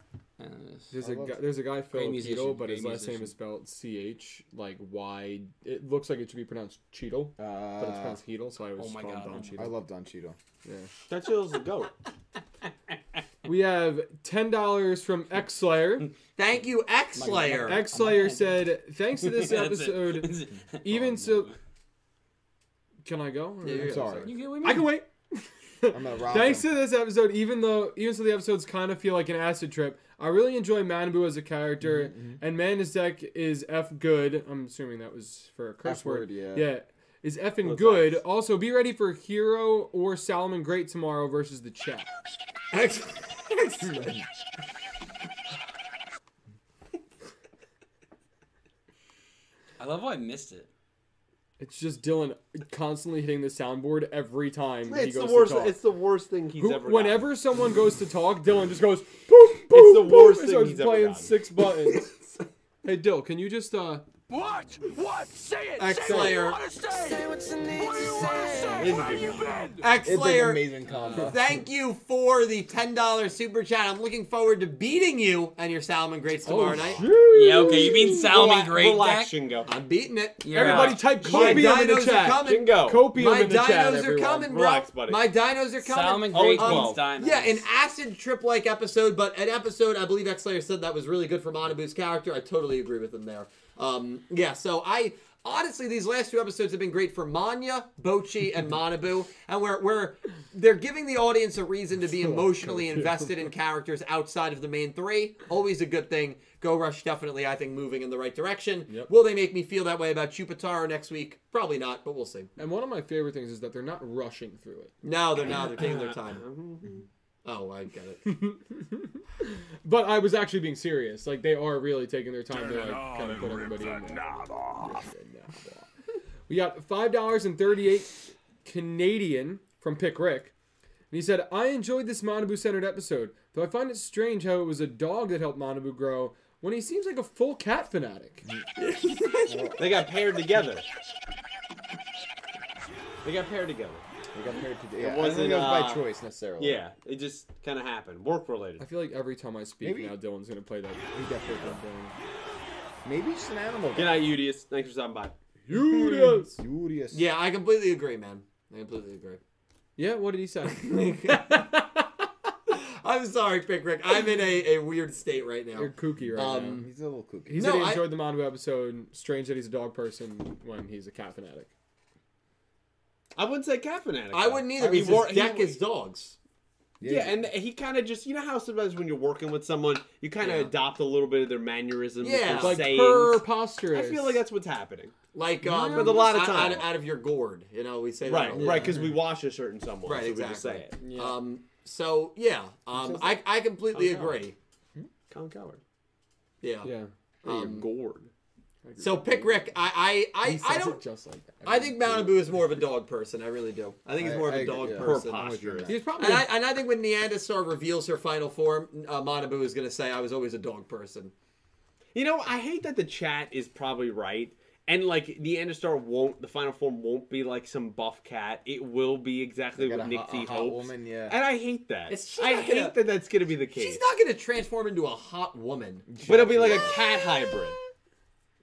There's a
love
guy,
that.
there's a guy Phil
musician,
Cheadle, but
great
his last name
musician.
is spelled C H like Y. It looks like it should be pronounced Cheadle, but it's
Uh,
pronounced Heedle, so I was
my
called
God.
Don
I
Cheadle.
love Don Cheadle.
That chill's the goat.
We have ten dollars from X Slayer.
Thank you, X Slayer.
X Slayer said, "Thanks to this
That's it.
episode, even so." Can I go? Or-
Yeah,
I'm
yeah.
sorry.
You get what I mean?
I can wait.
I'm a rock.
Thanks to this episode, even though even so the episodes kind of feel like an acid trip, I really enjoy Manabu as a character, and Manizek is f good. I'm assuming that was for a curse
F word,
word.
yeah.
yeah, is f and
Well,
good.
thanks.
Also, be ready for Hero or Solomon Great tomorrow versus the chat.
X-
I love how I missed it.
It's just Dylan constantly hitting the soundboard every time he
It's
goes
the worst.
to talk.
It's the worst thing he's
Who-
ever. done.
whenever someone goes to talk, Dylan just goes boom, boom, it's
the worst
and
thing
starts
he's ever
playing
done.
six buttons. hey, Dill, can you just uh?
What? What? Say it.
X
say what you
Slayer.
want to say. Say what you need what do you want to say.
This
Where
dude.
you been?
X
It's an
Slayer.
amazing combo.
Thank you for the ten dollars super chat. I'm looking forward to beating you and your Salmon Greats tomorrow night.
Yeah, okay. You mean Salmon
Relax-
Great
Relax,
Jack?
Shingo.
I'm beating it.
You're
Everybody
out.
type
My
copium in the
dinos are
chat.
coming.
Shingo.
Copium
My
in the chat,
dinos are
everyone.
coming, bro.
Relax, buddy.
My dinos are coming. Um,
Salmon
Oh,
Great
it's
means
well.
diamonds.
Yeah, an acid trip like episode, but an episode I believe X Slayer said that was really good for Manabu's character. I totally agree with him there. Um, yeah, so I honestly these last two episodes have been great for Manya, Bochi, and Manabu, and where where they're giving the audience a reason to be emotionally invested in characters outside of the main three. Always a good thing. Go Rush definitely, I think, moving in the right direction.
Yep.
Will they make me feel that way about Chupataro next week? Probably not, but we'll see.
And one of my favorite things is that they're not rushing through it.
No, they're not. They're taking their time.
Mm-hmm.
Oh, I get it.
But I was actually being serious. Like they are really taking their time to
it
like,
on
kind of
and
put
rip
everybody
the
in there.
knob off.
We got five dollars and thirty-eight Canadian from Pick Rick, and he said, "I enjoyed this Manabu-centered episode, though I find it strange how it was a dog that helped Manabu grow when he seems like a full cat fanatic."
They got paired together. They got paired together.
We got married today. Yeah, I
wasn't,
don't think it was by
uh,
choice necessarily.
Yeah, it just kind of happened. Work
I
related.
feel like every time I speak
Maybe-
now, Dylan's gonna play that.
He definitely could have been. Maybe it's an animal.
Good night, Udius. Thanks for stopping by.
Judas.
Curious.
Yeah, I completely agree, man. I completely agree.
Yeah, what did he say?
I'm sorry, Pick Rick. I'm in a, a weird state right now.
You're kooky right now.
Um,
He's a little kooky.
He
No,
said he
I-
enjoyed the Manabu episode. Strange that he's a dog person when he's a cat fanatic.
I wouldn't say cat fanatic.
I
though.
wouldn't either
I mean,
because
war-
his deck
he-
is dogs.
Yeah, and he kind of just you know how sometimes when you're working with someone, you kind of
Yeah.
adopt a little bit of their mannerisms,
Yeah.
their
Like
sayings.
per posture.
I feel like that's what's happening.
Like, um,
But a lot of
out-
time.
Out, out of your gourd. You know, we say that.
Right, right,
a lot.
'cause right, because we watch a certain someone,
Right,
so we just
exactly.
say it.
Yeah.
Um, so, yeah, um, I, I completely
I'm sorry.
agree.
Hmm? Colin Coward.
Yeah.
Yeah.
Or your
Um,
gourd.
so, Pick Rick, I,
He
I,
says
I, I
it
don't.
just like that.
I think Malibu is more of a dog person. I really do. I think he's
I-
more of
I
a
agree,
dog
yeah. Per
person.
I'm with you on
Posture.
that.
He's probably.
And I, and I think when Neanderstar reveals her final form, uh, Manabu is going to say, I was always a dog person.
You know, I hate that the chat is probably right. And like Neanderstar won't the final form won't be like some buff cat. It will be exactly
Got
what
a
Nick
hot-
T
a hot
hopes.
woman, yeah.
And I hate that.
It's- she's
I
not
hate
gonna-
that that's gonna be the case.
She's not going to transform into a hot woman.
but it'll be like a cat hybrid.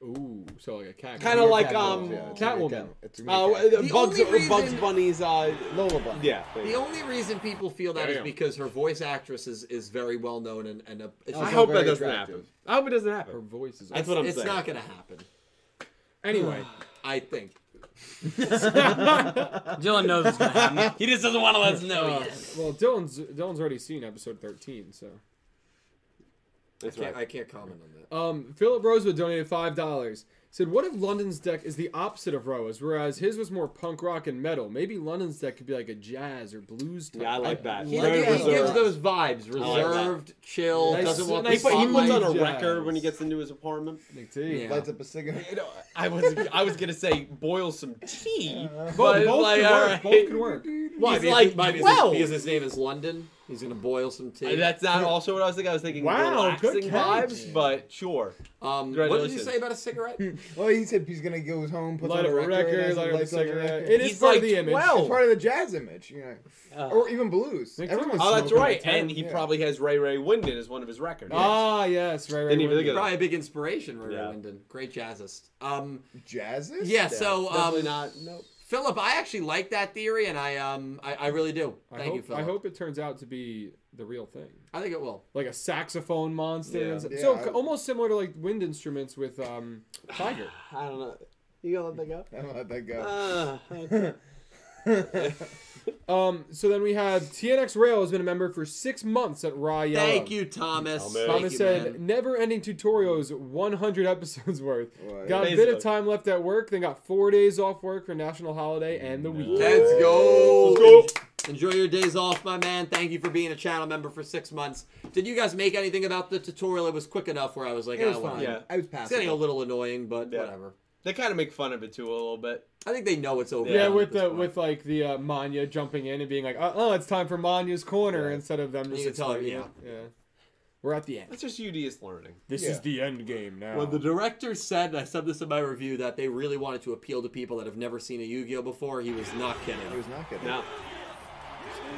Ooh, so like a cat.
Kinda
Yeah,
like,
cat
um,
girls, yeah.
it's gonna be a
Catwoman.
cat- it's gonna
Oh,
Uh,
be a cat.
the Bugs,
only reason-
Bugs Bunny's uh,
Lola Bunny.
yeah.
The only reason people feel that is
Damn.
because her voice actress is, is very well known and, and a, it's,
I
Also
not-
hope that
very
doesn't
attractive.
happen. I hope it doesn't
Her
happen.
voice is.
That's what I'm
it's
saying.
not going to happen.
Anyway,
I think.
Dylan knows it's gonna happen. He just doesn't want to let us know. yet.
well, Dylan's Dylan's already seen episode 13, so.
That's
I can't,
right.
I can't comment on that.
Um, Philip Rosewood donated five dollars. Said, "What if London's deck is the opposite of Roa's, whereas his was more punk rock and metal? Maybe London's deck could be like a jazz or blues type."
Yeah, I like that.
He,
Very
he gives
reserved.
those vibes.
like that.
Reserved, chill,
Nice-
doesn't want
He,
nice
the
put, he puts
sunlight
on a
jazz.
record when he gets into his apartment.
Nick T.
Yeah.
Lights up a cigarette.
I was I was gonna say boil some tea,
Both,
but
both
like,
could work.
alright.
Both could work.
Why?
He's
Because,
like,
why? Because,
"Well."
because his name is London. He's going to boil some tea.
That's not also what I was thinking. I was thinking
Wow, good
relaxing
catch.
vibes, but sure.
um, what did you
Congratulations.
say about a cigarette?
Well, he said he's gonna go home, put on
Light
a
up a
record,
record,
has
light up a
lights on
cigarette.
record.
It is
He's
part
like
of the image.
12.
It's part of the jazz image, you know, or even blues.
Nick
Everyone's
Clement's
Oh, that's
smoking
right.
a
And
10.
he
yeah.
probably has Ray Ray Winden as one of his records.
Ah, yes, right, right.
Didn't even
right.
think of that.
Probably a big inspiration, Rory
Yeah.
Wyndon. Great jazzist. Um,
jazzes.
yeah, so
Definitely
um,
not. Nope.
Philip, I actually like that theory, and I um I, I really do.
I
Thank
hope,
you, Philip.
I hope it turns out to be the real thing,
I think it will.
like a saxophone monster.
Yeah.
and stuff.
Yeah,
so
I-
c- almost similar to like wind instruments with um Tiger.
I don't know. You gonna let that go?
I let that go.
Uh,
Um, so then we have TNX Rail has been a member for six months at Raw Yellow.
Thank you, Thomas.
Thomas.
Thank
Thomas
you,
said,
man.
"Never-ending tutorials, 100 episodes worth.
Wow.
Got a
Amazing.
bit of time left at work. Then got four days off work for national holiday and the weekend.
Let's go.
Let's
Enjoy your days off, my man. Thank you for being a channel member for six months. Did you guys make anything about the tutorial? It was quick enough where I was like,
it was
ah,
fine.
whatever.
yeah.
I was
It's
passing.
getting a little annoying, but
Yeah.
whatever.
they kind of make fun of it too a little bit.
I think they know it's over.
Yeah,
now at
with
this
the
point.
with like the uh, Manya jumping in and being like, "Uh, oh, it's time for Manya's corner,"
Yeah.
instead of them
You
just
can tell her,
explaining it. yeah. We're at the end.
That's just UDS learning.
This
Yeah.
is the end game now.
Well, the director said, and I said this in my review, that they really wanted to appeal to people that have never seen a Yu-Gi-Oh before. He was not kidding.
He was not good.
No,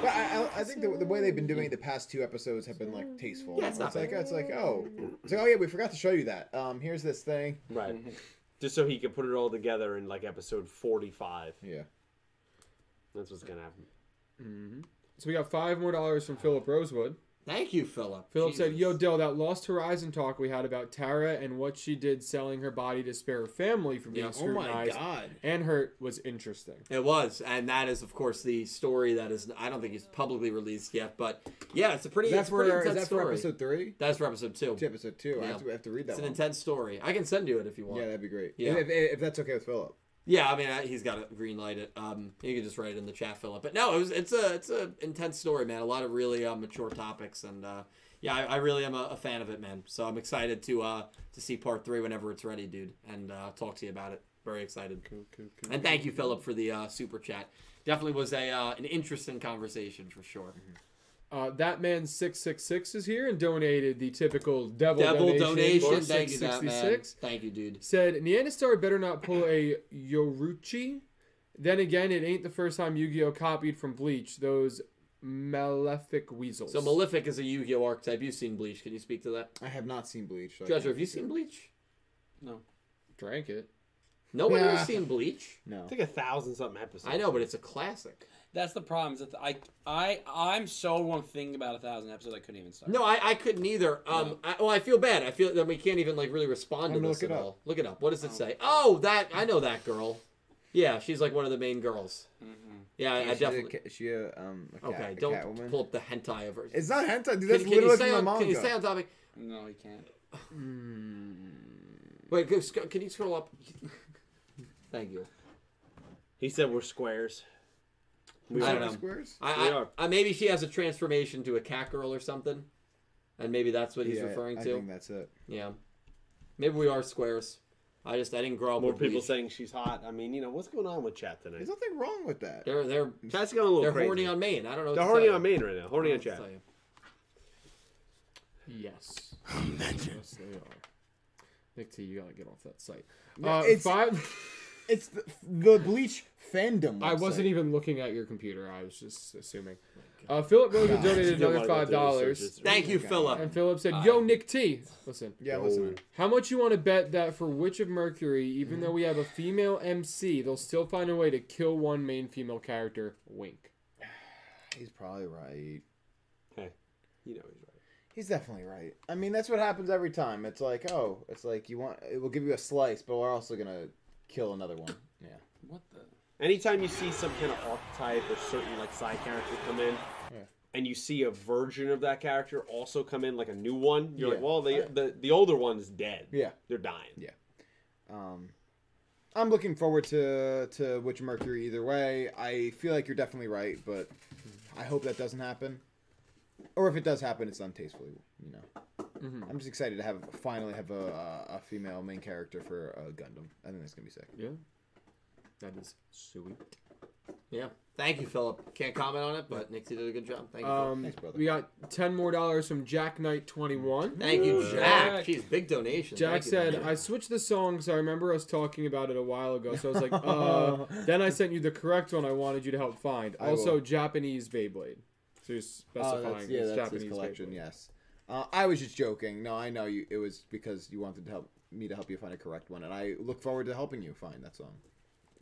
But I, I, I think the, the way they've been doing it the past two episodes have been like tasteful.
Yeah, it's not
like
bad.
it's like oh, it's like oh yeah, we forgot to show you that. Um, here's this thing.
right. just so he could put it all together in like episode forty-five.
Yeah.
That's what's gonna happen.
so we got five more dollars from Philip Rosewood.
Thank you, Philip.
Philip said,
Jesus.
"Yo, Dill, that Lost Horizon talk we had about Tara and what she did selling her body to spare her family from being
Yeah.
Oh my
scrutinized
god.
and hurt was interesting."
It was, and that is, of course, the story that is. I don't think it's publicly released yet, but yeah, it's a pretty.
That's
it's a pretty
for is
intense
that for
story.
episode three?
That's for episode two.
To episode two. I,
Yeah.
have to, I have to read that
It's an
one.
intense story. I can send you it if you want.
Yeah,
Yeah,
that'd be great.
Yeah.
If, if, if that's okay with Philip.
I mean, I, he's got to green light it. Um, you can just write it in the chat, Philip. But no, it was it's a it's a intense story, man. A lot of really uh, mature topics, and uh, yeah, I, I really am a, a fan of it, man. So I'm excited to uh to see part three whenever it's ready, dude, and uh, talk to you about it. Very excited. And thank you, Philip, for the uh, super chat. Definitely was a uh, an interesting conversation for sure.
Uh, that man six six six is here and donated the typical devil,
Devil donation,
for
thank you, that man.
666.
Thank you, dude.
Said Neanderstar better not pull a Yoruchi. Then again, it ain't the first time Yu-Gi-Oh copied from Bleach those malefic weasels.
So Malefic is a Yu-Gi-Oh archetype. You've seen Bleach. Can you speak to that,
I have not seen Bleach. so I
Treasure?
can't
Have you
speak.
seen Bleach?
drank it.
No one
Nah.
has seen Bleach.
No.
I think a thousand something episodes.
I know, but it's a classic.
That's the problem. Is that I I I'm so one thing about a thousand episodes. I couldn't even start.
No, I, I couldn't either. Um, I, well, I feel bad. I feel that we can't even like really respond to
I'm gonna
this
look
at
it
all. Look it up. What does it say? Oh, that I know that girl. Yeah, she's like one of the main girls. Yeah, I, I
Mm-hmm. Is she a
definitely.
ca- Is she a um a cat,
Okay,
a
don't
Catwoman?
pull up the hentai of her.
It's not hentai, dude.
Can-
That's
can, you
literally
stay
from
on,
the
can you
manga.
stay on topic?
No, he can't.
Wait, go sc- can you scroll up? Thank you.
He said we're squares. We
I
are.
don't know.
Squares?
I,
We
I,
are.
I maybe she has a transformation to a cat girl or something, and maybe that's what he's
Yeah,
referring
I
to.
think that's it.
Yeah, maybe we are squares. I just I didn't grow up
More
with
people
Bleach.
saying she's hot. I mean, you know what's going on with chat tonight?
There's nothing wrong with that.
they're they're
Chat's going a little
they're
crazy.
horny on Maine. I don't know. what
They're
to
horny
tell
on
you.
Maine right now. Horny
I
on
don't know
chat.
what to tell you.
Yes. yes, they are. Nick T, you gotta get off that site. Uh,
it's-
five.
It's the, the Bleach fandom.
I wasn't
website.
even looking at your computer. I was just assuming.
Oh
Uh, Philip Rosen donated
You don't wanna
another five
go through the
dollars,
searches.
Thank you,
God.
and
Philip.
Philip
Uh,
said, "Yo, Nick T, listen.
Yeah, listen.
How much you want to bet that for Witch of Mercury,
Mm-hmm.
even though we have a female MC, they'll still find a way to kill one main female character? Wink.
He's probably right.
You know he's right.
He's definitely right. I mean, that's what happens every time. It's like, oh, it's like you want. It will give you a slice, but we're also gonna kill another one. Yeah.
What the?
Anytime you see some kind of archetype or certain like side character come in, and you see a version of that character also come in, like a new one, you're like,
Yeah.
well, they, the the older one's dead.
Yeah.
they're dying.
Yeah. Um, I'm looking forward to to Witch Mercury either way. I feel like you're definitely right, but I hope that doesn't happen. Or if it does happen, it's done tastefully. You know.
Mm-hmm.
I'm just excited to have finally have a uh, a female main character for uh, Gundam. I think that's gonna be sick.
Yeah. That is sweet.
Yeah. Thank you, Philip. Can't comment on it, but Nick T did a good job. Thank you. Philip.
Um,
Thanks, brother. Mm-hmm.
we got ten more dollars from Jack Knight Twenty One.
Thank you, Jack.
Jack.
Jeez, big donation.
Jack
Thank you,
said,
man.
I switched the songs. I remember us talking about it a while ago. So I was like, uh. then I sent you the correct one I wanted you to help find.
I
Also,
will.
Japanese Beyblade. So you're
Oh,
specifying
that's,
it's
yeah, that's
Japanese
his collection.
Beyblade.
Yes. Uh, I was just joking. No, I know you. It was because you wanted to help me to help you find a correct one, and I look forward to helping you find that song.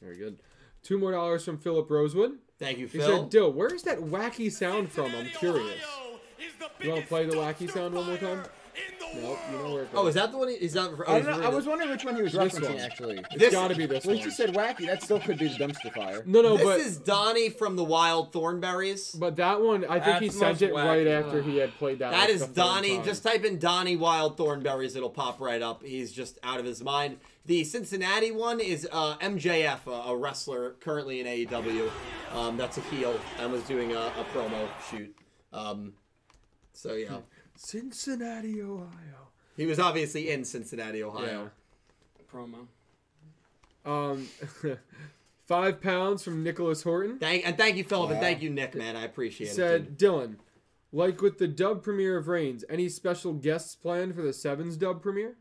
Very good. Two more dollars from Philip Rosewood.
Thank you,
He
Phil.
said, "Dill, where's that wacky sound from? I'm curious." You want to play the wacky sound one more time? Nope, you know where it goes.
oh, is that the one? Is that?
Oh,
I, don't know, I was wondering which one he was
This
referencing,
one.
actually.
It's
this-
gotta be this
Well,
one.
you just said wacky. That still could be the dumpster fire.
no, no,
This
but
is Donnie from the Wild Thornberries.
but that one, I think
That's
he
the
sent
most
it right
wacky.
after he had played that.
That
like,
is
the third
Donnie.
time.
Just type in Donnie Wild Thornberries. It'll pop right up. He's just out of his mind. The Cincinnati one is uh, MJF, a, a wrestler currently in AEW. Um, that's a heel and was doing a, a promo shoot. Um, so yeah,
Cincinnati, Ohio.
he was obviously in Cincinnati, Ohio.
promo.
Um, five pounds from Nicholas Horton.
Thank and thank you, Philip, and thank you, Nick. Man, I appreciate it. dude.
said Dylan, like with the dub premiere of Reigns, any special guests planned for the Sevens dub premiere?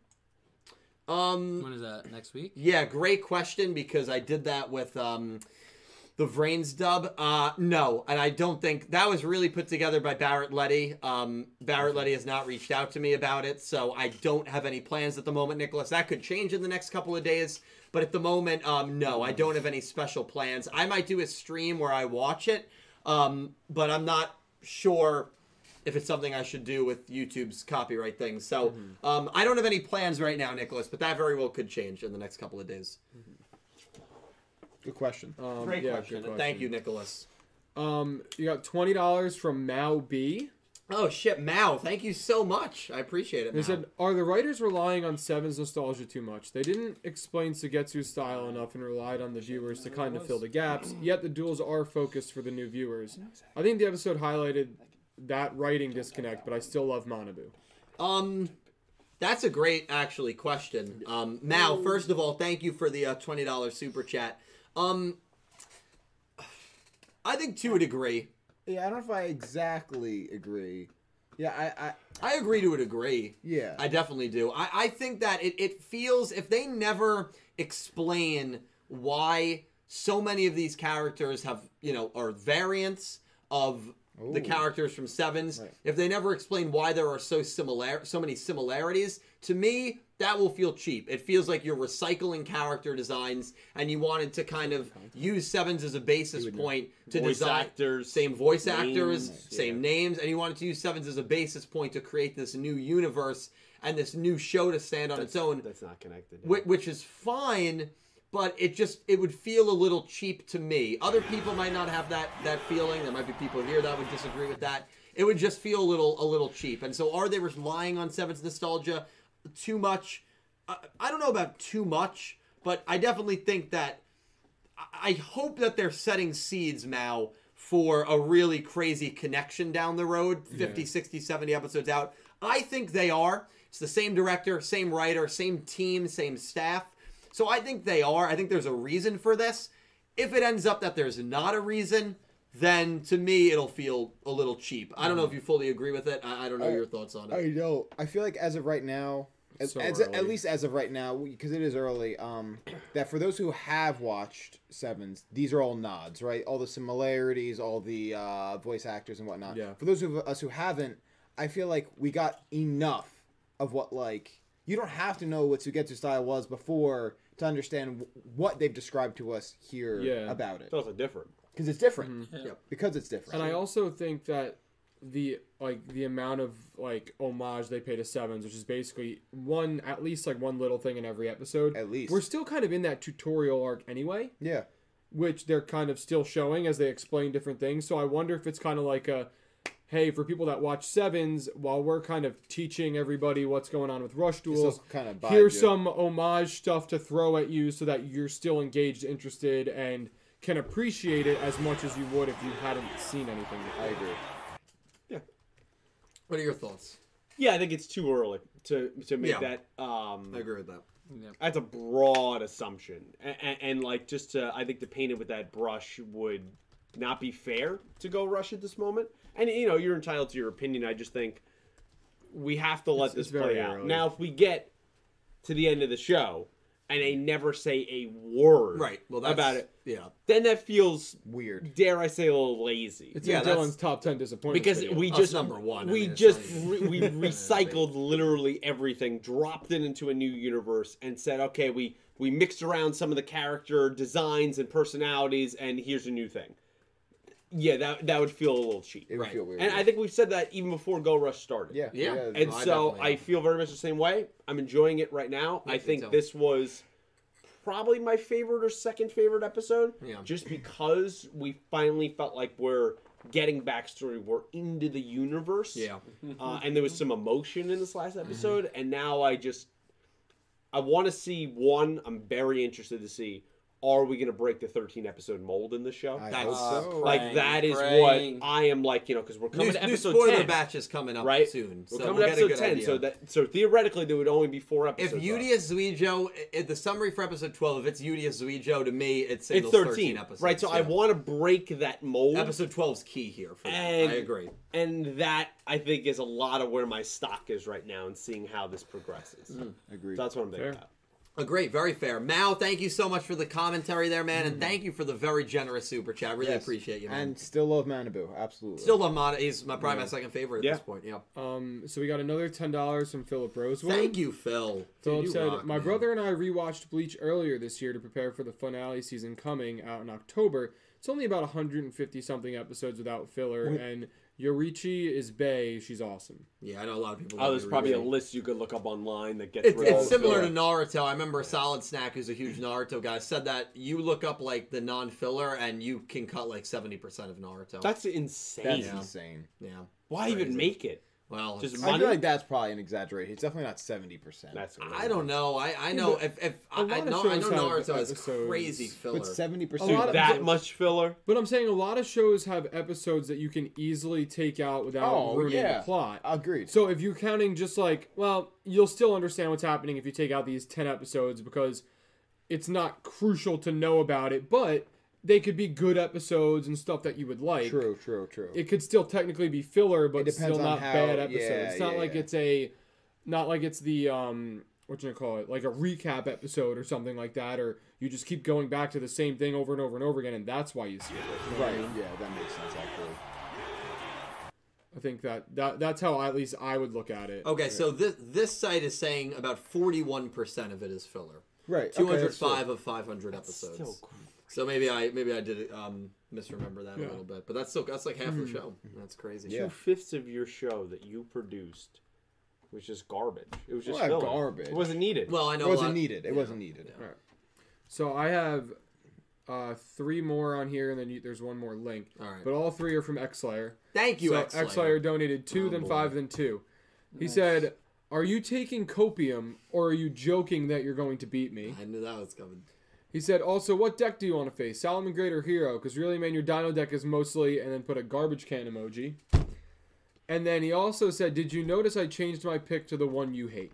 Um,
When is that? Next week?
Yeah, great question because I did that with um, the Vrains dub. Uh, no, and I don't think that was really put together by Barrett Letty. Um, Barrett Letty has not reached out to me about it, so I don't have any plans at the moment, Nicholas. That could change in the next couple of days, but at the moment, um, no, I don't have any special plans. I might do a stream where I watch it, um, but I'm not sure if it's something I should do with YouTube's copyright thing. So um, I don't have any plans right now, Nicholas, but that very well could change in the next couple of days.
Good question.
Um,
Great
yeah,
question.
good
Thank you, Nicholas.
Um, you got twenty dollars from Mao B.
Oh shit, Mao! Thank you so much. I appreciate it.
They
Mao.
said, "Are the writers relying on Seven's nostalgia too much? They didn't explain Sugetsu's style enough and relied on the viewers to kind of fill the gaps. Yet the duels are focused for the new viewers. I think the episode highlighted that writing disconnect, but I still love Manabu.
um, that's a great actually question. Um, Mao, first of all, thank you for the uh, twenty dollars super chat. Um, I think to a degree,
yeah, I don't know if I exactly agree. Yeah, I, I
I agree to a degree.
yeah.
I definitely do. I, I think that it, it feels if they never explain why so many of these characters have, you know, are variants of the
Ooh.
characters from Sevens,
Right.
if they never explain why there are so similar so many similarities, to me that will feel cheap. It feels like you're recycling character designs and you wanted to kind of use Sevens as a basis point to
Voice
design
actors,
same voice actors,
names,
same names, and he wanted to use Sevens as a basis point to create this new universe and this new show to stand on its own,
That's not connected.
whi- which is fine, but it just it would feel a little cheap to me. Other people might not have that that feeling. There might be people here that would disagree with that. It would just feel a little a little cheap. And so, are they relying on Sevens nostalgia too much? I, I don't know about too much, but I definitely think that I hope that they're setting seeds now for a really crazy connection down the road 50 60 70 episodes out i think they are it's the same director same writer same team same staff so i think they are i think there's a reason for this if it ends up that there's not a reason then to me it'll feel a little cheap i don't know if you fully agree with it i, I don't know
I-
your thoughts on it
I know. I feel like as of right now, as,
So
as- at
early.
least as of right now, because it is early, um, that for those who have watched Sevens, these are all nods, right? All the similarities, all the uh, voice actors and whatnot.
Yeah.
For those of us who haven't, I feel like we got enough of what like you don't have to know what Sugetsu style was before to understand wh- what they've described to us here
Yeah.
about it
It's also different.
because it's different.
Yeah.
Because it's different.
And I also think that the like the amount of like homage they pay to sevens, which is basically one at least like one little thing in every episode.
At least.
we're still kind of in that tutorial arc anyway,
yeah.
which they're kind of still showing as they explain different things. So I wonder if it's kind of like a hey for people that watch sevens while we're kind of teaching everybody what's going on with rush duels
kind of
here's some homage stuff to throw at you so that you're still engaged interested and can appreciate it as much as you would if you hadn't seen anything before.
I agree.
what are your thoughts
Yeah, I think it's too early to to make
Yeah.
that. Um,
i agree with that
that's a broad assumption, and, and like just to, I think to paint it with that brush would not be fair to go rush at this moment. And you know, you're entitled to your opinion. I just think we have to let
It's-
this
it's
play
very
out.
early.
Now, if we get to the end of the show
and they never say a word
Right. Well, that's
about it,
Yeah.
then that feels,
Weird.
dare I say, a little lazy.
It's
Yeah,
in
that's-
Dylan's top ten disappointments.
because
video.
we
Us
just
number one, I
We
mean, it's
just
not
re-
even-
we recycled literally everything, dropped it into a new universe, and said, okay, we we mixed around some of the character designs and personalities, and here's a new thing. Yeah, that that would feel a little cheap.
It would
Right.
feel weird.
And I think we've said that even before Go Rush started.
yeah,
Yeah.
And
No, I
so
definitely
I,
am.
feel very much the same way. I'm enjoying it right now. I
me too.
think this was probably my favorite or second favorite episode.
Yeah.
Just because we finally felt like we're getting backstory, we're into the universe.
Yeah.
Uh, and there was some emotion in this last episode, and now I just I want to see one. I'm very interested to see are we going to break the 13 episode mold in the show?
I
That's-
hope so.
like
Praying,
that is
praying.
what I am like, you know, because we're coming
New,
to
new
episode
spoiler
10
batch is coming up
right?
soon.
We're
so
coming
we'll
to
get a
episode
good
ten,
idea.
so that so theoretically there would only be four
if
episodes.
Yudi
left.
Azuijo, i- if the summary for episode twelve, if it's Yudi Azuijo, to me, it
it's
signals
thirteen,
episodes.
right? So I
yeah.
want to break that mold,
episode 12's key here. For that.
And-
I agree.
and that I think is a lot of where my stock is right now, and seeing how this progresses. So
Agreed.
that's what I'm thinking.
Fair.
About.
A great, very fair. Mal, thank you so much for the commentary there, man,
Mm-hmm.
and thank you for the very generous super chat. Really
Yes.
appreciate you, man.
And still love Manabu. Absolutely.
Still love Mata. He's my probably my second favorite at
Yeah.
this point. Yeah.
um, so we got another ten dollars from Philip Rosewood.
Thank you, Phil.
Philip
Dude, you
said,
rock,
"My
man."
brother and I rewatched Bleach earlier this year to prepare for the finale season coming out in October. It's only about 150 something episodes without filler, and Yorichi is Bay. She's awesome.
Yeah, I know a lot of people.
Oh,
love
there's
your
probably a
reading.
list you could look up online that gets
It's,
rid of all
it's
the
similar to
filler.
Naruto. I remember Solid Snack, who's a huge Naruto guy, said that you look up like the non-filler and you can cut like seventy percent of Naruto.
That's insane.
That's
Yeah.
insane.
yeah.
Why even
crazy.
make it?
Well,
Just
it's-
I
Money?
feel like that's probably an exaggeration. It's definitely not seventy percent.
That's
I don't know. I, I know if, if I,
lot
I
of
know I know
shows have
Naruto has
episodes,
crazy filler.
But seventy
A
percent.
lot
Dude,
of
that
episodes-
much filler.
But I'm saying a lot of shows have episodes that you can easily take out without
Oh,
ruining
yeah.
the plot.
Agreed.
So if you're counting just like, well, you'll still understand what's happening if you take out these 10 episodes because it's not crucial to know about it, but they could be good episodes and stuff that you would like.
True. True. True.
It could still technically be filler, but
It depends
still
on
not
how-
bad episodes.
yeah,
it's not
yeah,
like
yeah.
it's a not like it's the um what you call it? Like a recap episode or something like that or you just keep going back to the same thing over and over and over again and that's why you see it.
right. Yeah, that makes sense. Actually.
I think that, that that's how at least I would look at it.
okay, so this this site is saying about forty one percent of it is filler.
Right.
Two
okay,
hundred
that's true.
five of five hundred episodes. So maybe I maybe I did um misremember that a little bit, but that's still that's like half the show. That's crazy.
Yeah.
Two fifths of your show that you produced was just garbage. It was just
Well,
filler.
garbage.
It wasn't needed.
Well, I
It
know a
wasn't
lot-
needed. It wasn't needed.
So I have uh, three more on here, and then you, there's one more link.
All right.
But all three are from Xlayer.
Thank you,
so
X-Layer.
Xlayer donated two,
Oh,
then
boy.
five, then two. He said, "Are you taking copium, or are you joking that you're going to beat me?"
I knew that was coming.
He said, "Also, what deck do you want to face, Solomon Great or Hero? Because really, man, your Dino deck is mostly..." And then put a garbage can emoji. And then he also said, "Did you notice I changed my pick to the one you hate?"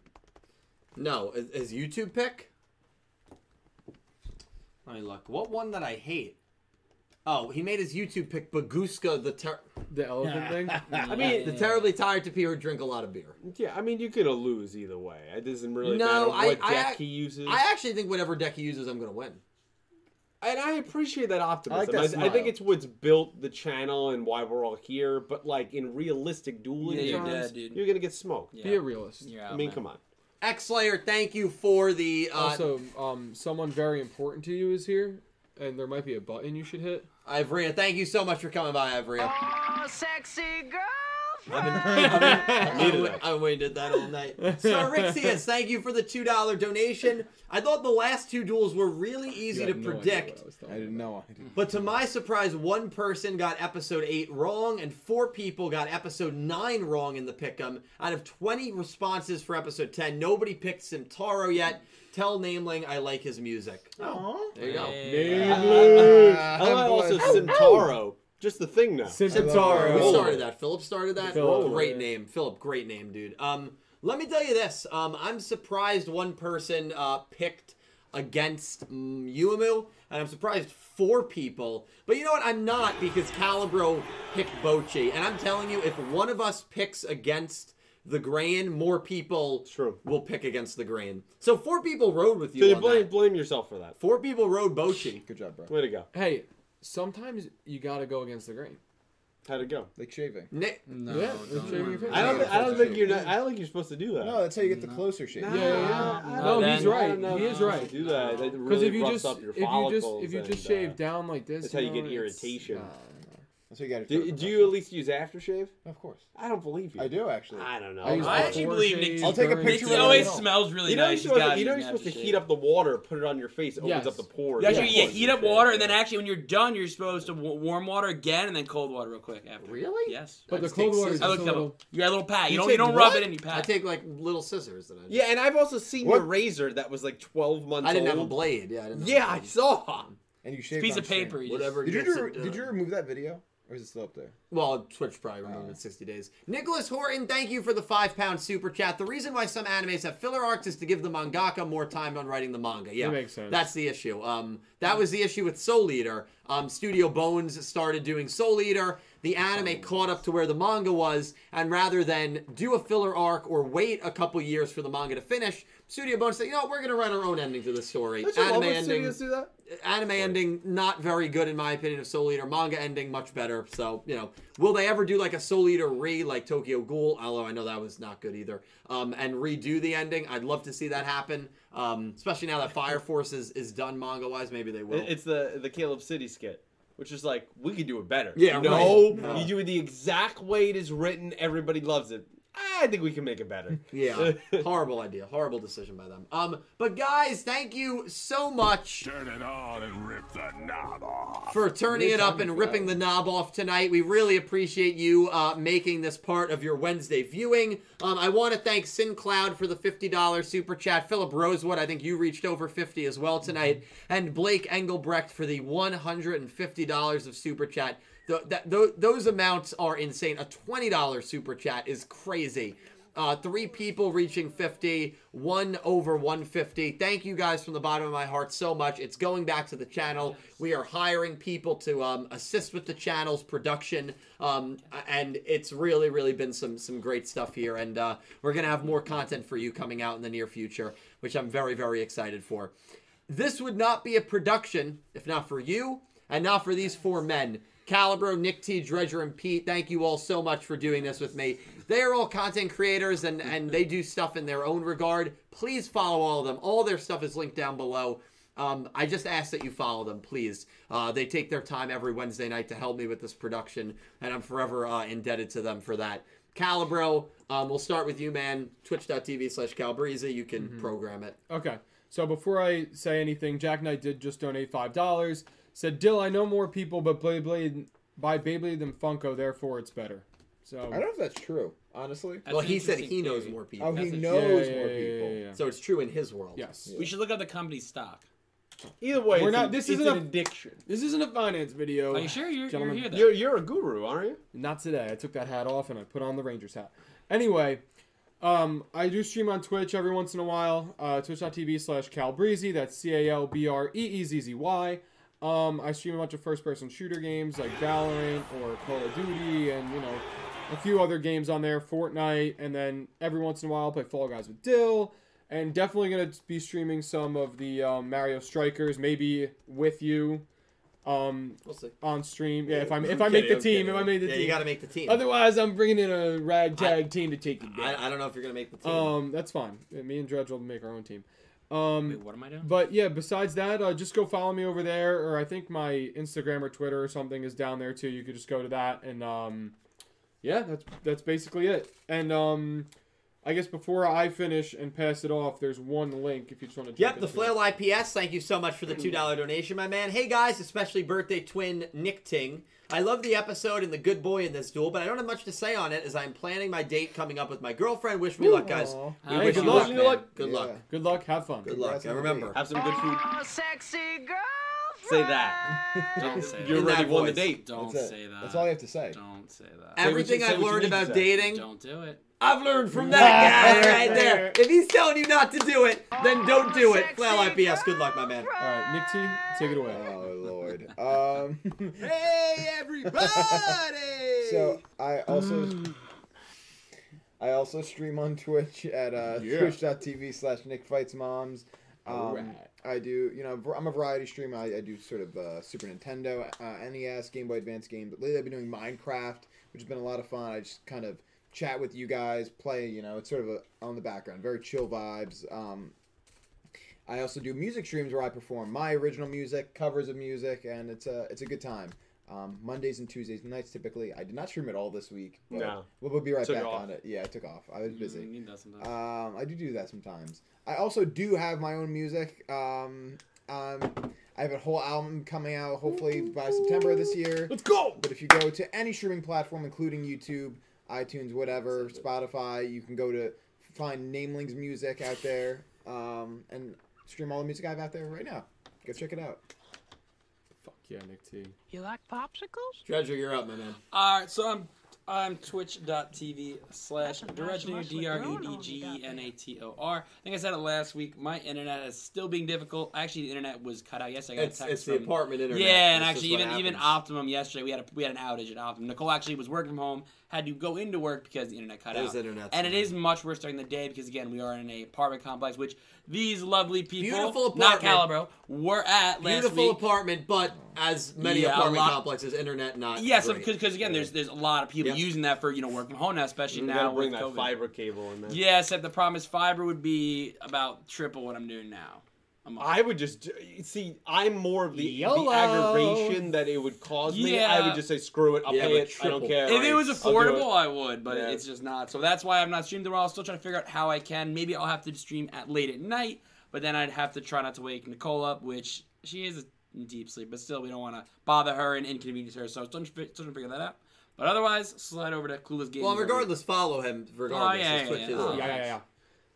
No, is, is YouTube pick? Let me look. What one that I hate? Oh, he made his YouTube pick Baguska the ter-
The elephant thing.
I mean,
the terribly tired to pee who drink a lot of beer.
yeah, I mean, you're gonna lose either way. It doesn't really
No,
matter
I-
what
I-
deck he uses.
I actually think whatever deck he uses, I'm gonna win.
and I appreciate that optimism. I,
that
I, think
smile.
it's what's built the channel and why we're all here. But like in realistic dueling
Yeah, you're
terms,
dead, dude.
you're gonna get smoked.
Be a realist.
Yeah,
I mean,
man.
come on.
X Slayer, thank you for the. Uh,
also, um, someone very important to you is here, and there might be a button you should hit.
Ivrea, thank you so much for coming by, Ivrea.
Oh, sexy girl.
I, I waited that all night. Sarixius, thank you for the two dollar donation. I thought the last two duels were really easy
You
to
had no idea
predict,
what I was
I
talking
didn't know. I didn't.
but to my surprise, one person got episode eight wrong, and four people got episode nine wrong in the pick'em. Out of twenty responses for episode ten, nobody picked Simtaro yet. Tell Nameling I like his music.
Oh.
There you go.
I like also Simtaro, just the thing now.
Who
Simtaro.
started that? Philip started that.
Philip.
Great name, Philip. Great name, dude. Um, let me tell you this. Um, I'm surprised one person uh, picked against um, Uemu, and I'm surprised four people. But you know what? I'm not because Calibro picked Bochi, and I'm telling you, if one of us picks against the grain, more people
True.
will pick against the grain. So four people rode with you.
So you
on
blame
that.
blame yourself for that.
Four people rode Bochi.
Good job, bro.
Way to go.
Hey, sometimes you gotta go against the grain.
How'd it go?
Like shaving.
Nick,
No,
Yeah,
don't
let's shave your
worry.
face.
I don't.
Yeah,
I don't
that's
think
true.
you're. Not, I don't think you're supposed to do that.
No, that's how you get the closer shave.
Yeah, yeah, yeah.
I
No,
don't
he's
think- I
right.
don't know
He
if
is
you
right.
should Do that. That
Because
really
if you
roughs
just
up your
if you just
follicles
if you
and,
just shave
uh,
down like this,
that's how you
know,
get
it's- uh,
irritation.
nah.
That's how you got
Do,
to
do you at least use aftershave?
Of course.
I don't believe you.
I do, actually.
I don't know.
I use
I actually
Before
believe
shave,
Nick.
I'll take a
during
picture
Nick
of it.
always
Yeah.
smells really
you know
nice.
you're supposed, to,
He's
you know
gotta
you're
use an
supposed to
aftershave.
heat up the water, put it on your face, it opens
Yes.
up the pores.
You actually,
Yeah,
yeah,
of course
heat
you
up
should.
water, and then actually when you're done, you're supposed to w- warm water again, and then cold water real quick after.
Really?
Yes.
But the
just take
cold water is
scissors.
I
just a
looked up.
little.
You got a little pat. You,
You
don't. You
take
don't rub
what?
it in. You pat.
I take like little scissors that I.
Yeah, and I've also seen
What-
your razor that was like 12 months
I didn't have a
old.
blade. Yeah, I didn't. Have
Yeah,
a
I
blade.
saw.
And you
It's a
shave
piece
on
of paper.
stream.
you just-
Whatever.
Did you uh,
gets
do,
it done.
did you remove that video, or is it still up there?
Well, Twitch probably removed it 60 days. Nicholas Horton, thank you for the five pound super chat. The reason why some animes have filler arcs is to give the mangaka more time on writing the manga. Yeah,
That makes sense.
That's the issue. Um, that was the issue with Soul Eater. Um, Studio Bones started doing Soul Eater. The anime caught up to where the manga was, and rather than do a filler arc or wait a couple years for the manga to finish, Studio Bones said, "You know, what? we're going to write our own ending to the story."
Don't you love
anime
when
ending
studios do that?
anime ending not very good in my opinion of Soul Eater. Manga ending much better. So you know, will they ever do like a Soul Eater re like Tokyo Ghoul? Although I know that was not good either. Um, and redo the ending. I'd love to see that happen. Um, especially now that Fire Force is, is done manga wise, maybe they will.
It- It's the the Caleb City skit, which is like we could do it better.
Yeah,
no,
right. No.
you do it the exact way it is written. Everybody loves it. I think we can make it better.
yeah, horrible idea, horrible decision by them. Um, but guys, thank you so much.
Turn it on and rip the knob off.
for turning it up and ripping the knob off tonight. We really appreciate you uh, making this part of your Wednesday viewing. Um, I want to thank SinCloud for the $50 super chat. Philip Rosewood, I think you reached over 50 as well tonight. And Blake Engelbrecht for the $150 of super chat. Th- that, tho- those amounts are insane. A $20 super chat is crazy. Uh, three people reaching 50, one over 150. Thank you guys from the bottom of my heart so much. It's going back to the channel. We are hiring people to um, assist with the channel's production, um, and it's really, really been some some great stuff here. And uh, we're gonna have more content for you coming out in the near future, which I'm very, very excited for. This would not be a production if not for you and not for these four men. Calibro, Nick T, Dredger, and Pete, thank you all so much for doing this with me. They are all content creators and, and they do stuff in their own regard. Please follow all of them. All their stuff is linked down below. Um, I just ask that you follow them, please. Uh, they take their time every Wednesday night to help me with this production, and I'm forever uh, indebted to them for that. Calibro, um, we'll start with you, man. Twitch.tv slash Calabrese. You
Mm-hmm.
can program it.
Okay. So before I say anything, Jack Knight did just donate five dollars. Said Dill, I know more people, but Beyblade by Beyblade than Funko, therefore it's better. So
I don't know if that's true, honestly.
That's
well,
an
he said he
interesting
knows
theory.
more people.
Oh, he
That's a-
knows
Yeah,
more
yeah,
people.
yeah, yeah, yeah.
So it's true in his world.
Yes.
We should look up the company's stock.
Either way,
We're
it's
not-
an-
this
it's
isn't
an
a-
addiction.
This isn't a finance video.
Are you sure you're, you're
Gentlemen.
here? Then?
You're you're a guru, aren't you?
Not today. I took that hat off and I put on the Rangers hat. Anyway, um, I do stream on Twitch every once in a while. Uh, Twitch.tv slash Calbreezy. That's C A L B R E E Z Z Y. Um, I stream a bunch of first-person shooter games like Valorant or Call of Duty, and you know, a few other games on there, Fortnite, and then every once in a while I'll play Fall Guys with Dill. And definitely gonna be streaming some of the um, Mario Strikers, maybe with you, um,
We'll see.
on stream. Yeah, if I if I make the team, if I make the
Yeah,
team,
you got to make the team.
Otherwise, I'm bringing in a ragtag team to take you down.
I, I don't know if you're gonna make the team.
um, that's fine. Me and Dredge will make our own team. Um,
Wait, what am I doing?
but yeah, besides that, uh, just go follow me over there, or I think my Instagram or Twitter or something is down there too. You could just go to that, and um, yeah, that's that's basically it. And um, I guess before I finish and pass it off, there's one link if you just want to.
Yep, the Flail IPS. Thank you so much for the two dollar donation, my man. Hey guys, especially birthday twin Nick Ting. I love the episode and the good boy in this duel, but I don't have much to say on it as I'm planning my date coming up with my girlfriend. Wish me luck, guys.
Aw.
We
Hey,
wish
good
you
luck.
man.
Good luck.
Good
Yeah.
luck.
Good luck. Have fun.
Good luck.
Congrats
And
on the
remember,
date.
Have some good food.
Oh, sexy girl.
Say that.
Don't say
You
In that
that.
already won the
voice.
date.
Don't
That's
say
it.
that.
That's all you have to say.
Don't say that.
everything
say
I've
what you
learned
need to
about
say.
dating,
Don't do it.
I've learned from that guy right there. If he's telling you not to do it, then don't do it. Flail IPS. Good luck, my man.
All right, Nick T, take it away.
Oh lord. Um.
Hey everybody!
Mm.
so I also. I also stream on Twitch at uh,
Yeah.
twitch.tv slash Nick Fights Moms. Um,
Alright.
I do, you know, I'm a variety streamer. I, I do sort of uh, Super Nintendo, uh, NES, Game Boy Advance games. But lately I've been doing Minecraft, which has been a lot of fun. I just kind of chat with you guys, play, you know, it's sort of a, on the background, very chill vibes. Um, I also do music streams where I perform my original music, covers of music, and it's a it's a good time. Um, Mondays and Tuesdays nights typically. I did not stream it all this week. But
No.
We'll, we'll be right
Took
back
off. Mm-hmm.
on it. Yeah, I took off. I was
You
busy.
need that sometimes.
Um, I do do that sometimes. I also do have my own music. Um, um, I have a whole album coming out hopefully by September of this year.
Let's go.
But if you go to any streaming platform, including YouTube, iTunes, whatever, Spotify, you can go to find Nameling's music out there um, and stream all the music I have out there right now. Go check it out.
Fuck yeah, Nick T.
You like popsicles?
Treasure, you're up, my man.
All right, so I'm I'm twitch.tv slash
That's a nice
Diregnator,
wrestling
D R E D G E N A T O R. I think I said it last week. My internet is still being difficult. Actually, the internet was cut out yesterday. I got
It's,
a text
it's the
from-
apartment internet.
Yeah, and
That's just
actually,
what
even even
happens.
Optimum yesterday, we had a, we had an outage at Optimum. Nicole actually was working from home, had to go into work because the internet cut
Those
out.
internets,
And it
man.
is much worse during the day because again, we are in a apartment complex, which these lovely people,
Beautiful
not
apartment.
Calibro, were at last
Beautiful
week.
apartment, but as many
Yeah, a
apartment
lot-
complexes, internet not.
Yes,
great.
because again, there's there's a lot of people
Yep.
using that for you know work from home now, especially
You
now
gotta bring
with
that
COVID.
fiber cable in there.
Yeah, except the problem is fiber would be about triple what I'm doing now. A month.
I would just see. I'm more of the, the
YOLO.
aggravation that it would cause me. I
Yeah.
would just say, screw it. I'll
Yeah,
pay it.
but
I
triple
don't care.
if it was
I'll do it.
affordable, I would, but
Yeah.
it's just not. So that's why I'm not streaming tomorrow. I'm still trying to figure out how I can. Maybe I'll have to stream at late at night, but then I'd have to try not to wake Nicole up, which she is in deep sleep. But still, we don't want to bother her and inconvenience her. So I'm still trying to fi- still trying to figure that out. But otherwise, slide over to Clueless Games.
Well,
every-
regardless, follow him. Regardless,
yeah,
His
yeah,
Twitch
yeah.
is-
Oh,
Yeah, yeah, yeah.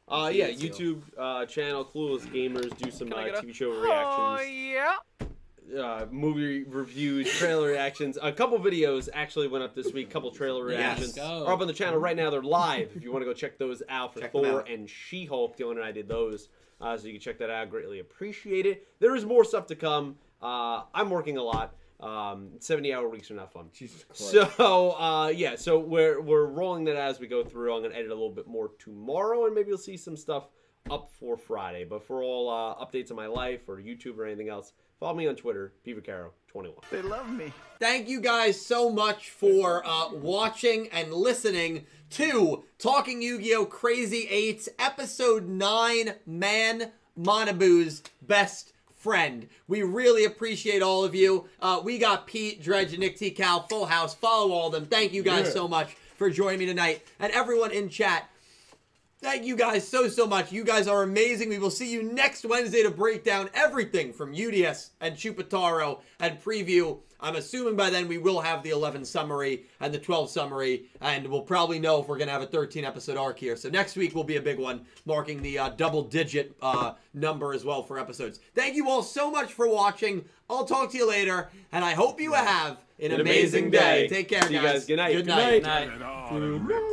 Uh, yeah,
Easy.
YouTube uh, channel Clueless Gamers do some uh,
I get a-
TV show
Oh,
reactions,
yeah.
uh, movie reviews, trailer reactions. A couple videos actually went up this week. Couple trailer
Yes.
reactions
Go.
are up on the channel right now. They're live. If you want to go check those out for
Check them
Thor
out.
and She Hulk, Dylan and I did those, uh, so you can check that out. Greatly appreciate it. There is more stuff to come. Uh, I'm working a lot. Um, 70 hour weeks are not fun.
Jesus Christ.
So uh, yeah, so we're we're rolling that as we go through. I'm gonna edit a little bit more tomorrow, and maybe you'll see some stuff up for Friday. But for all uh, updates on my life or YouTube or anything else, follow me on Twitter, BeaverCaro21.
They love me.
Thank you guys so much for uh, watching and listening to Talking Yu Gi Oh! Crazy 8, Episode 9 Man Monabu's Best Friend. We really appreciate all of you. Uh, we got Pete, Dredge, and Nick T. Cal, Full House. Follow all of them. Thank you guys so much for joining me tonight. And everyone in chat, Thank you guys so, so much. You guys are amazing. We will see you next Wednesday to break down everything from UDS and Chupataro and preview. I'm assuming by then we will have the 11 summary and the 12 summary, and we'll probably know if we're going to have a 13 episode arc here. So next week will be a big one, marking the uh, double digit uh, number as well for episodes. Thank you all so much for watching. I'll talk to you later, and I hope you have an, amazing, day. Take care,
See you guys. Good night.
Good
Good
night.
Night.
Get on.